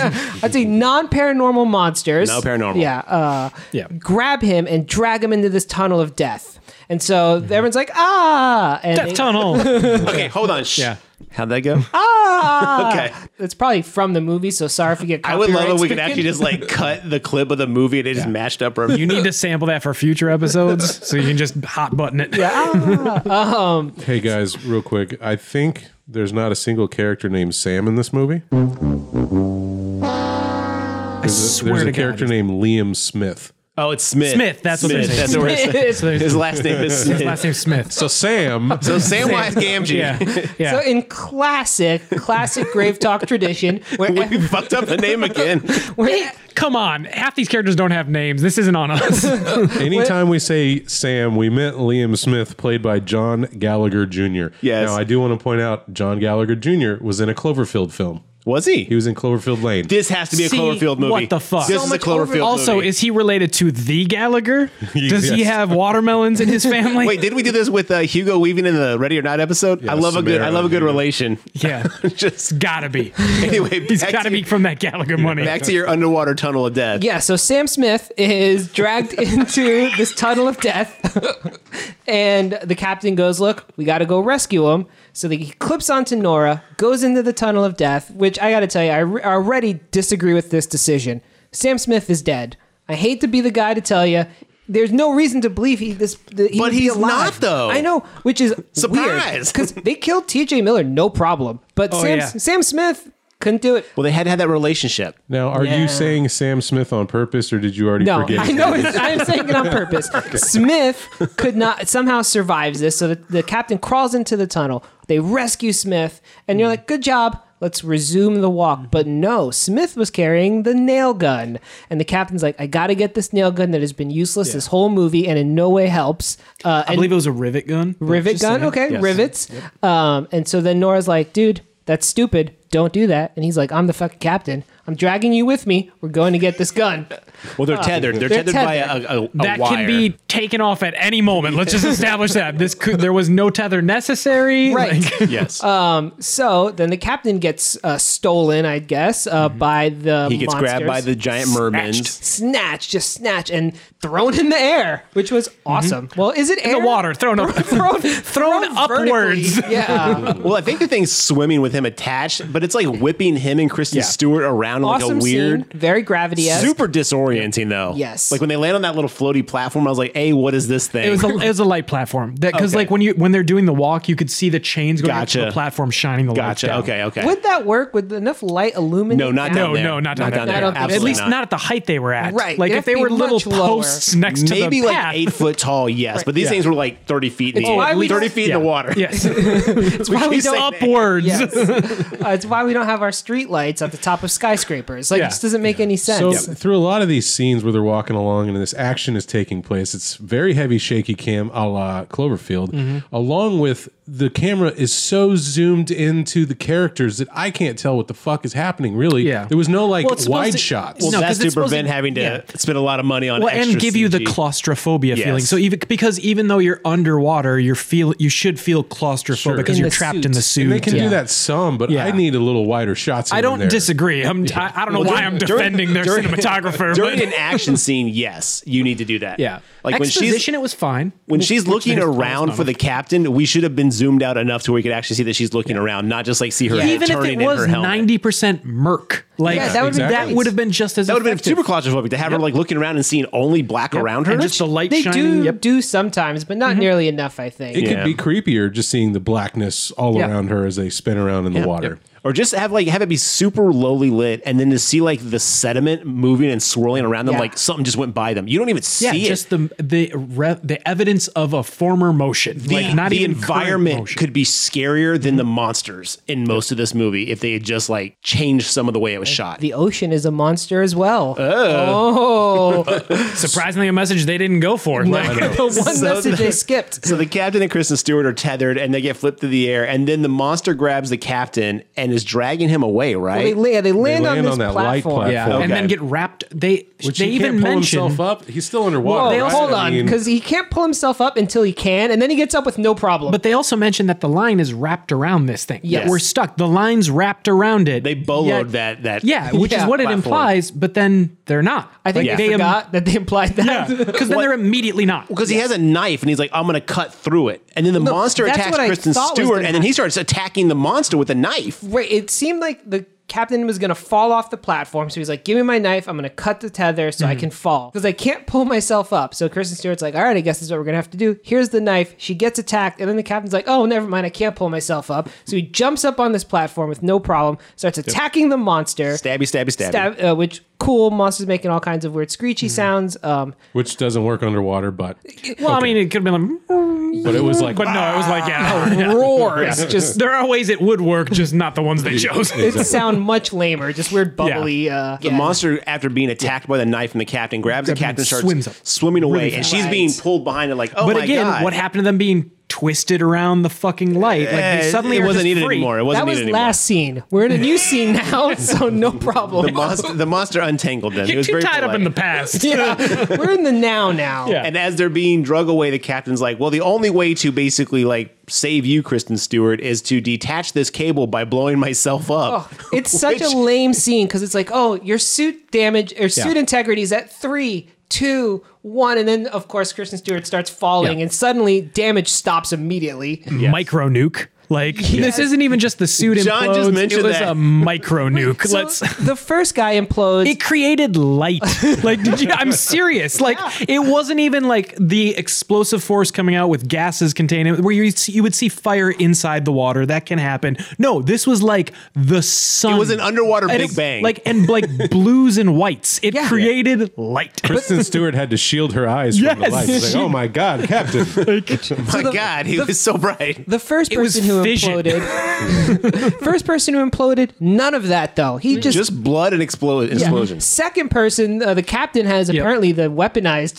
Speaker 3: i'd say non-paranormal monsters
Speaker 4: No paranormal.
Speaker 3: yeah uh,
Speaker 2: Yeah.
Speaker 3: grab him and drag him into this tunnel of death and so
Speaker 4: Mm-hmm.
Speaker 3: everyone's like ah and
Speaker 2: Death
Speaker 3: they-
Speaker 2: tunnel.
Speaker 4: okay, hold on. Shh.
Speaker 2: Yeah.
Speaker 4: How'd that go?
Speaker 3: ah
Speaker 4: Okay.
Speaker 3: it's probably from the movie so sorry if you get
Speaker 4: I would love
Speaker 3: copyright
Speaker 4: if we could
Speaker 3: stricken.
Speaker 4: actually just like cut the clip of the movie and it just matched up. Our,
Speaker 2: you need to sample that for future episodes so you can just hot button it. Yeah.
Speaker 1: Hey guys, real quick, I think there's not a single character named Sam in this movie. There's
Speaker 2: I
Speaker 1: a,
Speaker 2: swear
Speaker 1: there's
Speaker 2: to
Speaker 1: a character
Speaker 2: God.
Speaker 1: named Liam Smith.
Speaker 4: oh, it's Smith.
Speaker 2: Smith, that's what they're saying.
Speaker 4: That's what we're saying.
Speaker 2: So there's-
Speaker 4: His last name is
Speaker 2: his last
Speaker 4: Smith.
Speaker 2: name's Smith.
Speaker 1: So Sam,
Speaker 4: So Samwise Gamgee.
Speaker 2: yeah. Yeah.
Speaker 3: So in classic, classic grave talk tradition, where,
Speaker 4: We fucked up the name again.
Speaker 3: where
Speaker 2: Come on. Half these characters don't have names. This isn't on us.
Speaker 1: anytime we say Sam, we meant Liam Smith, played by John Gallagher Jr.
Speaker 4: Yes.
Speaker 1: Now I do want to point out John Gallagher Jr. was in a Cloverfield film.
Speaker 4: Was he?
Speaker 1: He was in Cloverfield Lane.
Speaker 4: this has to be a
Speaker 2: See,
Speaker 4: Cloverfield movie.
Speaker 2: what the fuck?
Speaker 4: This
Speaker 2: So
Speaker 4: is a
Speaker 3: much
Speaker 4: Cloverfield
Speaker 3: over-
Speaker 2: also,
Speaker 4: movie.
Speaker 2: is he related to the Gallagher? Does he
Speaker 1: Yes.
Speaker 2: have watermelons in his family?
Speaker 4: Wait, did we do this with uh, Hugo Weaving in the Ready or Not episode? I love a good, I
Speaker 1: Samara
Speaker 4: love a good
Speaker 1: Weaving.
Speaker 4: relation.
Speaker 2: Yeah.
Speaker 4: Just
Speaker 2: Gotta be.
Speaker 4: anyway, back,
Speaker 2: He's got to
Speaker 4: to,
Speaker 2: be from that Gallagher money.
Speaker 4: back to your underwater tunnel of death.
Speaker 3: yeah, so Sam Smith is dragged into this tunnel of death, and the captain goes, "Look, we got to go rescue him." So he clips onto Nora, goes into the tunnel of death, which I got to tell you, I re- I already disagree with this decision. Sam Smith is dead. I hate to be the guy to tell you. There's no reason to believe he this. that he
Speaker 4: But
Speaker 3: would be
Speaker 4: he's
Speaker 3: alive.
Speaker 4: not, though.
Speaker 3: I know, which is
Speaker 4: Surprise.
Speaker 3: because they killed T.J. Miller, no problem. But
Speaker 2: Oh,
Speaker 3: Sam
Speaker 2: yeah.
Speaker 3: Sam Smith couldn't do it.
Speaker 4: Well, they had to have that relationship.
Speaker 1: now, are
Speaker 3: Yeah.
Speaker 1: you saying Sam Smith on purpose, or did you already
Speaker 3: No,
Speaker 1: forget?
Speaker 3: I know. It's, I'm saying it on purpose. Smith could not somehow survives this, so the, the captain crawls into the tunnel. They rescue Smith, and
Speaker 2: Hmm.
Speaker 3: you're like, "Good job." Let's resume the walk. But no, Smith was carrying the nail gun. And the captain's like, I got to get this nail gun that has been useless this whole movie and in no way helps. Uh,
Speaker 2: I
Speaker 3: and
Speaker 2: believe it was a rivet gun.
Speaker 3: rivet
Speaker 2: Just
Speaker 3: gun?
Speaker 2: saying.
Speaker 3: Okay,
Speaker 2: Yes.
Speaker 3: rivets. Um, and so then Nora's like, dude, that's stupid. Don't do that. And he's like, I'm the fucking captain. I'm dragging you with me. We're going to get this gun.
Speaker 4: Well, they're tethered. They're,
Speaker 3: They're
Speaker 4: tethered, by a, a, a, a
Speaker 2: Ah. That
Speaker 4: wire.
Speaker 2: can be taken off at any moment. Let's just establish that this could. There was no tether necessary.
Speaker 3: Right.
Speaker 2: Like,
Speaker 4: yes.
Speaker 3: So then the captain gets uh, stolen, I guess, uh, by the
Speaker 4: he gets grabbed
Speaker 3: monsters.
Speaker 4: by the giant merman.
Speaker 3: snatch, just snatch, and thrown in the air, which was awesome. Well, is it air?
Speaker 2: the water thrown up.
Speaker 3: thrown, thrown,
Speaker 2: upwards.
Speaker 3: vertically. Yeah,
Speaker 4: Well, I think the thing's swimming with him attached, but but it's like whipping him and Kristen
Speaker 2: Yeah.
Speaker 4: Stewart around on like
Speaker 3: Awesome
Speaker 4: a weird.
Speaker 3: scene, very gravity
Speaker 4: Super disorienting though.
Speaker 3: Yes.
Speaker 4: Like when they land on that little floaty platform, I was like, "Hey, what is this thing?"
Speaker 2: It was a, it was a light platform that because
Speaker 4: Okay.
Speaker 2: like when you when they're doing the walk, you could see the chains going up to
Speaker 4: Gotcha.
Speaker 2: the platform shining the lights
Speaker 4: gotcha.
Speaker 2: down.
Speaker 4: Okay. Okay.
Speaker 3: Would that work? Would enough light illuminate?
Speaker 4: No, not
Speaker 3: that?
Speaker 4: down
Speaker 2: No,
Speaker 4: there.
Speaker 2: no, not down
Speaker 4: Not
Speaker 2: there.
Speaker 4: down there.
Speaker 3: I don't think so.
Speaker 2: At
Speaker 4: Absolutely
Speaker 2: least
Speaker 4: not.
Speaker 2: not. at the height they were at.
Speaker 3: Right.
Speaker 2: Like
Speaker 3: It'd
Speaker 2: if they
Speaker 3: have to
Speaker 2: were
Speaker 3: be
Speaker 2: little
Speaker 3: much lower.
Speaker 2: posts next to
Speaker 4: Maybe
Speaker 2: the
Speaker 4: like
Speaker 2: path.
Speaker 4: eight foot tall, yes, but these
Speaker 2: Yeah.
Speaker 4: things were like thirty feet in
Speaker 3: It's
Speaker 4: the
Speaker 3: why
Speaker 4: air.
Speaker 3: we
Speaker 4: thirty
Speaker 3: don't-
Speaker 4: feet in the water.
Speaker 2: Yes.
Speaker 4: We
Speaker 3: why we
Speaker 4: keep
Speaker 3: don't
Speaker 4: saying that.
Speaker 2: Upwards.
Speaker 3: Yes. Uh, it's why we don't have our street lights at the top of skyscrapers. Like
Speaker 2: Yeah.
Speaker 3: it just doesn't make any
Speaker 1: So
Speaker 3: sense.
Speaker 1: through a lot of these scenes where they're walking along and this action is taking place, it's very heavy, shaky cam a la Cloverfield,
Speaker 2: Mm-hmm.
Speaker 1: along with the camera is so zoomed into the characters that I can't tell what the fuck is happening. Really,
Speaker 2: Yeah.
Speaker 1: There was no like
Speaker 2: Well, it's supposed
Speaker 1: wide
Speaker 2: to-
Speaker 1: shots.
Speaker 4: Well,
Speaker 2: No,
Speaker 4: that's
Speaker 2: 'cause
Speaker 4: to
Speaker 2: it's supposed
Speaker 4: prevent
Speaker 2: to-
Speaker 4: having to
Speaker 2: yeah.
Speaker 4: spend a lot of money on
Speaker 2: well,
Speaker 4: extra
Speaker 2: and give you the
Speaker 4: CG.
Speaker 2: claustrophobia
Speaker 4: Yes.
Speaker 2: feeling. So even because even though you're underwater, you're feel you should feel claustrophobic
Speaker 1: Sure.
Speaker 2: because
Speaker 1: In
Speaker 2: you're
Speaker 3: the
Speaker 2: trapped
Speaker 3: suit.
Speaker 2: in the
Speaker 1: And
Speaker 2: suit.
Speaker 1: they can do
Speaker 2: and-
Speaker 1: that some, but
Speaker 2: Yeah.
Speaker 1: I need a little wider shots.
Speaker 2: I
Speaker 1: here
Speaker 2: don't
Speaker 1: and there.
Speaker 2: disagree. I'm, I, I don't know why I'm defending their cinematographer.
Speaker 4: during
Speaker 2: but,
Speaker 4: an action scene. Yes, you need to do that.
Speaker 2: yeah,
Speaker 4: like when she's
Speaker 2: exposition, it was fine.
Speaker 4: when she's looking
Speaker 2: Which-
Speaker 4: around for the captain, we should have been zoomed out enough to where we could actually see that she's looking around, not just like see her head
Speaker 2: even if
Speaker 4: turning
Speaker 2: it was
Speaker 4: in her helmet.
Speaker 2: ninety percent murk, like
Speaker 3: Yeah, that would've been
Speaker 2: that
Speaker 3: great.
Speaker 2: would have been just as
Speaker 4: that would have been
Speaker 2: effective.
Speaker 4: super claustrophobic to have her like looking around and seeing only black around her.
Speaker 2: and just the light
Speaker 3: they
Speaker 2: shining.
Speaker 3: do
Speaker 2: yep.
Speaker 3: do sometimes, but not nearly enough. I think.
Speaker 1: It
Speaker 4: Yeah.
Speaker 1: could be creepier just seeing the blackness all
Speaker 2: Yeah.
Speaker 1: around her as they spin around in the water.
Speaker 4: or just have like have it be super lowly lit and then to see like the sediment moving and swirling around them
Speaker 3: Yeah.
Speaker 4: like something just went by them you don't even see
Speaker 2: Yeah,
Speaker 4: it
Speaker 2: just the the re, the evidence of a former motion,
Speaker 4: the,
Speaker 2: like not
Speaker 4: the
Speaker 2: even current
Speaker 4: environment
Speaker 2: motion. Mm-hmm.
Speaker 4: could be scarier than the monsters in most of this movie if they had just like changed some of the way it was shot
Speaker 3: The ocean is a monster as well. Oh,
Speaker 2: surprisingly a message they didn't go for. Like,
Speaker 3: the one
Speaker 4: So
Speaker 3: message
Speaker 4: the-
Speaker 3: they skipped.
Speaker 4: so the captain and Kristen Stewart are tethered and they get flipped through the air and then the monster grabs the captain and is dragging him away
Speaker 3: They,
Speaker 4: right
Speaker 3: la- they land, on
Speaker 1: land
Speaker 3: this
Speaker 1: on that light
Speaker 3: platform.
Speaker 1: platform.
Speaker 2: yeah,
Speaker 1: Okay.
Speaker 2: and then get wrapped. They
Speaker 1: Which
Speaker 2: they
Speaker 1: he
Speaker 2: even
Speaker 1: can't pull
Speaker 2: mentioned
Speaker 1: himself up. He's still
Speaker 3: Whoa,
Speaker 1: underwater. Oh, right?
Speaker 3: hold
Speaker 1: I
Speaker 3: on,
Speaker 1: mean-
Speaker 3: because he can't pull himself up until he can, and then he gets up with no problem.
Speaker 2: But they also mentioned that the line is wrapped around this thing. Yeah,
Speaker 3: Yes.
Speaker 2: we're stuck. The line's wrapped around it.
Speaker 4: they boloed
Speaker 2: Yet-
Speaker 4: that that
Speaker 2: Yeah, which
Speaker 3: Yeah.
Speaker 2: is what it
Speaker 4: Platform.
Speaker 2: implies, but then they're not.
Speaker 3: I think
Speaker 2: Like,
Speaker 3: they,
Speaker 2: im-
Speaker 3: forgot that they implied that.
Speaker 2: because then they're immediately not.
Speaker 4: because he has a knife and he's like, I'm gonna cut through it. And then the monster
Speaker 3: that's
Speaker 4: attacks
Speaker 3: what I
Speaker 4: Kristen
Speaker 3: thought was
Speaker 4: Stewart,
Speaker 3: gonna
Speaker 4: and then he starts attacking the monster with a knife.
Speaker 3: Right. It seemed like the captain was going to fall off the platform. So he's like, give me my knife. I'm going to cut the tether so I can fall because I can't pull myself up. So Kristen Stewart's like, all right, I guess this is what we're going to have to do. Here's the knife. She gets attacked. And then the captain's like, oh, never mind. I can't pull myself up. So he jumps up on this platform with no problem, starts attacking the monster.
Speaker 4: Stabby, stabby, stabby.
Speaker 3: Stab, uh, which cool monsters making all kinds of weird screechy
Speaker 2: Mm-hmm.
Speaker 3: sounds. Um,
Speaker 1: which doesn't work underwater, but
Speaker 2: well, I mean, it could have been like,
Speaker 1: but it was like
Speaker 2: but no, it was like yeah,
Speaker 3: roars. Just
Speaker 2: there are ways it would work, just not the ones they chose.
Speaker 3: it sound much lamer. Just weird bubbly. Uh,
Speaker 4: The monster, after being attacked by the knife from the captain, grabs the
Speaker 2: Grabs him
Speaker 4: captain,
Speaker 2: and
Speaker 4: starts
Speaker 2: swims up.
Speaker 4: swimming away,
Speaker 2: Really
Speaker 4: and
Speaker 2: fast.
Speaker 4: she's
Speaker 3: Right.
Speaker 4: being pulled behind it. Like, oh
Speaker 2: but
Speaker 4: my
Speaker 2: again,
Speaker 4: god,
Speaker 2: what happened to them being twisted around the fucking light? Like
Speaker 4: Eh,
Speaker 2: they suddenly
Speaker 4: it
Speaker 2: are
Speaker 4: wasn't
Speaker 2: just
Speaker 4: needed
Speaker 2: free.
Speaker 4: anymore. It
Speaker 3: That
Speaker 4: wasn't
Speaker 3: was
Speaker 4: needed anymore.
Speaker 3: last scene. We're in a new scene now, so no problem.
Speaker 4: The monster, the monster untangled them. It
Speaker 2: You're
Speaker 4: was
Speaker 2: too
Speaker 4: very
Speaker 2: tied up in the
Speaker 4: polite.
Speaker 2: past.
Speaker 3: yeah, we're in the now now.
Speaker 2: Yeah.
Speaker 4: And as they're being drug away, the captain's like, "Well, the only way to basically like save you, Kristen Stewart, is to detach this cable by blowing myself up."
Speaker 3: It's such
Speaker 4: Which-
Speaker 3: a lame scene because it's like, oh, your suit damage or suit
Speaker 2: Yeah.
Speaker 3: integrity is at three, two, one, and then of course Kristen Stewart starts falling, and suddenly damage stops immediately.
Speaker 2: Micro nuke. Like this isn't even just the suit implodes.
Speaker 4: John just mentioned
Speaker 2: it was
Speaker 4: that.
Speaker 2: a micro nuke.
Speaker 3: So
Speaker 2: Let's
Speaker 3: the first guy implodes.
Speaker 2: It created light. Like, did you, I'm serious. Like, it wasn't even like the explosive force coming out with gases containing where you see, you would see fire inside the water. That can happen. No, this was like the sun.
Speaker 4: It was an underwater
Speaker 2: And
Speaker 4: Big
Speaker 2: it-
Speaker 4: Bang.
Speaker 2: Like and like blues and whites. It
Speaker 3: Yeah.
Speaker 2: created light.
Speaker 1: Kristen Stewart had to shield her eyes from the
Speaker 2: Yes.
Speaker 1: lights. It's Like, oh my god, Captain!
Speaker 4: my god, he was so bright.
Speaker 3: the first
Speaker 2: It was
Speaker 3: person who
Speaker 2: fission.
Speaker 3: imploded. first person who imploded. None of that though. He just.
Speaker 4: Just blood and explo-
Speaker 3: yeah.
Speaker 4: explosions.
Speaker 3: Second person, uh, the captain has apparently the weaponized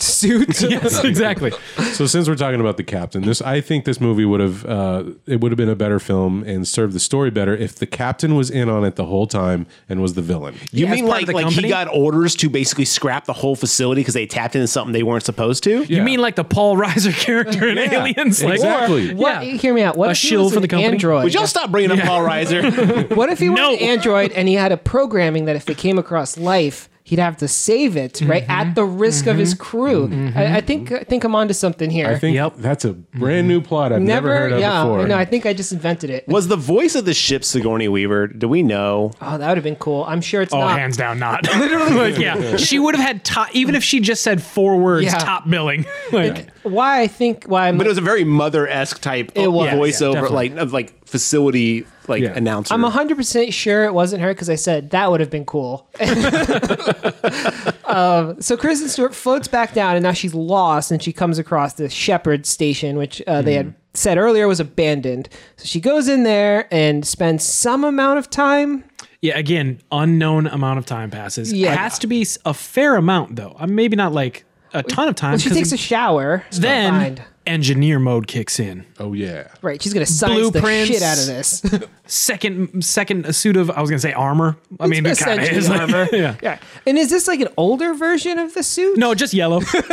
Speaker 3: suit.
Speaker 2: yes, exactly.
Speaker 1: so since we're talking about the Captain, this I think this movie would have uh, it would have been a better film and served the story better if the Captain was in on it the whole time and was the villain.
Speaker 4: You
Speaker 2: Yeah, as
Speaker 4: mean
Speaker 2: part
Speaker 4: like
Speaker 2: of the
Speaker 4: like he
Speaker 2: company?
Speaker 4: got orders to basically scrap the whole facility because they tapped into something they weren't supposed to?
Speaker 2: You mean like the Paul Reiser character in Aliens? Like,
Speaker 1: exactly.
Speaker 3: What?
Speaker 2: Yeah.
Speaker 3: Hear me out. What
Speaker 2: A
Speaker 3: if he
Speaker 2: shield
Speaker 3: was
Speaker 2: for
Speaker 3: an
Speaker 2: the company?
Speaker 3: Android?
Speaker 4: Would y'all stop bringing up Paul Reiser?
Speaker 3: What if he was
Speaker 2: No.
Speaker 3: an android and he had a programming that if they came across life, he'd have to save it right
Speaker 2: Mm-hmm.
Speaker 3: at the risk of his crew. I, I think I think I'm onto something here.
Speaker 1: I think that's a brand new plot I've never, heard of
Speaker 3: yeah,
Speaker 1: before.
Speaker 3: no, I think I just invented it.
Speaker 4: Was the voice of the ship Sigourney Weaver? Do we know?
Speaker 3: Oh, that would have been cool. I'm sure it's
Speaker 2: Oh,
Speaker 3: not.
Speaker 2: hands down, not literally. like, yeah, she would have had top, even if she just said four words,
Speaker 3: Yeah.
Speaker 2: top billing. Like,
Speaker 3: Why I think why I'm
Speaker 4: But it was a very mother esque type
Speaker 3: It was.
Speaker 4: voiceover,
Speaker 2: Yeah, definitely.
Speaker 4: like of like facility like
Speaker 1: Yeah.
Speaker 4: announcer.
Speaker 3: I'm 100% sure it wasn't her because I said that would have been cool. um, so Kristen Stewart floats back down and now she's lost and she comes across this Shepherd station, which uh, they
Speaker 4: Mm-hmm.
Speaker 3: had said earlier was abandoned. So she goes in there and spends some amount of time.
Speaker 2: yeah, again, unknown amount of time passes.
Speaker 3: Yeah.
Speaker 2: it has to be s- a fair amount though. Uh, Maybe not like a ton of time.
Speaker 3: Well, she
Speaker 2: 'cause
Speaker 3: takes a shower.
Speaker 2: then
Speaker 3: Fine.
Speaker 2: engineer mode kicks in.
Speaker 1: oh yeah.
Speaker 3: Right, she's gonna science the
Speaker 2: Blueprints.
Speaker 3: shit out of this.
Speaker 2: Second, second a suit of I was gonna say armor. I mean, it kind of
Speaker 3: Essentially
Speaker 2: is. like-
Speaker 3: armor.
Speaker 2: yeah.
Speaker 3: yeah. And is this like an older version of the suit?
Speaker 2: No, just yellow.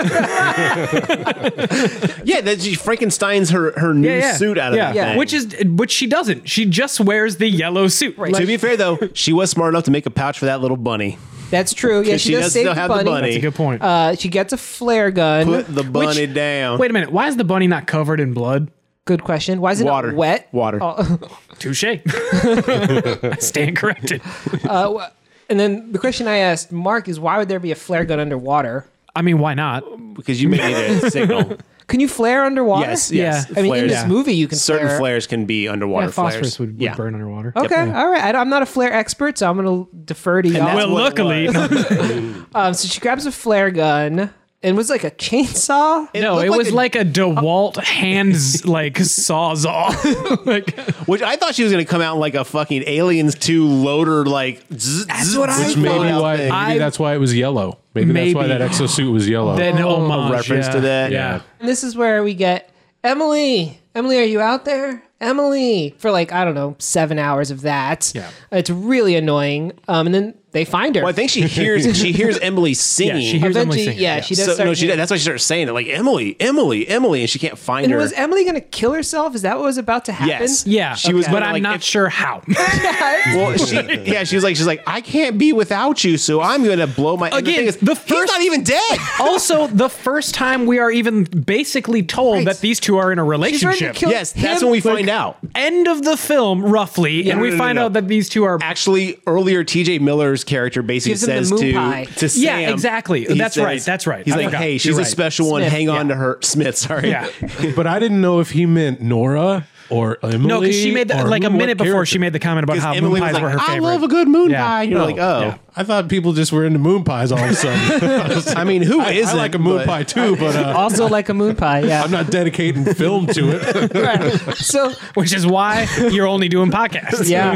Speaker 4: yeah, that she Frankenstein's her her new suit out of
Speaker 2: yeah.
Speaker 4: that thing.
Speaker 2: which is which she doesn't. She just wears the yellow suit. Right.
Speaker 4: to be fair though, she was smart enough to make a pouch for that little bunny.
Speaker 3: That's true. Yeah,
Speaker 4: 'Cause
Speaker 3: she,
Speaker 4: she
Speaker 3: does,
Speaker 4: does
Speaker 3: save
Speaker 4: still
Speaker 3: the
Speaker 4: have the
Speaker 3: bunny.
Speaker 4: bunny.
Speaker 2: That's a good point.
Speaker 3: Uh, she gets a flare gun.
Speaker 4: Put the bunny down.
Speaker 2: Wait a minute. Why is the bunny not covered in blood?
Speaker 3: Good question. Why is it
Speaker 4: water,
Speaker 3: not wet? Oh.
Speaker 4: water.
Speaker 2: oh. Touche. I stand corrected.
Speaker 3: Oh, uh, And then the question I asked Mark is why would there be a flare gun underwater?
Speaker 2: I mean, why not?
Speaker 4: Because you may need a signal.
Speaker 3: Can you flare underwater?
Speaker 4: yes, yes.
Speaker 2: Yeah.
Speaker 3: I mean, in
Speaker 4: Flares.
Speaker 3: this movie, you can
Speaker 4: certain
Speaker 3: flare.
Speaker 4: flares can be underwater
Speaker 2: Yeah, phosphorus
Speaker 4: flares.
Speaker 2: would, would
Speaker 4: yeah.
Speaker 2: burn underwater.
Speaker 3: Okay, all right. I don't- I'm not a flare expert, so I'm going to defer to y'all.
Speaker 2: Well,
Speaker 4: what it
Speaker 2: luckily, no,
Speaker 3: um, so she grabs a flare gun and was like a chainsaw.
Speaker 2: it
Speaker 4: looked
Speaker 2: was like a, uh, DeWalt hands like sawzall. like,
Speaker 4: Which I thought she was going to come out in like a fucking Aliens 2 loader, like. Zzz,
Speaker 2: That's what I
Speaker 4: zzz,
Speaker 1: Which maybe
Speaker 4: loadout
Speaker 1: why
Speaker 4: thing.
Speaker 1: maybe
Speaker 2: I-
Speaker 1: that's why it was yellow. Maybe, that's why
Speaker 2: Maybe.
Speaker 1: that exosuit was yellow.
Speaker 2: then homage,
Speaker 4: reference
Speaker 2: Oh, yeah.
Speaker 4: to that.
Speaker 1: yeah.
Speaker 3: And this is where we get Emily. Emily, are you out there? Emily for like I don't know seven hours of that.
Speaker 2: Yeah.
Speaker 3: it's really annoying. Um, and then they find her.
Speaker 4: Well, I think she hears she hears Emily singing.
Speaker 2: Yeah, she hears Emily
Speaker 3: Eventually,
Speaker 2: singing.
Speaker 3: yeah, she does.
Speaker 4: So-
Speaker 3: start
Speaker 4: no, she
Speaker 3: hearing-
Speaker 4: did. That's why she starts saying it, like Emily, Emily, Emily, and she can't find
Speaker 3: And
Speaker 4: her.
Speaker 3: was Emily going to kill herself? Is that what was about to happen?
Speaker 4: Yes.
Speaker 2: Yeah,
Speaker 4: She was
Speaker 2: but
Speaker 4: gonna,
Speaker 2: I'm
Speaker 4: like,
Speaker 2: not
Speaker 4: if-
Speaker 2: sure how.
Speaker 4: well, she, yeah, she was like, she's like, I can't be without you, so I'm gonna blow my. and
Speaker 2: Again,
Speaker 4: thing is,
Speaker 2: the
Speaker 4: he's
Speaker 2: first-
Speaker 4: not even dead.
Speaker 2: also, the first time we are even basically told
Speaker 3: Right.
Speaker 2: that these two are in a
Speaker 3: She's ready to
Speaker 2: relationship.
Speaker 3: kill
Speaker 4: yes, that's
Speaker 3: him.
Speaker 4: when we find out.
Speaker 2: End of the film, roughly, and
Speaker 4: no,
Speaker 2: we
Speaker 4: no, no,
Speaker 2: find
Speaker 4: no.
Speaker 2: out that these two are
Speaker 4: Actually, earlier T.J. Miller's character basically
Speaker 3: Gives him the
Speaker 4: says
Speaker 3: moon
Speaker 4: to
Speaker 3: pie.
Speaker 4: to
Speaker 2: Yeah,
Speaker 4: Sam,
Speaker 2: exactly.
Speaker 4: he
Speaker 2: That's
Speaker 4: says-
Speaker 2: right, that's right.
Speaker 4: He's
Speaker 2: I
Speaker 4: like,
Speaker 2: forgot.
Speaker 4: hey,
Speaker 2: You're
Speaker 4: she's a
Speaker 2: right.
Speaker 4: special one.
Speaker 3: Smith,
Speaker 4: Hang on
Speaker 3: yeah.
Speaker 4: to her, Smith. Sorry.
Speaker 2: Yeah.
Speaker 1: But I didn't know if he meant Nora or Emily.
Speaker 2: No, because she made the,
Speaker 1: or
Speaker 2: like a
Speaker 1: who, what
Speaker 2: minute before
Speaker 1: character.
Speaker 2: she made the comment about
Speaker 4: Because
Speaker 2: how
Speaker 4: Emily
Speaker 2: moon
Speaker 4: was
Speaker 2: pies
Speaker 4: like,
Speaker 2: were her
Speaker 4: I
Speaker 2: favorite.
Speaker 4: love a good moon
Speaker 2: Yeah.
Speaker 4: pie. You're
Speaker 1: No,
Speaker 4: like, oh.
Speaker 1: yeah. I thought people just were into moon pies all of a sudden.
Speaker 4: I mean, who
Speaker 1: I, I
Speaker 4: isn't,
Speaker 1: like a moon
Speaker 4: but-
Speaker 1: pie too, but Oh. uh,
Speaker 3: Also, like a moon pie. Yeah.
Speaker 1: I'm not dedicating film to it.
Speaker 3: so
Speaker 2: which is why you're only doing podcasts.
Speaker 3: yeah.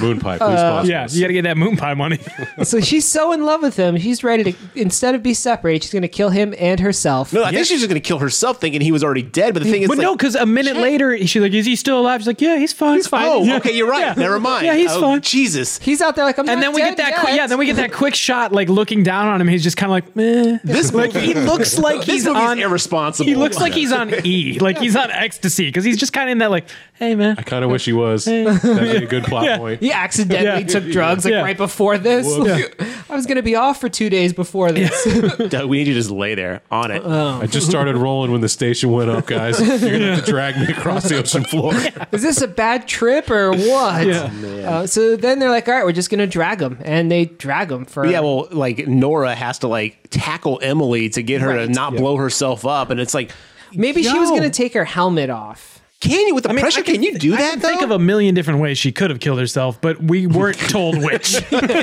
Speaker 1: moon pie, please. pause
Speaker 2: yeah,
Speaker 1: this.
Speaker 2: you got to get that moon pie money.
Speaker 3: So she's so in love with him. She's ready to instead of be separated, she's going to kill him and herself.
Speaker 4: No, I think she's just gonna kill herself, thinking he was already dead. But the thing is,
Speaker 2: but
Speaker 4: like,
Speaker 2: no, because a minute later, she's like, "Is he still alive?" She's like, "Yeah, he's fine. He's
Speaker 4: oh, okay, you're right. Never mind.
Speaker 2: Yeah, he's
Speaker 4: oh,
Speaker 2: fine.
Speaker 4: Jesus,
Speaker 3: He's out there like I'm.
Speaker 2: And
Speaker 3: not
Speaker 2: then we get
Speaker 3: dead
Speaker 2: that, quick,
Speaker 3: yet.
Speaker 2: yeah. Then we get that quick shot, like looking down on him. He's just kind of like, meh.
Speaker 4: this
Speaker 2: like
Speaker 4: movie,
Speaker 2: he looks like
Speaker 4: this
Speaker 2: he's
Speaker 4: movie's
Speaker 2: on.
Speaker 4: irresponsible.
Speaker 2: He looks like he's on E, like he's on ecstasy, because he's just kind of in that, like, "Hey, man."
Speaker 1: I kind of wish he was. That'd be a good plot point.
Speaker 3: He accidentally
Speaker 2: Yeah.
Speaker 3: took drugs like
Speaker 2: Yeah.
Speaker 3: right before this. I was gonna be off for two days before this.
Speaker 4: Doug, we need you to just lay there on it.
Speaker 2: Uh-huh.
Speaker 1: I just started rolling when the station went up, guys. You're gonna have to drag me across the ocean floor.
Speaker 3: Is this a bad trip or what?
Speaker 2: Yeah.
Speaker 3: Uh, so then they're like, all right, we're just gonna drag him, and they drag him for
Speaker 4: yeah, well, like Nora has to like tackle Emily to get her to
Speaker 3: Right.
Speaker 4: not blow herself up, and it's like,
Speaker 3: maybe she was
Speaker 4: Yo.
Speaker 3: gonna take her helmet off.
Speaker 4: can you with the pressure?
Speaker 2: I
Speaker 4: Can, you do
Speaker 2: I
Speaker 4: that?
Speaker 2: can
Speaker 4: though?
Speaker 2: Think of a million different ways she could have killed herself, but we weren't told which.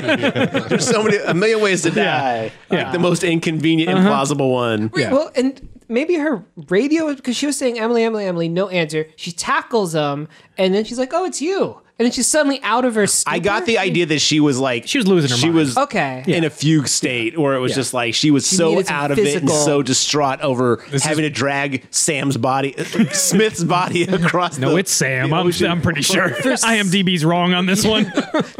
Speaker 4: There's so many, a million ways to
Speaker 2: Yeah.
Speaker 4: die.
Speaker 2: Uh-huh.
Speaker 4: Like the most inconvenient, implausible one.
Speaker 3: Well, and maybe her radio because she was saying Emily, Emily, Emily, no answer. She tackles him, and then she's like, oh, it's you, and then she's suddenly out of her. Stupor.
Speaker 4: I got the idea that she was like
Speaker 2: She was losing her
Speaker 4: She
Speaker 2: mind.
Speaker 4: was
Speaker 3: Okay.
Speaker 4: in a fugue state where it was just like she was so
Speaker 3: needed some
Speaker 4: out of it and
Speaker 3: physical-
Speaker 4: so distraught over having to drag Sam's body, Smith's body across.
Speaker 2: No,
Speaker 4: the,
Speaker 2: it's Sam.
Speaker 4: the
Speaker 2: I'm,
Speaker 4: ocean.
Speaker 2: I'm pretty sure. IMDb's wrong on this one.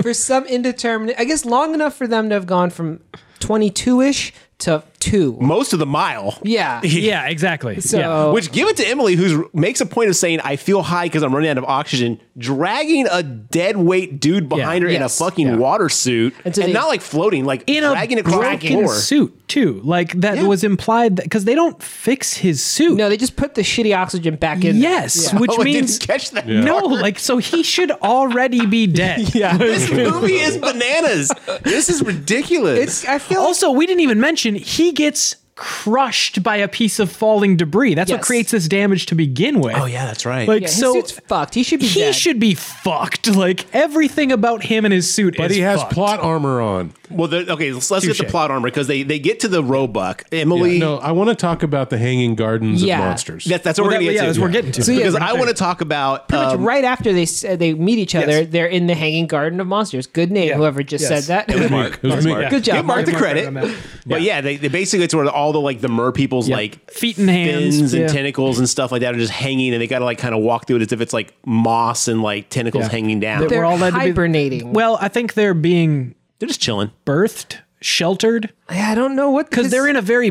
Speaker 3: for some indeterminate. I guess long enough for them to have gone from twenty-two ish to two.
Speaker 4: most of the mile.
Speaker 3: Yeah.
Speaker 2: Yeah, exactly.
Speaker 3: So
Speaker 2: yeah.
Speaker 4: Which, give it to Emily, who makes a point of saying, I feel high because I'm running out of oxygen, dragging a dead weight dude behind her in a
Speaker 3: Yes.
Speaker 4: fucking
Speaker 2: Yeah.
Speaker 4: water suit. And,
Speaker 3: And so they-
Speaker 4: not like floating, like
Speaker 2: in a
Speaker 4: dragging across the
Speaker 2: broken
Speaker 4: floor.
Speaker 2: suit too. Like that was implied because they don't fix his suit.
Speaker 3: no, they just put the shitty oxygen back in. there.
Speaker 2: yes, which
Speaker 4: Oh, I
Speaker 2: means
Speaker 4: didn't catch that.
Speaker 2: no.
Speaker 4: part.
Speaker 2: Like so, he should already be dead. yeah.
Speaker 4: this movie is bananas. This is ridiculous.
Speaker 3: It's, I feel
Speaker 2: Also, we didn't even mention he gets crushed by a piece of falling debris. That's what
Speaker 3: Yes.
Speaker 2: creates this damage to begin with.
Speaker 4: oh yeah, that's right.
Speaker 2: Like
Speaker 3: yeah, his
Speaker 2: so,
Speaker 3: suit's fucked. He should be
Speaker 2: he
Speaker 3: dead.
Speaker 2: should be fucked. Like everything about him and his suit.
Speaker 1: But
Speaker 2: is
Speaker 1: he has
Speaker 2: fucked.
Speaker 1: plot armor on.
Speaker 4: well, the, okay, let's, let's get the
Speaker 2: Touche.
Speaker 4: plot armor because they they get to the roebuck. Emily,
Speaker 1: Yeah, no, I want to talk about the hanging gardens
Speaker 3: Yeah.
Speaker 1: of monsters.
Speaker 4: that- that's what
Speaker 2: Well,
Speaker 4: we're
Speaker 2: that-
Speaker 4: gonna
Speaker 2: yeah,
Speaker 4: get
Speaker 2: that's
Speaker 4: to.
Speaker 2: what we're getting to. So,
Speaker 3: yeah,
Speaker 4: because
Speaker 3: we're
Speaker 4: I want to talk about
Speaker 3: Pretty much
Speaker 4: um,
Speaker 3: right after they s- they meet each other, they're in the hanging garden of monsters. Good name, whoever just
Speaker 2: Yes.
Speaker 3: said
Speaker 4: It was
Speaker 3: that.
Speaker 4: Mark.
Speaker 1: It was me.
Speaker 3: Good job.
Speaker 4: Give Mark the
Speaker 2: Mark
Speaker 4: credit.
Speaker 2: on that.
Speaker 4: But yeah, they, they basically it's where all the like the mer people's like
Speaker 2: Feet and hands,
Speaker 4: fins and
Speaker 2: yeah.
Speaker 4: tentacles and stuff like that are just hanging, and they got to like kind of walk through it as if it's like moss and like tentacles
Speaker 2: Yeah.
Speaker 4: hanging down.
Speaker 2: They're
Speaker 4: They're,
Speaker 3: They're
Speaker 2: all led to be-
Speaker 3: hibernating.
Speaker 2: Well, I think they're being
Speaker 4: just chilling.
Speaker 2: birthed, sheltered,
Speaker 3: I don't know what
Speaker 2: because they're in a very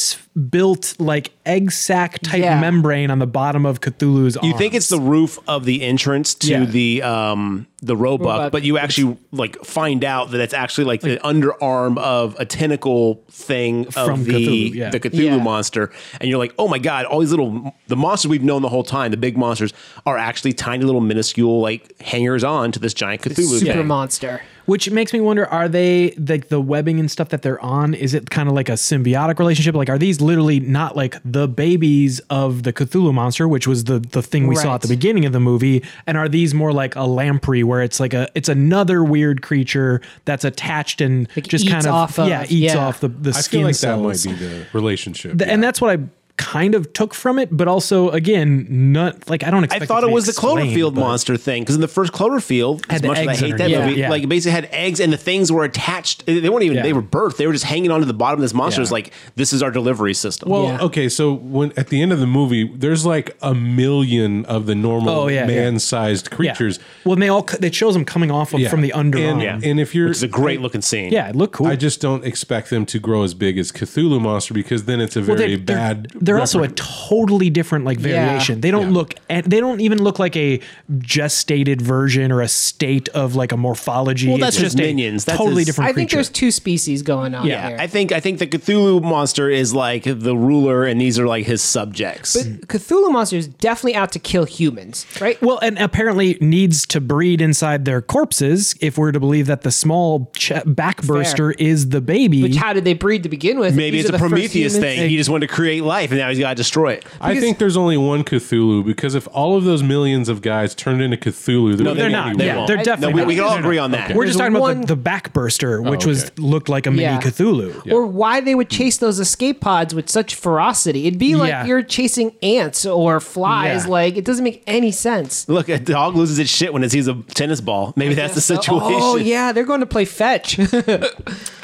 Speaker 2: purpose-built, like egg sac type
Speaker 3: Yeah.
Speaker 2: membrane on the bottom of Cthulhu's.
Speaker 4: You think it's the roof of the entrance to
Speaker 2: Yeah.
Speaker 4: the um the roebuck,
Speaker 3: Roebuck.
Speaker 4: but you actually like find out that it's actually like, the underarm of a tentacle thing of
Speaker 2: From
Speaker 4: the
Speaker 2: Cthulhu, yeah.
Speaker 4: the Cthulhu
Speaker 3: Yeah.
Speaker 4: monster, and you're like, oh my god, all these little the monsters we've known the whole time, the big monsters are actually tiny little minuscule like hangers on to this giant Cthulhu
Speaker 3: super
Speaker 4: thing.
Speaker 3: monster.
Speaker 2: Which makes me wonder: Are they like the webbing and stuff that they're on? Is it kind of like a symbiotic relationship? Like, are these literally not like the babies of the Cthulhu monster, which was the the thing we saw
Speaker 3: Right.
Speaker 2: at the beginning of the movie? And are these more like a lamprey, where it's like a it's another weird creature that's attached and just
Speaker 3: eats
Speaker 2: kind of,
Speaker 3: off of-
Speaker 2: yeah eats
Speaker 3: yeah.
Speaker 2: off the the
Speaker 1: I
Speaker 2: skin
Speaker 1: feel like
Speaker 2: cells?
Speaker 1: that might be the relationship.
Speaker 2: The-
Speaker 1: yeah.
Speaker 2: And that's what I kind of took from it, but also again, not like I don't.
Speaker 4: I
Speaker 2: Expect
Speaker 4: thought
Speaker 2: to
Speaker 4: it
Speaker 2: be
Speaker 4: was the
Speaker 2: explained,
Speaker 4: Cloverfield
Speaker 2: but-
Speaker 4: monster thing because in the first Cloverfield,
Speaker 2: Had
Speaker 4: as
Speaker 2: the
Speaker 4: much as I
Speaker 2: eggs
Speaker 4: hate
Speaker 2: underneath.
Speaker 4: that
Speaker 3: Yeah.
Speaker 4: movie,
Speaker 2: Yeah.
Speaker 4: like it basically had eggs and the things were attached. They weren't even
Speaker 2: Yeah.
Speaker 4: they were birthed; they were just hanging onto the bottom of this monster. It's
Speaker 2: Yeah.
Speaker 4: like this is our delivery system.
Speaker 1: Well,
Speaker 3: Yeah.
Speaker 1: okay, so when at the end of the movie, there's like a million of the normal
Speaker 2: Oh, yeah, yeah.
Speaker 1: man-sized
Speaker 2: Yeah.
Speaker 1: creatures.
Speaker 2: Well, and they all c- it shows them coming off of,
Speaker 1: Yeah.
Speaker 2: from the underarm.
Speaker 1: And,
Speaker 4: yeah,
Speaker 1: and if you're
Speaker 4: which is a great looking scene.
Speaker 2: Yeah, it looked cool.
Speaker 1: I just don't expect them to grow as big as Cthulhu monster because then it's a
Speaker 2: Well,
Speaker 1: very
Speaker 2: they- they're,
Speaker 1: bad.
Speaker 2: They're, also a
Speaker 1: repre-
Speaker 2: totally different like
Speaker 3: Yeah.
Speaker 2: variation. They don't
Speaker 1: Yeah.
Speaker 2: look and they don't even look like a gestated version or a state of like a morphology.
Speaker 4: Well, that's
Speaker 2: It's
Speaker 4: just
Speaker 2: a
Speaker 4: minions. That's
Speaker 2: totally
Speaker 4: his-
Speaker 2: different.
Speaker 3: I think
Speaker 2: creature.
Speaker 3: there's two species going on
Speaker 2: Yeah,
Speaker 3: here.
Speaker 4: I think I think the Cthulhu monster is like the ruler, and these are like his subjects.
Speaker 3: Cthulhu monster is definitely out to kill humans, right?
Speaker 2: Well, and apparently needs to breed inside their corpses if we're to believe that the small ch- backburster is the baby.
Speaker 3: Which how did they breed to begin with?
Speaker 4: Maybe
Speaker 3: These are
Speaker 4: it's a
Speaker 3: the first
Speaker 4: Prometheus
Speaker 3: humans-
Speaker 4: thing. He just wanted to create life, and now he's got to destroy it.
Speaker 1: I think there's only one Cthulhu because if all of those millions of guys turned into Cthulhu, there
Speaker 4: No, they're
Speaker 1: would
Speaker 4: not.
Speaker 1: only
Speaker 4: They
Speaker 1: one.
Speaker 4: won't.
Speaker 2: they're
Speaker 4: No,
Speaker 2: definitely
Speaker 4: we,
Speaker 2: not.
Speaker 4: we can all agree on that. Oh,
Speaker 2: we're just
Speaker 3: There's
Speaker 2: talking
Speaker 3: one-
Speaker 2: about the, the backburster, which was
Speaker 1: okay.
Speaker 2: looked like a mini
Speaker 3: Yeah.
Speaker 2: Cthulhu.
Speaker 3: Or why they would chase those escape pods with such ferocity. It'd be like
Speaker 2: Yeah.
Speaker 3: you're chasing ants or flies.
Speaker 2: Yeah.
Speaker 3: Like, it doesn't make any sense.
Speaker 4: Look, a dog loses its shit when it sees a tennis ball. Maybe that's the situation.
Speaker 3: Oh, yeah, they're going to play fetch.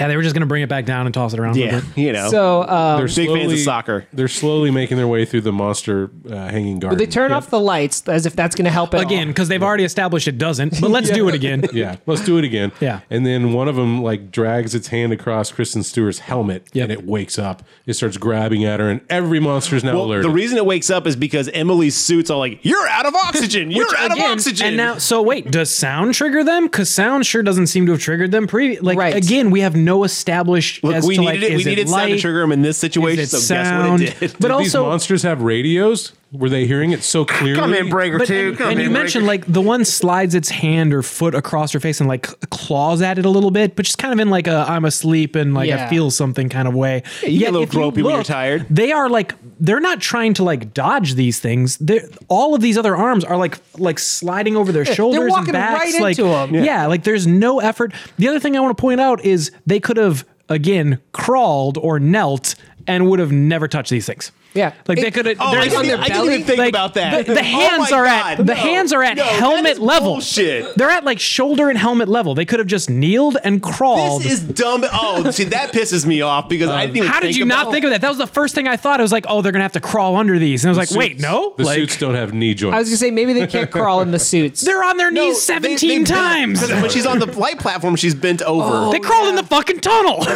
Speaker 2: Yeah, they were just gonna bring it back down and toss it around. A
Speaker 4: yeah,
Speaker 2: little bit.
Speaker 4: you know.
Speaker 3: so, um,
Speaker 1: They're
Speaker 4: Big fans of soccer.
Speaker 1: They're slowly making their way through the monster uh, hanging garden.
Speaker 3: they turn off the lights as if that's going to help at
Speaker 2: Again,
Speaker 3: all.
Speaker 2: because they've already established it doesn't, but let's do it again.
Speaker 1: Yeah, let's do it again.
Speaker 2: Yeah.
Speaker 1: and then one of them like drags its hand across Kristen Stewart's helmet,
Speaker 2: Yep.
Speaker 1: and it wakes up. It starts grabbing at her, and every monster is now
Speaker 4: Well,
Speaker 1: alert.
Speaker 4: the reason it wakes up is because Emily's suit's all like, "You're out of oxygen. You're out
Speaker 2: Again,
Speaker 4: of oxygen."
Speaker 2: And now, so wait, does sound trigger them? Because sound sure doesn't seem to have triggered them. Previ- like
Speaker 3: Right.
Speaker 2: again, we have no established.
Speaker 4: look,
Speaker 2: as
Speaker 4: we
Speaker 2: to,
Speaker 4: needed
Speaker 2: like,
Speaker 4: it. We
Speaker 2: is
Speaker 4: needed sound to
Speaker 2: light?
Speaker 4: trigger him in this situation.
Speaker 2: Is
Speaker 4: So
Speaker 2: it
Speaker 4: guess
Speaker 2: sound?
Speaker 4: what it did.
Speaker 2: But
Speaker 1: Did
Speaker 2: also-
Speaker 1: these monsters have radios? Were they hearing it so clearly?
Speaker 4: Breaker
Speaker 2: But and, and you mentioned like the one slides its hand or foot across her face and like claws at it a little bit, but just kind of in like a I'm asleep and like I
Speaker 3: Yeah.
Speaker 2: feel something kind of way.
Speaker 4: you get a
Speaker 2: Yet,
Speaker 4: little
Speaker 2: if you
Speaker 4: gropey when you're tired.
Speaker 2: They are like they're not trying to like dodge these things. They're, all of these other arms are like like sliding over their shoulders
Speaker 3: walking
Speaker 2: and backs.
Speaker 3: right
Speaker 2: like
Speaker 3: into 'em.
Speaker 2: Yeah. like there's no effort. The other thing I want to point out is they could have again crawled or knelt and would have never touched these things.
Speaker 3: Yeah.
Speaker 2: Like they could have.
Speaker 4: Oh, I didn't, I didn't even think about that.
Speaker 2: The, the
Speaker 4: Oh
Speaker 2: hands
Speaker 4: my
Speaker 2: are at
Speaker 4: God,
Speaker 2: the
Speaker 4: no.
Speaker 2: hands are at
Speaker 4: No, that
Speaker 2: helmet
Speaker 4: is
Speaker 2: level.
Speaker 4: Bullshit.
Speaker 2: They're at like shoulder and helmet level. They could have just kneeled and crawled.
Speaker 4: This is dumb. Oh, see, that pisses me off because I didn't. Even
Speaker 2: Um, How did
Speaker 4: think
Speaker 2: you
Speaker 4: about
Speaker 2: not think of that? That was the first thing I thought. It was like, oh, they're gonna have to crawl under these, and I was like, wait,
Speaker 1: Suits-
Speaker 2: no,
Speaker 1: The
Speaker 2: like
Speaker 1: suits don't have knee joints.
Speaker 3: I was gonna say maybe they can't crawl in the suits.
Speaker 2: they're on their
Speaker 4: No,
Speaker 2: knees
Speaker 4: they- they
Speaker 2: seventeen
Speaker 4: bent-
Speaker 2: times. Oh,
Speaker 4: 'cause when she's on the flight platform, she's bent over.
Speaker 2: they crawled in the fucking tunnel.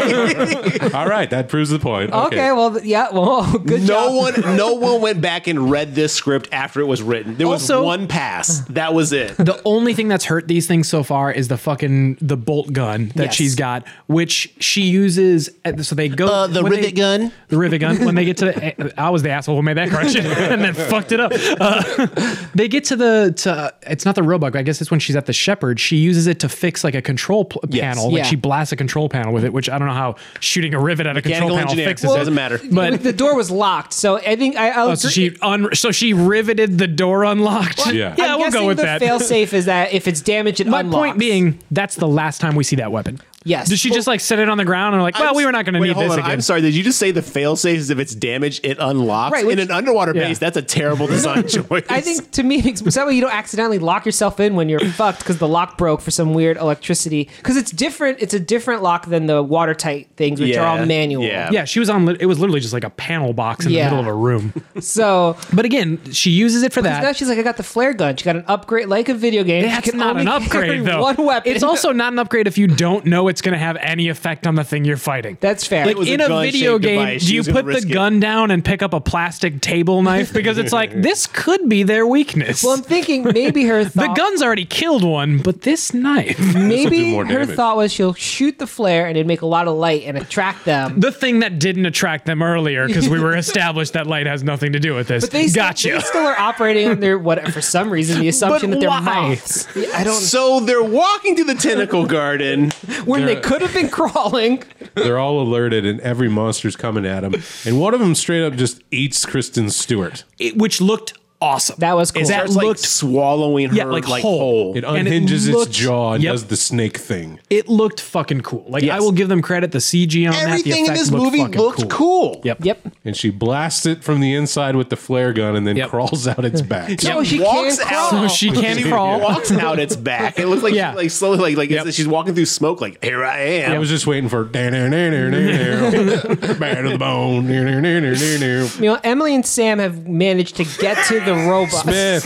Speaker 1: All right, that proves the point.
Speaker 3: okay. Well, th- yeah. Well, good
Speaker 4: no
Speaker 3: job.
Speaker 4: one, no one went back and read this script after it was written. There was
Speaker 2: Also-
Speaker 4: one pass. That was it.
Speaker 2: the only thing that's hurt these things so far is the fucking the bolt gun that
Speaker 3: Yes.
Speaker 2: she's got, which she uses. at- So they go
Speaker 4: Uh, the
Speaker 2: when they-
Speaker 4: rivet gun?
Speaker 2: The rivet gun. When they get to, the, I was the asshole who made that correction and then fucked it up. Uh, they get to the to. It's not the robot. but I guess it's when she's at the shepherd. She uses it to fix like a control pl-
Speaker 4: Yes.
Speaker 2: panel. Like
Speaker 3: Yeah.
Speaker 2: she blasts a control panel with it, which I don't know how shooting a rivet at a control
Speaker 4: Mechanical
Speaker 2: panel
Speaker 4: engineer.
Speaker 2: fixes
Speaker 4: Well,
Speaker 2: it.
Speaker 4: doesn't matter.
Speaker 2: But
Speaker 3: the door was locked, so I think I. I'll
Speaker 2: oh, so
Speaker 3: agree-
Speaker 2: she un- so she riveted the door unlocked.
Speaker 1: Yeah.
Speaker 2: yeah,
Speaker 3: I'm
Speaker 2: we'll
Speaker 3: guessing
Speaker 2: go with
Speaker 3: the
Speaker 2: that.
Speaker 3: fail safe is that if it's damaged, it
Speaker 2: My
Speaker 3: unlocks.
Speaker 2: point being, that's the last time we see that weapon.
Speaker 3: Yes.
Speaker 2: Did she just like set it on the ground and like, well,
Speaker 4: I'm-
Speaker 2: we were not going to
Speaker 4: wait,
Speaker 2: need
Speaker 4: hold
Speaker 2: this
Speaker 4: on.
Speaker 2: again?
Speaker 4: I'm sorry. Did you just say the failsafe is if it's damaged, it unlocks?
Speaker 3: Right,
Speaker 4: Right,
Speaker 3: which-
Speaker 4: In an underwater
Speaker 2: Yeah.
Speaker 4: base, that's a terrible design choice.
Speaker 3: I think to me, it makes- that way you don't accidentally lock yourself in when you're fucked because the lock broke for some weird electricity. Because it's different. It's a different lock than the watertight things, which are all manual.
Speaker 4: Yeah.
Speaker 2: Yeah, she was on. li- It was literally just like a panel box in
Speaker 3: Yeah.
Speaker 2: the middle of a room.
Speaker 3: So
Speaker 2: But again, she uses it for
Speaker 3: so now
Speaker 2: that.
Speaker 3: she's like, I got the flare gun. She got an upgrade, like a video game. She
Speaker 2: That's
Speaker 3: can
Speaker 2: not
Speaker 3: only
Speaker 2: an
Speaker 3: carry
Speaker 2: upgrade, though.
Speaker 3: One weapon.
Speaker 2: It's also not an upgrade if you don't know it's going to have any effect on the thing you're fighting.
Speaker 3: That's fair.
Speaker 2: Like
Speaker 4: was a
Speaker 2: in a,
Speaker 4: gun-shaped
Speaker 2: video game,
Speaker 4: device.
Speaker 2: do
Speaker 4: She
Speaker 2: you
Speaker 4: was gonna
Speaker 2: put the
Speaker 4: risk it.
Speaker 2: gun down and pick up a plastic table knife because it's like this could be their weakness?
Speaker 3: well, I'm thinking maybe her
Speaker 2: the
Speaker 3: thought,
Speaker 2: gun's already killed one, but this knife.
Speaker 1: do
Speaker 3: Maybe
Speaker 1: more
Speaker 3: her
Speaker 1: damage.
Speaker 3: thought was she'll shoot the flare and it'd make a lot of light and attract them.
Speaker 2: the thing that didn't attract them earlier because we were established that light has nothing to do with this.
Speaker 3: But they still,
Speaker 2: gotcha.
Speaker 3: they still are operating under what for some reason the assumption that they're
Speaker 4: why?
Speaker 3: moths. Yeah, I don't.
Speaker 4: So they're walking to the tentacle garden.
Speaker 3: when they
Speaker 1: They're-
Speaker 3: could have been crawling.
Speaker 1: They're all alerted, and every monster's coming at them. And one of them straight up just eats Kristen Stewart.
Speaker 2: It- which looked awesome.
Speaker 3: That was cool.
Speaker 4: It starts like
Speaker 2: looked-
Speaker 4: swallowing her
Speaker 2: Yeah,
Speaker 4: like,
Speaker 2: like whole.
Speaker 4: whole.
Speaker 1: It
Speaker 2: And it
Speaker 1: unhinges
Speaker 2: looked-
Speaker 1: its jaw and
Speaker 2: Yep.
Speaker 1: does the snake thing.
Speaker 2: it looked fucking cool. Like I
Speaker 4: Yes.
Speaker 2: will give them credit. The CG on that, the
Speaker 4: Everything in
Speaker 2: effects
Speaker 4: this
Speaker 2: looked
Speaker 4: movie
Speaker 2: fucking
Speaker 4: looked cool.
Speaker 2: Yep.
Speaker 3: yep.
Speaker 1: And she blasts it from the inside with the flare gun and then
Speaker 2: Yep.
Speaker 1: crawls out its back.
Speaker 3: So she
Speaker 4: walks
Speaker 3: can
Speaker 4: out.
Speaker 3: crawl.
Speaker 2: So she can
Speaker 4: She
Speaker 2: crawl.
Speaker 4: walks out its back. It looks like
Speaker 2: Yeah.
Speaker 4: she, like slowly like like
Speaker 2: Yep.
Speaker 4: she's walking through smoke. Like here I am.
Speaker 1: I was just waiting for bad to the bone. ner, ner, ner, ner, ner, ner.
Speaker 3: You know, Emily and Sam have managed to get to the robot.
Speaker 1: Smith.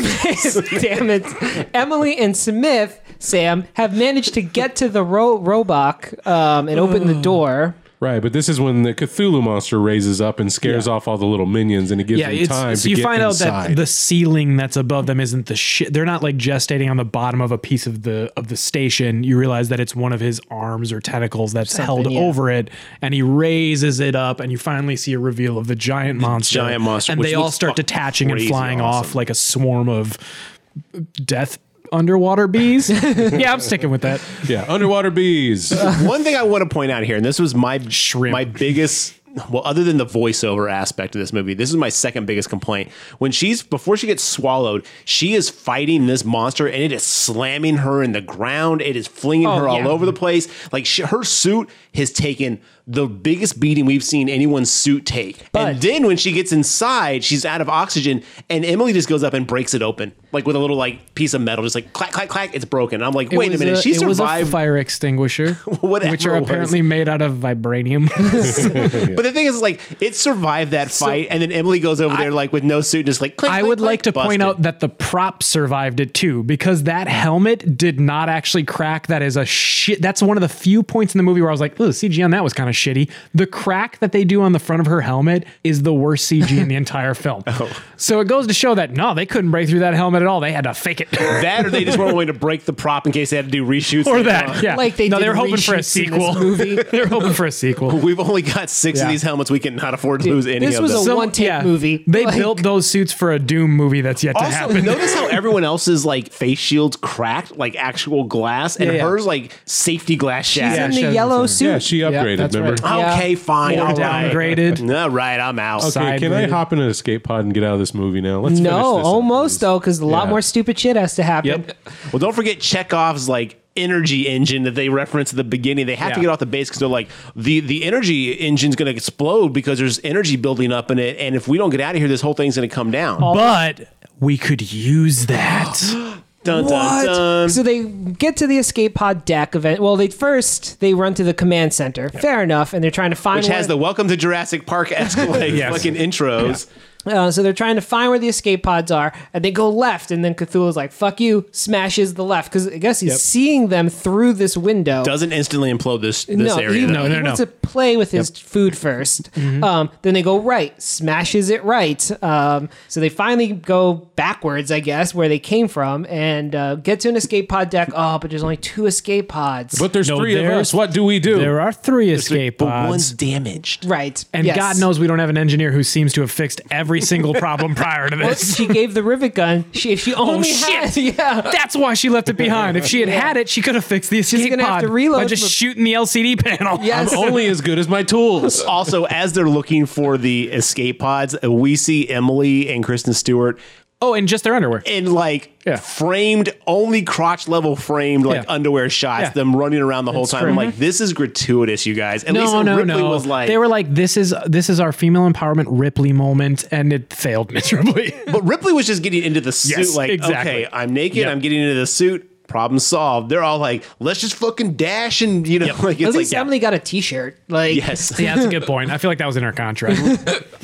Speaker 3: Damn it. Emily and Smith, Sam, have managed to get to the ro- robot um, and open the door.
Speaker 1: Right, but this is when the Cthulhu monster raises up and scares off all the little minions, and it gives
Speaker 2: Yeah,
Speaker 1: them time
Speaker 2: it's, so
Speaker 1: to
Speaker 2: you
Speaker 1: get
Speaker 2: find out
Speaker 1: inside.
Speaker 2: that the ceiling that's above them isn't the shit. They're not like gestating on the bottom of a piece of the of the station. You realize that it's one of his arms or tentacles that's held
Speaker 3: yeah.
Speaker 2: over it, and he raises it up, and you finally see a reveal of the giant monster.
Speaker 4: giant monster,
Speaker 2: and
Speaker 4: which
Speaker 2: they all
Speaker 4: looks
Speaker 2: start
Speaker 4: fucking
Speaker 2: detaching and
Speaker 4: crazy
Speaker 2: flying off
Speaker 4: awesome.
Speaker 2: like a swarm of death underwater bees. yeah, I'm sticking with that.
Speaker 1: yeah, underwater bees.
Speaker 4: One thing I want to point out here, and this was my
Speaker 2: Shrimp.
Speaker 4: my biggest. Well, other than the voiceover aspect of this movie, this is my second biggest complaint. When she's before she gets swallowed, she is fighting this monster, and it is slamming her in the ground. It is flinging
Speaker 2: Oh,
Speaker 4: her all
Speaker 3: yeah.
Speaker 4: over the place. Like she, her suit has taken the biggest beating we've seen anyone's suit take.
Speaker 3: But-
Speaker 4: and then when she gets inside, she's out of oxygen, and Emily just goes up and breaks it open, like with a little like piece of metal, just like clack clack clack. It's broken. I'm like,
Speaker 2: It
Speaker 4: wait a
Speaker 2: was
Speaker 4: minute, she
Speaker 2: it was a
Speaker 4: survived
Speaker 2: fire extinguisher,
Speaker 4: Whatever
Speaker 2: which are
Speaker 4: it was.
Speaker 2: apparently made out of vibranium.
Speaker 4: But the thing is, like, it survived that fight, and then Emily goes over there, like, with no suit, just like. Click,
Speaker 2: I
Speaker 4: click,
Speaker 2: would
Speaker 4: click,
Speaker 2: like to point
Speaker 4: busted.
Speaker 2: out that the prop survived it too, because that helmet did not actually crack. That is a shit. That's one of the few points in the movie where I was like, "Oh, the CG on that was kind of shitty." The crack that they do on the front of her helmet is the worst CG in the entire film.
Speaker 4: Oh.
Speaker 2: So it goes to show that no, they couldn't break through that helmet at all. They had to fake it.
Speaker 4: that, or they just weren't willing to break the prop in case they had to do reshoots uh,
Speaker 2: or
Speaker 4: later
Speaker 2: that,
Speaker 4: on.
Speaker 2: yeah.
Speaker 3: Like they
Speaker 2: no,
Speaker 3: did
Speaker 2: they were hoping for
Speaker 3: reshoots in
Speaker 2: a
Speaker 3: this
Speaker 2: sequel.
Speaker 3: movie.
Speaker 2: they were hoping for a sequel.
Speaker 4: We've only got six
Speaker 2: Yeah.
Speaker 4: of these helmets. We cannot afford to lose any
Speaker 3: this
Speaker 4: of
Speaker 3: was a
Speaker 4: them.
Speaker 3: So- one-take movie.
Speaker 2: They
Speaker 3: Like-
Speaker 2: built those suits for a Doom movie that's yet to
Speaker 4: also,
Speaker 2: happen.
Speaker 4: notice how everyone else's like face shields cracked, like actual glass, and
Speaker 2: Yeah, yeah.
Speaker 4: hers like safety glass
Speaker 3: She's
Speaker 4: shattered.
Speaker 3: in
Speaker 2: she
Speaker 3: the
Speaker 2: has
Speaker 3: yellow
Speaker 2: the
Speaker 3: suit.
Speaker 1: yeah, she upgraded.
Speaker 2: that's
Speaker 1: remember?
Speaker 2: right. Ah,
Speaker 3: Yeah.
Speaker 4: Okay, fine.
Speaker 2: Or
Speaker 4: All right.
Speaker 2: downgraded.
Speaker 4: All right, I'm out.
Speaker 1: Okay, can I
Speaker 2: Side-rated.
Speaker 1: hop in an escape pod and get out of this movie now? Let's finish
Speaker 3: no,
Speaker 1: this up,
Speaker 3: almost
Speaker 1: please.
Speaker 2: uh,
Speaker 3: though, because a lot
Speaker 1: Yeah.
Speaker 3: more stupid shit has to happen.
Speaker 1: Yep.
Speaker 4: Well, don't forget Chekhov's like energy engine that they reference at the beginning. They have to
Speaker 2: Yeah.
Speaker 4: get off the base because they're like the the energy engine's going to explode because there's energy building up in it, and if we don't get out of here, this whole thing's going to come down.
Speaker 2: Oh, But we could use that.
Speaker 4: Dun, dun,
Speaker 3: What?
Speaker 4: dun.
Speaker 3: So they get to the escape pod deck event. Well, they first they run to the command center. Fair enough, and they're trying to find
Speaker 4: Which has the
Speaker 3: where-
Speaker 4: Welcome to Jurassic Park esque like fucking intros.
Speaker 3: uh, so they're trying to find where the escape pods are, and they go left, and then Cthulhu's like, "Fuck you!" smashes the left because I guess he's seeing them through this window.
Speaker 4: Doesn't instantly implode this this
Speaker 3: no,
Speaker 4: area.
Speaker 3: He,
Speaker 4: though.
Speaker 2: No, no,
Speaker 3: he
Speaker 2: no.
Speaker 3: wants to play with his food 1st
Speaker 4: Mm-hmm.
Speaker 3: Um, then they go right, smashes it right. Um, so they finally go backwards, I guess, where they came from, and uh, get to an escape pod deck. Oh, but there's only two escape pods.
Speaker 1: But there's
Speaker 2: No,
Speaker 1: three of
Speaker 2: there's-
Speaker 1: us. What do we do?
Speaker 2: There are three escape
Speaker 4: but
Speaker 2: pods.
Speaker 4: one's damaged.
Speaker 3: right,
Speaker 2: and
Speaker 3: yes.
Speaker 2: God knows we don't have an engineer who seems to have fixed every single problem prior to
Speaker 3: Well,
Speaker 2: this.
Speaker 3: she gave the rivet gun. She if she only had,
Speaker 2: Oh, shit.
Speaker 3: yeah.
Speaker 2: That's why she left it behind. If she had had it, she could have fixed the escape
Speaker 3: gonna have
Speaker 2: pod
Speaker 3: to reload
Speaker 2: by just
Speaker 3: with-
Speaker 2: shooting the LCD panel.
Speaker 1: I'm
Speaker 3: Yes.
Speaker 1: only as good as my tools.
Speaker 4: also, as they're looking for the escape pods, uh, we see Emily and Kristen Stewart
Speaker 2: Oh, and just their underwear.
Speaker 4: in like
Speaker 2: Yeah.
Speaker 4: framed, only crotch level framed like
Speaker 2: Yeah.
Speaker 4: underwear shots,
Speaker 2: Yeah.
Speaker 4: them running around the whole time. I'm
Speaker 2: true.
Speaker 4: like, this is gratuitous, you guys. At least Ripley was like,
Speaker 2: they were like, "This is this is our female empowerment Ripley moment," and it failed miserably.
Speaker 4: but Ripley was just getting into the suit.
Speaker 2: Yes,
Speaker 4: like,
Speaker 2: exactly.
Speaker 4: okay, I'm naked.
Speaker 2: Yep.
Speaker 4: I'm getting into the suit. Problem solved. They're all like, let's just fucking dash and you know, like
Speaker 3: At
Speaker 4: it's
Speaker 3: least
Speaker 4: like
Speaker 3: Emily got a T-shirt. Like
Speaker 4: yeah. yes.
Speaker 2: yeah, that's a good point. I feel like that was in our contract.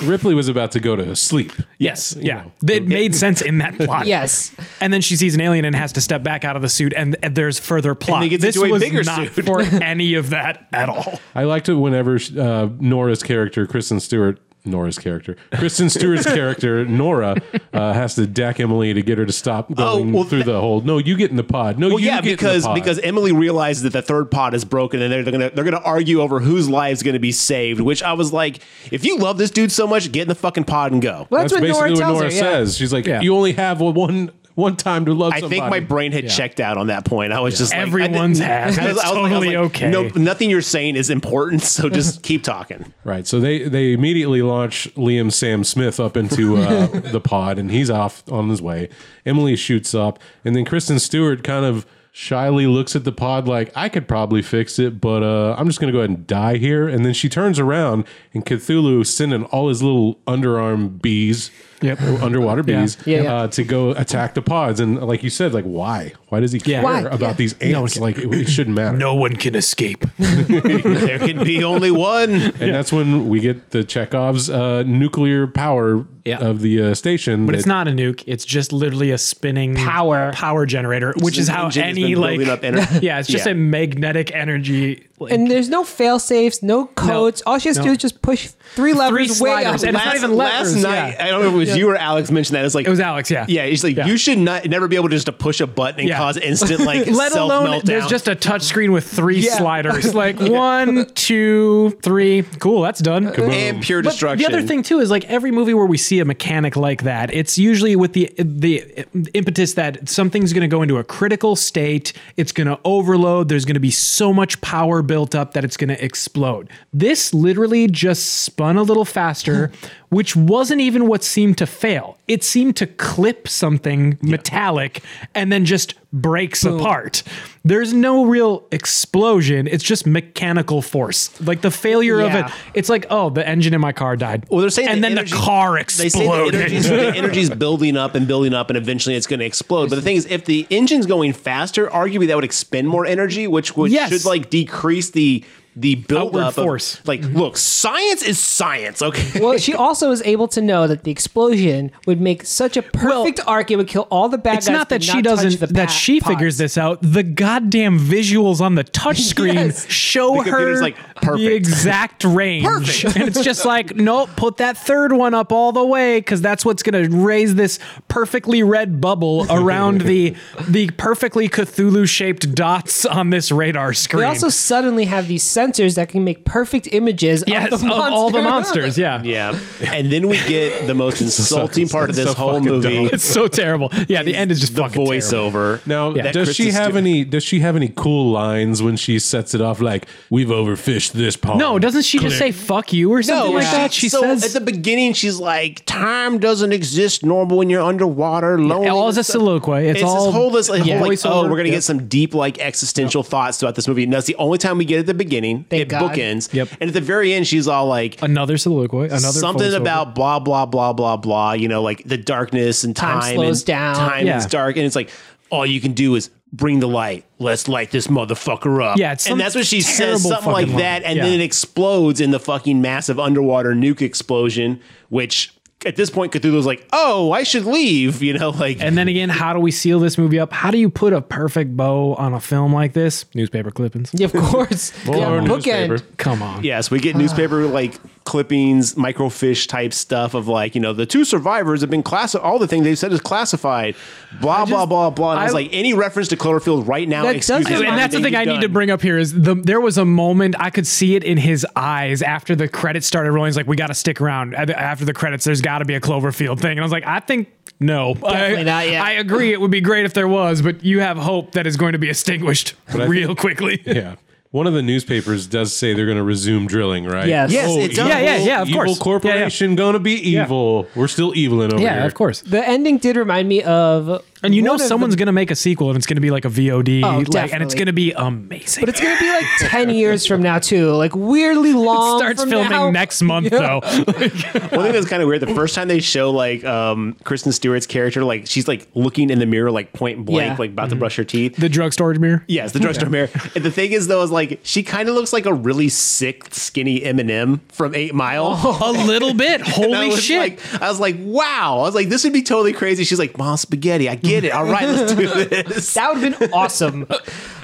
Speaker 1: Ripley was about to go to sleep.
Speaker 2: yes, yeah, it made sense in that plot.
Speaker 3: Yes.
Speaker 2: and then she sees an alien and has to step back out of the suit, and, and there's further plot.
Speaker 4: they get
Speaker 2: this
Speaker 4: into a
Speaker 2: was
Speaker 4: bigger
Speaker 2: not
Speaker 4: suit.
Speaker 2: for any of that at all.
Speaker 1: I liked it whenever uh, Nora's character, Kristen Stewart, Nora's character, Kristen Stewart's character, Nora, uh, has to deck Emily to get her to stop going
Speaker 4: Oh, well,
Speaker 1: through the hole. No, you get in the pod. No,
Speaker 4: Well,
Speaker 1: you
Speaker 4: yeah,
Speaker 1: get in the
Speaker 4: because
Speaker 1: pod.
Speaker 4: because Emily realized that the third pod is broken, and they're gonna they're gonna argue over whose lives gonna be saved. Which I was like, if you love this dude so much, get in the fucking pod and go.
Speaker 3: Well,
Speaker 1: that's,
Speaker 3: that's, what Nora
Speaker 1: basically
Speaker 3: tells
Speaker 1: what Nora
Speaker 3: her. yeah.
Speaker 1: says. She's like,
Speaker 2: Yeah.
Speaker 1: you only have one one time to love.
Speaker 4: I
Speaker 1: somebody.
Speaker 4: think my brain had checked out on that point. I was just like, I didn't-
Speaker 2: Everyone's had.
Speaker 4: I
Speaker 2: It's
Speaker 4: was- I was like- I was
Speaker 2: totally
Speaker 4: like,
Speaker 2: okay.
Speaker 4: No, nothing you're saying is important. So just keep talking.
Speaker 1: Right. So they they immediately launch Liam Sam Smith up into uh, the pod, and he's off on his way. Emily shoots up, and then Kristen Stewart kind of shyly looks at the pod like, "I could probably fix it, but uh, I'm just going to go ahead and die here." And then she turns around, and Cthulhu sending all his little underarm bees.
Speaker 2: Yep.
Speaker 1: Underwater
Speaker 2: Yeah.
Speaker 1: bees
Speaker 3: Yeah, yeah.
Speaker 1: Uh, to go attack the pods, and like you said, like why? Why does he care
Speaker 3: Why?
Speaker 1: about
Speaker 3: Yeah.
Speaker 1: these ants? like it, it shouldn't matter.
Speaker 2: No one can escape.
Speaker 4: there can be only one.
Speaker 1: And that's when we get the Chekhov's uh, nuclear power
Speaker 2: Yeah.
Speaker 1: of the uh, station.
Speaker 2: But it's not a nuke. It's just literally a spinning
Speaker 3: Power.
Speaker 2: power generator, which is
Speaker 4: This
Speaker 2: how
Speaker 4: engine has
Speaker 2: any
Speaker 4: been
Speaker 2: like
Speaker 4: building up energy.
Speaker 2: yeah, it's just
Speaker 4: Yeah.
Speaker 2: a magnetic energy. Like,
Speaker 3: And there's no fail safes, no codes. All she has to
Speaker 2: No.
Speaker 3: do is just push three levers way up.
Speaker 2: sliders, and it's not even letters,
Speaker 4: last night,
Speaker 2: yeah.
Speaker 4: I don't know if it was you or Alex mentioned that. It's like
Speaker 2: it was Alex. Yeah,
Speaker 4: Yeah, he's like
Speaker 2: Yeah.
Speaker 4: you should not never be able to just to push a button and
Speaker 2: Yeah.
Speaker 4: cause instant like
Speaker 2: Let
Speaker 4: self
Speaker 2: alone
Speaker 4: meltdown.
Speaker 2: there's just a touch screen with three
Speaker 3: Yeah. Uh,
Speaker 2: sliders, like one, two, three. Cool, that's done.
Speaker 4: and pure
Speaker 2: But
Speaker 4: destruction.
Speaker 2: the other thing too is like every movie where we see a mechanic like that, it's usually with the the impetus that something's going to go into a critical state, it's going to overload, there's going to be so much power built up that it's going to explode. This literally just spun a little faster, which wasn't even what seemed to fail. It seemed to clip something metallic and then just breaks apart. There's no real explosion. It's just mechanical force. Like the failure of
Speaker 3: Yeah.
Speaker 2: it it's like, oh, the engine in my car died.
Speaker 4: Well, they're saying
Speaker 2: and
Speaker 4: the
Speaker 2: then
Speaker 4: energy-
Speaker 2: the car
Speaker 4: They say the
Speaker 2: exploded.
Speaker 4: energy's, the energy's building up and building up, and eventually it's going to explode. But the thing is, if the engine's going faster, arguably that would expend more energy, which would
Speaker 2: Yes.
Speaker 4: should like decrease the the
Speaker 2: Outward
Speaker 4: buildup. of-
Speaker 2: force. Mm-hmm.
Speaker 4: like, look, science is science. Okay,
Speaker 3: Well, she also is able to know that the explosion would make such a perfect arc; it would kill all the bad
Speaker 2: it's
Speaker 3: guys.
Speaker 2: not
Speaker 3: but
Speaker 2: that she
Speaker 3: touch
Speaker 2: doesn't
Speaker 3: the
Speaker 2: that
Speaker 3: pa-
Speaker 2: she
Speaker 3: pods.
Speaker 2: figures this out. The goddamn visuals on the touchscreen
Speaker 3: Yes.
Speaker 2: show
Speaker 4: The
Speaker 2: her
Speaker 4: computer's like, perfect.
Speaker 2: the exact range,
Speaker 4: Perfect.
Speaker 2: and it's just like, nope, put that third one up all the way because that's what's going to raise this perfectly red bubble around the the perfectly Cthulhu shaped dots on this radar
Speaker 3: They
Speaker 2: screen.
Speaker 3: also suddenly have these sensors that can make perfect images
Speaker 2: Yes,
Speaker 3: of,
Speaker 2: of
Speaker 3: the
Speaker 2: all the
Speaker 3: monster.
Speaker 2: monsters. Yeah.
Speaker 4: Yeah. And then we get the most insulting part of this
Speaker 1: so
Speaker 4: whole
Speaker 1: fucking
Speaker 4: movie.
Speaker 1: dumb.
Speaker 2: It's so terrible. Yeah, the end is just
Speaker 4: The
Speaker 2: fucking terrible.
Speaker 4: voiceover.
Speaker 1: Now,
Speaker 4: that
Speaker 1: does
Speaker 4: Chris
Speaker 1: she
Speaker 4: is
Speaker 1: have
Speaker 4: doing.
Speaker 1: any? Does she have any cool lines when she sets it off? Like we've overfished this pond.
Speaker 2: No, doesn't she just say
Speaker 1: Click.
Speaker 2: fuck you or something like that? She
Speaker 4: so
Speaker 2: says
Speaker 4: at the beginning, she's like, "Time doesn't exist normal when you're underwater, lonely."
Speaker 2: all is a soliloquy. It's
Speaker 4: It's, this
Speaker 2: all-
Speaker 4: whole this like,
Speaker 2: yeah.
Speaker 4: whole, like, oh,
Speaker 2: Voiceover.
Speaker 4: we're gonna
Speaker 2: Yep.
Speaker 4: get some deep like existential thoughts throughout this movie, and that's the only time we get it at the beginning.
Speaker 3: Thank
Speaker 4: it
Speaker 3: God.
Speaker 4: bookends,
Speaker 2: Yep.
Speaker 4: and at the very end, she's all like,
Speaker 2: another soliloquy, another
Speaker 4: something
Speaker 2: voiceover.
Speaker 4: about blah blah blah blah blah. You know, like the darkness and
Speaker 3: Time
Speaker 4: time,
Speaker 3: slows
Speaker 4: and
Speaker 3: down.
Speaker 4: Time
Speaker 2: Yeah.
Speaker 4: is dark, and it's like all you can do is bring the light. Let's light this motherfucker up.
Speaker 2: Yeah, it's some
Speaker 4: and that's what she says,
Speaker 2: terrible
Speaker 4: something like
Speaker 2: fucking line.
Speaker 4: that, and
Speaker 2: Yeah.
Speaker 4: then it explodes in the fucking massive underwater nuke explosion, which. At this point, Cthulhu's like, "Oh, I should leave," you know, like,
Speaker 2: And then again, how do we seal this movie up? How do you put a perfect bow on a film like this? Newspaper clippings.
Speaker 3: Yeah, of course.
Speaker 1: Or
Speaker 3: yeah,
Speaker 1: newspaper.
Speaker 3: bookend.
Speaker 2: Come on.
Speaker 4: Yes, we get newspaper like clippings, microfiche type stuff of like, you know, the two survivors have been class all the things they've said is classified. Blah blah blah blah. And I, was
Speaker 2: I-
Speaker 4: like, any reference to Cloverfield right now,
Speaker 3: That
Speaker 4: excuses
Speaker 3: doesn't-
Speaker 4: everything
Speaker 2: and that's the thing
Speaker 4: you've
Speaker 2: I need
Speaker 4: done.
Speaker 2: to bring up here is the there was a moment I could see it in his eyes after the credits started rolling. He's like, "We got to stick around Af- after the credits. There's got to be a Cloverfield thing." And I was like, "I think no, I,
Speaker 3: Definitely not yet.
Speaker 2: I agree. It would be great if there was, but you have hope that is going to be extinguished
Speaker 1: I
Speaker 2: real quickly."
Speaker 1: Yeah. One of the newspapers does say they're going to resume drilling, right?
Speaker 3: Yes. Yes,
Speaker 4: it does.
Speaker 1: evil-
Speaker 2: Yeah, yeah, yeah, of
Speaker 1: evil
Speaker 2: course.
Speaker 1: corporation going to be evil. We're still eviling over here.
Speaker 2: course.
Speaker 3: The ending did remind me of.
Speaker 2: And you know
Speaker 3: one of the-
Speaker 2: someone's going to make a sequel and it's going to be like a VOD
Speaker 3: Oh,
Speaker 2: like and it's
Speaker 3: definitely.
Speaker 2: going to be amazing.
Speaker 3: But it's gonna be like ten years from now too, like weirdly long.
Speaker 2: starts
Speaker 3: from
Speaker 2: filming
Speaker 3: now.
Speaker 2: next month though.
Speaker 4: One thing that's kind of weird, the first time they show like um Kristen Stewart's character, like she's like looking in the mirror like point blank,
Speaker 3: Yeah.
Speaker 4: like about to brush her teeth.
Speaker 2: Mm-hmm. the drug storage mirror.
Speaker 4: Yes, the drugstore mayor. And the thing is, though, is like she kind of looks like a really sick, skinny Eminem from Eight Mile.
Speaker 2: A little bit.
Speaker 4: And I
Speaker 2: Holy
Speaker 4: was
Speaker 2: shit.
Speaker 4: Like, I was like, wow. I was like, this would be totally crazy. She's like, Mom, spaghetti. I get it. All right, let's do this.
Speaker 3: That would have been awesome.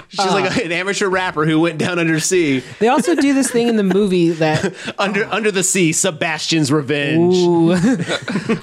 Speaker 4: She's like an amateur rapper who went down under sea,
Speaker 3: they also do this thing in the movie that
Speaker 4: under under the sea. Sebastian's revenge.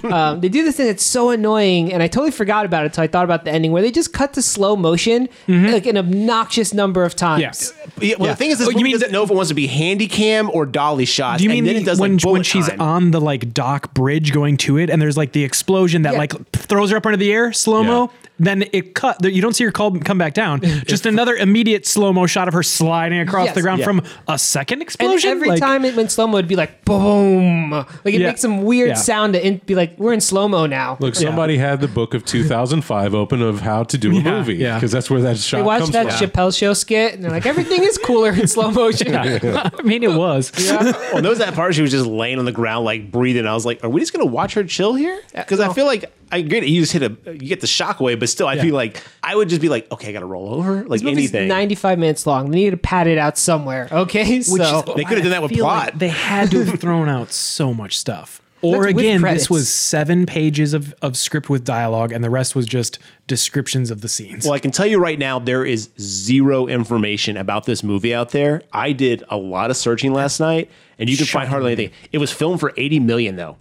Speaker 3: um, they do this thing that's so annoying, and I totally forgot about it until I thought about the ending, where they just cut to slow motion like an obnoxious number of times.
Speaker 2: Yes.
Speaker 4: Yeah,
Speaker 2: Mm-hmm.
Speaker 4: well,
Speaker 2: Yeah.
Speaker 4: the thing is, this
Speaker 2: Oh, you
Speaker 4: movie
Speaker 2: mean
Speaker 4: doesn't
Speaker 2: the-
Speaker 4: know if it wants to be handy cam or dolly shot.
Speaker 2: Do you mean
Speaker 4: and then it
Speaker 2: the,
Speaker 4: does
Speaker 2: when,
Speaker 4: like bullet
Speaker 2: when she's
Speaker 4: time.
Speaker 2: on the like dock bridge going to it and there's like the explosion that
Speaker 3: Yeah.
Speaker 2: like throws her up under the air, slow-mo,
Speaker 1: Yeah.
Speaker 2: then it cut you don't see her call come back down. Just another immediate slow-mo shot of her sliding across
Speaker 3: Yes.
Speaker 2: the ground
Speaker 4: Yeah.
Speaker 2: from a second
Speaker 3: And
Speaker 2: explosion.
Speaker 3: every
Speaker 2: Like,
Speaker 3: time it went slow mo, it'd be like boom. Like it
Speaker 2: Yeah.
Speaker 3: makes some weird
Speaker 2: Yeah.
Speaker 3: sound to in, be like, we're in slow mo now.
Speaker 1: Look, somebody had the book of 2005 open of how to do a
Speaker 2: Yeah,
Speaker 1: movie
Speaker 2: yeah.
Speaker 1: because that's where that
Speaker 3: they
Speaker 2: uh,
Speaker 1: shot comes
Speaker 3: watched that
Speaker 1: from.
Speaker 3: Chappelle show skit, and they're like, everything is cooler in slow motion.
Speaker 2: I mean it was.
Speaker 4: Well, there was Oh, that part she was just laying on the ground, like breathing. I was like, are we just gonna watch her chill here? Because I feel like I get it. You just hit a, you get the shock away, but still, I feel like I would just be like, okay, I gotta roll over, like
Speaker 3: This movie's
Speaker 4: anything.
Speaker 3: 95 minutes long. They need to pad it out somewhere. Okay, so
Speaker 4: They could have done that with
Speaker 2: feel
Speaker 4: plot.
Speaker 2: like they had to have thrown out so much stuff. Or
Speaker 3: With- with
Speaker 2: again,
Speaker 3: credits.
Speaker 2: this was seven pages of, of script with dialogue, and the rest was just descriptions of the scenes.
Speaker 4: Well, I can tell you right now, there is zero information about this movie out there. I did a lot of searching last night, and you can find hardly anything. It was filmed for eighty million, though.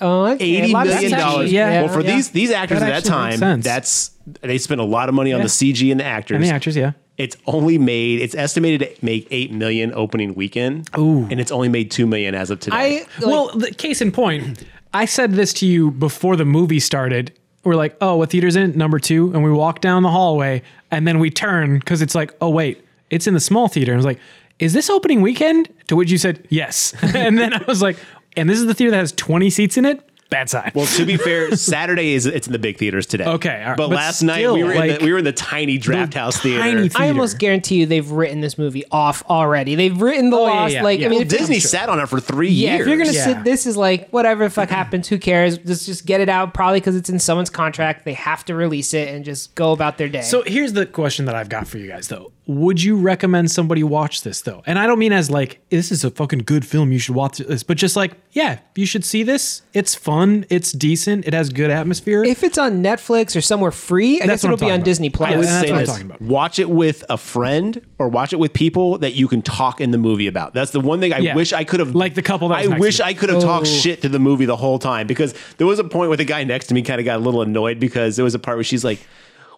Speaker 3: oh, okay,
Speaker 4: Eighty
Speaker 3: a lot
Speaker 4: million
Speaker 3: of stuff.
Speaker 4: dollars.
Speaker 2: yeah.
Speaker 4: Well, for
Speaker 3: yeah.
Speaker 4: these these actors
Speaker 2: That
Speaker 4: at that
Speaker 2: actually makes
Speaker 4: time,
Speaker 2: sense.
Speaker 4: that's they spent a lot of money on
Speaker 2: Yeah.
Speaker 4: the CG and the actors.
Speaker 2: and the actors, yeah.
Speaker 4: It's only made. It's estimated to make eight million opening weekend. Ooh. and it's only made two million as of today.
Speaker 3: I like,
Speaker 2: well, the, case in point, I said this to you before the movie started. We're like, oh, what theater's in? Number two. And we walk down the hallway, and then we turn because it's like, oh, wait, it's in the small theater. And I was like, is this opening weekend? To which you said, yes. and then I was like, and this is the theater that has 20 seats in it? Bad sign.
Speaker 4: well, to be fair, Saturday is it's in the big theaters today.
Speaker 2: Okay, all right.
Speaker 4: but,
Speaker 2: But
Speaker 4: last night
Speaker 2: still,
Speaker 4: we were in
Speaker 2: like,
Speaker 4: the, we were in the tiny draft house theater.
Speaker 2: tiny
Speaker 3: I almost
Speaker 2: theater.
Speaker 3: guarantee you they've written this movie off already. They've written the
Speaker 2: Oh, yeah,
Speaker 3: lost.
Speaker 2: yeah,
Speaker 3: like
Speaker 2: yeah.
Speaker 3: I mean,
Speaker 2: Well,
Speaker 3: if-
Speaker 4: Disney sat on it for three
Speaker 3: Yeah,
Speaker 4: years.
Speaker 3: if you're gonna
Speaker 2: Yeah.
Speaker 3: sit, this is like whatever the fuck happens. Who cares? Let's just get it out. Probably because it's in someone's contract. They have to release it and just go about their day.
Speaker 2: So here's the question that I've got for you guys though. Would you recommend somebody watch this though? And I don't mean as like this is a fucking good film, you should watch this, but just like, yeah, you should see this. It's fun, it's decent, it has good atmosphere.
Speaker 3: if it's on Netflix or somewhere free, I
Speaker 2: That's
Speaker 3: guess
Speaker 2: what
Speaker 3: it'll
Speaker 2: I'm
Speaker 3: be on
Speaker 2: talking
Speaker 3: Disney
Speaker 2: about.
Speaker 3: Plus.
Speaker 4: I would
Speaker 2: Yeah, that's
Speaker 4: say
Speaker 2: what I'm
Speaker 4: this.
Speaker 2: talking about.
Speaker 4: Watch it with a friend or watch it with people that you can talk in the movie about. That's the one thing I
Speaker 2: Yeah.
Speaker 4: wish I could have.
Speaker 2: Like the couple that was
Speaker 4: I
Speaker 2: next to
Speaker 4: wish
Speaker 2: me.
Speaker 4: I could have talked shit to the movie the whole time because there was a point where the guy next to me kind of got a little annoyed because there was a part where she's like,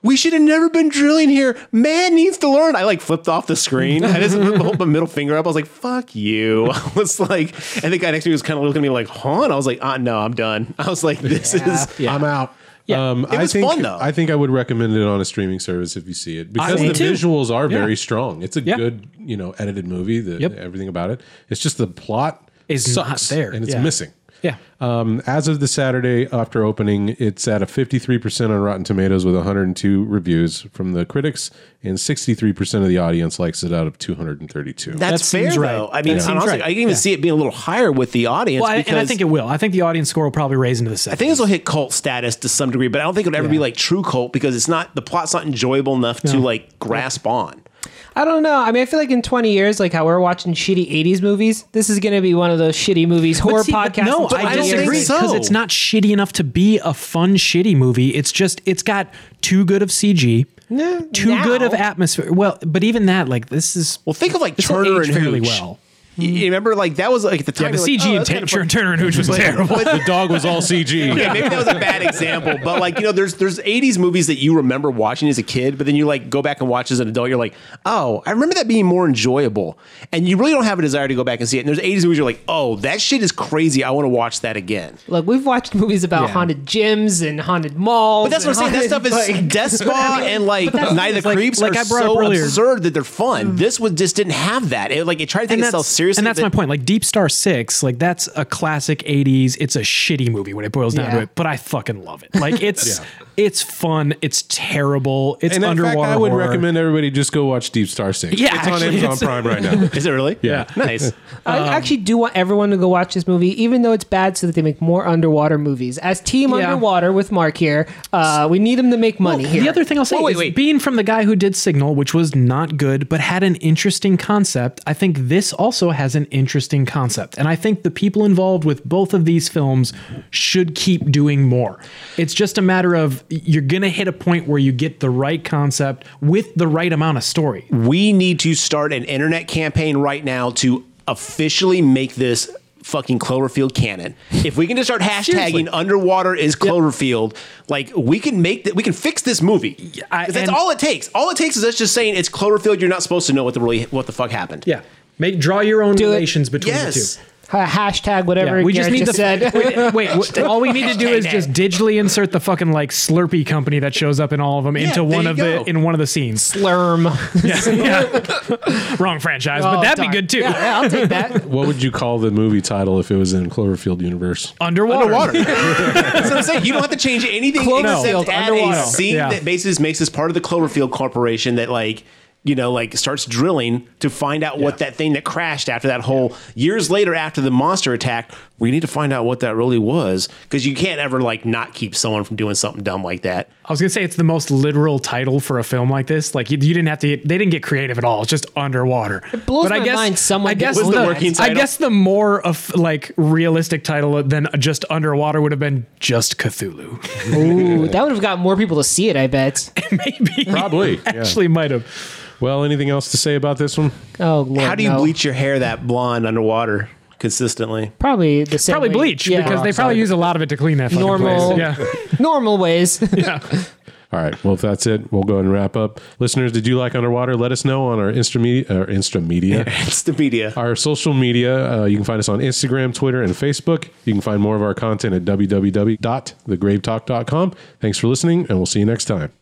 Speaker 4: we should have never been drilling here. Man needs to learn. I like flipped off the screen. I just put my middle finger up. I was like, fuck you. I was like, and the guy next to me was kind of looking at me like, huh? And I was like, ah, no, I'm done. I was like, this is.
Speaker 1: I'm out.
Speaker 3: Yeah.
Speaker 1: Um,
Speaker 4: It was
Speaker 1: I think,
Speaker 4: fun, though.
Speaker 1: I think I would recommend it on a streaming service if you see it because
Speaker 2: me
Speaker 1: the
Speaker 2: too.
Speaker 1: visuals are
Speaker 2: Yeah.
Speaker 1: very strong. It's a
Speaker 2: Yeah.
Speaker 1: good, you know, edited movie. The,
Speaker 2: Yep.
Speaker 1: Everything about it. It's just the plot
Speaker 2: Is
Speaker 1: sucks
Speaker 2: not there.
Speaker 1: and it's
Speaker 2: Yeah.
Speaker 1: missing.
Speaker 2: Yeah.
Speaker 1: Um, as of the Saturday after opening, it's at a 53% on Rotten Tomatoes with 102 reviews from the critics, and 63% of the audience likes it out of 232.
Speaker 4: That's fair,
Speaker 2: seems right.
Speaker 4: though. I mean,
Speaker 2: That seems
Speaker 4: honestly,
Speaker 2: right.
Speaker 4: I can even
Speaker 2: Yeah.
Speaker 4: see it being a little higher with the audience.
Speaker 2: Well, I, and I
Speaker 4: because-
Speaker 2: think it will. I think the audience score will probably raise into the second.
Speaker 4: I think this will hit cult status to some degree, but I don't think it would ever be like true cult because it's not the plot's not enjoyable enough to like grasp on.
Speaker 3: I don't know. I mean, I feel like in 20 years, like how we're watching shitty 80s movies, this is going to be one of those shitty movies, horror
Speaker 2: see,
Speaker 3: podcasts.
Speaker 2: No,
Speaker 3: in 20
Speaker 2: I
Speaker 4: don't
Speaker 3: years.
Speaker 4: think
Speaker 2: disagree
Speaker 4: so.
Speaker 2: because it's not shitty enough to be a fun shitty movie. It's just it's got too good of CG, too
Speaker 3: now-
Speaker 2: good of atmosphere. Well, but even that, like this is
Speaker 4: Well, think of like
Speaker 2: this will
Speaker 4: Turner
Speaker 2: age
Speaker 4: and
Speaker 2: fairly
Speaker 4: Hooch.
Speaker 2: well.
Speaker 4: You- You remember like that was like at the
Speaker 2: Yeah,
Speaker 4: time
Speaker 2: the
Speaker 4: you're
Speaker 2: CG
Speaker 4: like, oh,
Speaker 2: and
Speaker 4: that's kinda
Speaker 2: Turner,
Speaker 4: fun.
Speaker 2: Turner and Hooch was terrible.
Speaker 4: But-
Speaker 1: the dog was all CG.
Speaker 4: yeah, maybe that was a bad example, but like you know, there's there's 80s movies that you remember watching as a kid, but then you like go back and watch as an adult. You're like, oh, I remember that being more enjoyable, and you really don't have a desire to go back and see it. And there's 80s movies you're like, oh, that shit is crazy. I want to watch that again.
Speaker 3: Look, we've watched movies about
Speaker 2: Yeah.
Speaker 3: haunted gyms and haunted malls.
Speaker 4: But that's what I'm saying. That stuff is death spa and like Night of the
Speaker 2: like-
Speaker 4: Creeps
Speaker 2: like
Speaker 4: are
Speaker 2: I brought
Speaker 4: so
Speaker 2: up earlier. Mm-hmm.
Speaker 4: absurd that they're fun. This one just didn't have that. It like it tried to take
Speaker 2: and
Speaker 4: itself
Speaker 2: that's,
Speaker 4: seriously.
Speaker 2: and that's
Speaker 4: but-
Speaker 2: my point. Like Deep Star Six, like that's a classic '80s. It's a shitty movie when it boils down
Speaker 3: Yeah.
Speaker 2: to it, but I fucking love it. Like it's it's fun. It's terrible. It's
Speaker 1: And in fact,
Speaker 2: underwater.
Speaker 1: I would
Speaker 2: horror.
Speaker 1: recommend everybody just go watch Deep Star Six.
Speaker 2: Yeah,
Speaker 1: it's on
Speaker 2: actually,
Speaker 1: Amazon
Speaker 2: it's-
Speaker 1: Prime right now.
Speaker 4: Is it really?
Speaker 1: Yeah.
Speaker 4: Nice.
Speaker 3: I
Speaker 2: Um,
Speaker 3: actually do want everyone to go watch this movie, even though it's bad, so that they make more underwater movies. As Team
Speaker 2: Yeah.
Speaker 3: Underwater with Mark here, uh, we need him to make money here.
Speaker 2: The other thing I'll say
Speaker 4: Whoa, wait,
Speaker 2: is
Speaker 4: wait.
Speaker 2: being from the guy who did Signal, which was not good, but had an interesting concept, I think this also has an interesting concept. And I think the people involved with both of these films should keep doing more. It's just a matter of you're going to hit a point where you get the right concept with the right amount of story.
Speaker 4: we need to start an internet campaign right now to officially make this fucking Cloverfield canon. If we can just start hashtagging
Speaker 2: Seriously.
Speaker 4: underwater is Cloverfield, like we can make that we can fix this movie. 'Cause
Speaker 2: I-
Speaker 4: that's
Speaker 2: and-
Speaker 4: all it takes. All it takes is us just saying it's Cloverfield. You're not supposed to know what the really what the fuck happened.
Speaker 2: Yeah. Make draw your own
Speaker 3: Do it.
Speaker 2: relations between the two.
Speaker 4: Yes.
Speaker 3: Uh, hashtag whatever
Speaker 2: Yeah, we just
Speaker 3: Garrett
Speaker 2: need the
Speaker 3: said.
Speaker 2: wait. wait w- all we need to do is just digitally insert the fucking like Slurpee company that shows up in all of them into
Speaker 4: there
Speaker 2: one
Speaker 4: you
Speaker 2: of the
Speaker 4: go.
Speaker 2: in one of the scenes.
Speaker 3: Slurm.
Speaker 2: Yeah. Wrong franchise, but
Speaker 3: Oh,
Speaker 2: that'd
Speaker 3: darn.
Speaker 2: be good too.
Speaker 3: Yeah, yeah, I'll take that.
Speaker 1: What would you call the movie title if it was in Cloverfield universe?
Speaker 2: Underwater.
Speaker 4: Underwater. That's what I'm saying. You don't have to change anything
Speaker 2: Cloverfield,
Speaker 4: except add
Speaker 2: underwater.
Speaker 4: a scene
Speaker 2: Yeah.
Speaker 4: that basis makes this part of the Cloverfield Corporation that like you know like starts drilling to find out what that thing that crashed after that whole years later after the monster attack. We need to find out what that really was because you can't ever like not keep someone from doing something dumb like that.
Speaker 2: I was gonna say it's the most literal title for a film like this. Like you, you didn't have to. They didn't get creative at all. It's just underwater. It
Speaker 3: blows my mind someone
Speaker 2: I
Speaker 3: did
Speaker 2: guess
Speaker 3: that. Was the
Speaker 2: the,
Speaker 4: working
Speaker 2: I
Speaker 4: title?
Speaker 2: guess the more of like realistic title than just underwater would have been just Cthulhu.
Speaker 3: Ooh, that would have got more people to see it, I bet.
Speaker 1: Probably. yeah.
Speaker 2: Actually, might have.
Speaker 1: Well, anything else to say about this one?
Speaker 3: Oh, Lord,
Speaker 4: How do you
Speaker 3: no.
Speaker 4: bleach your hair that blonde underwater consistently?
Speaker 3: Probably the same.
Speaker 2: Probably
Speaker 3: way-
Speaker 2: bleach
Speaker 3: yeah.
Speaker 2: because they probably use a lot of it to clean that. fucking
Speaker 3: Normal.
Speaker 2: Place. Yeah.
Speaker 3: normal ways.
Speaker 1: All right. Well, if that's it, we'll go ahead and wrap up. Listeners, did you like Underwater? Let us know on our Insta Media. Our Insta Media.
Speaker 4: It's the media.
Speaker 1: Our social media, uh, you can find us on Instagram, Twitter, and Facebook. You can find more of our content at www.thegravetalk.com. Thanks for listening, and we'll see you next time.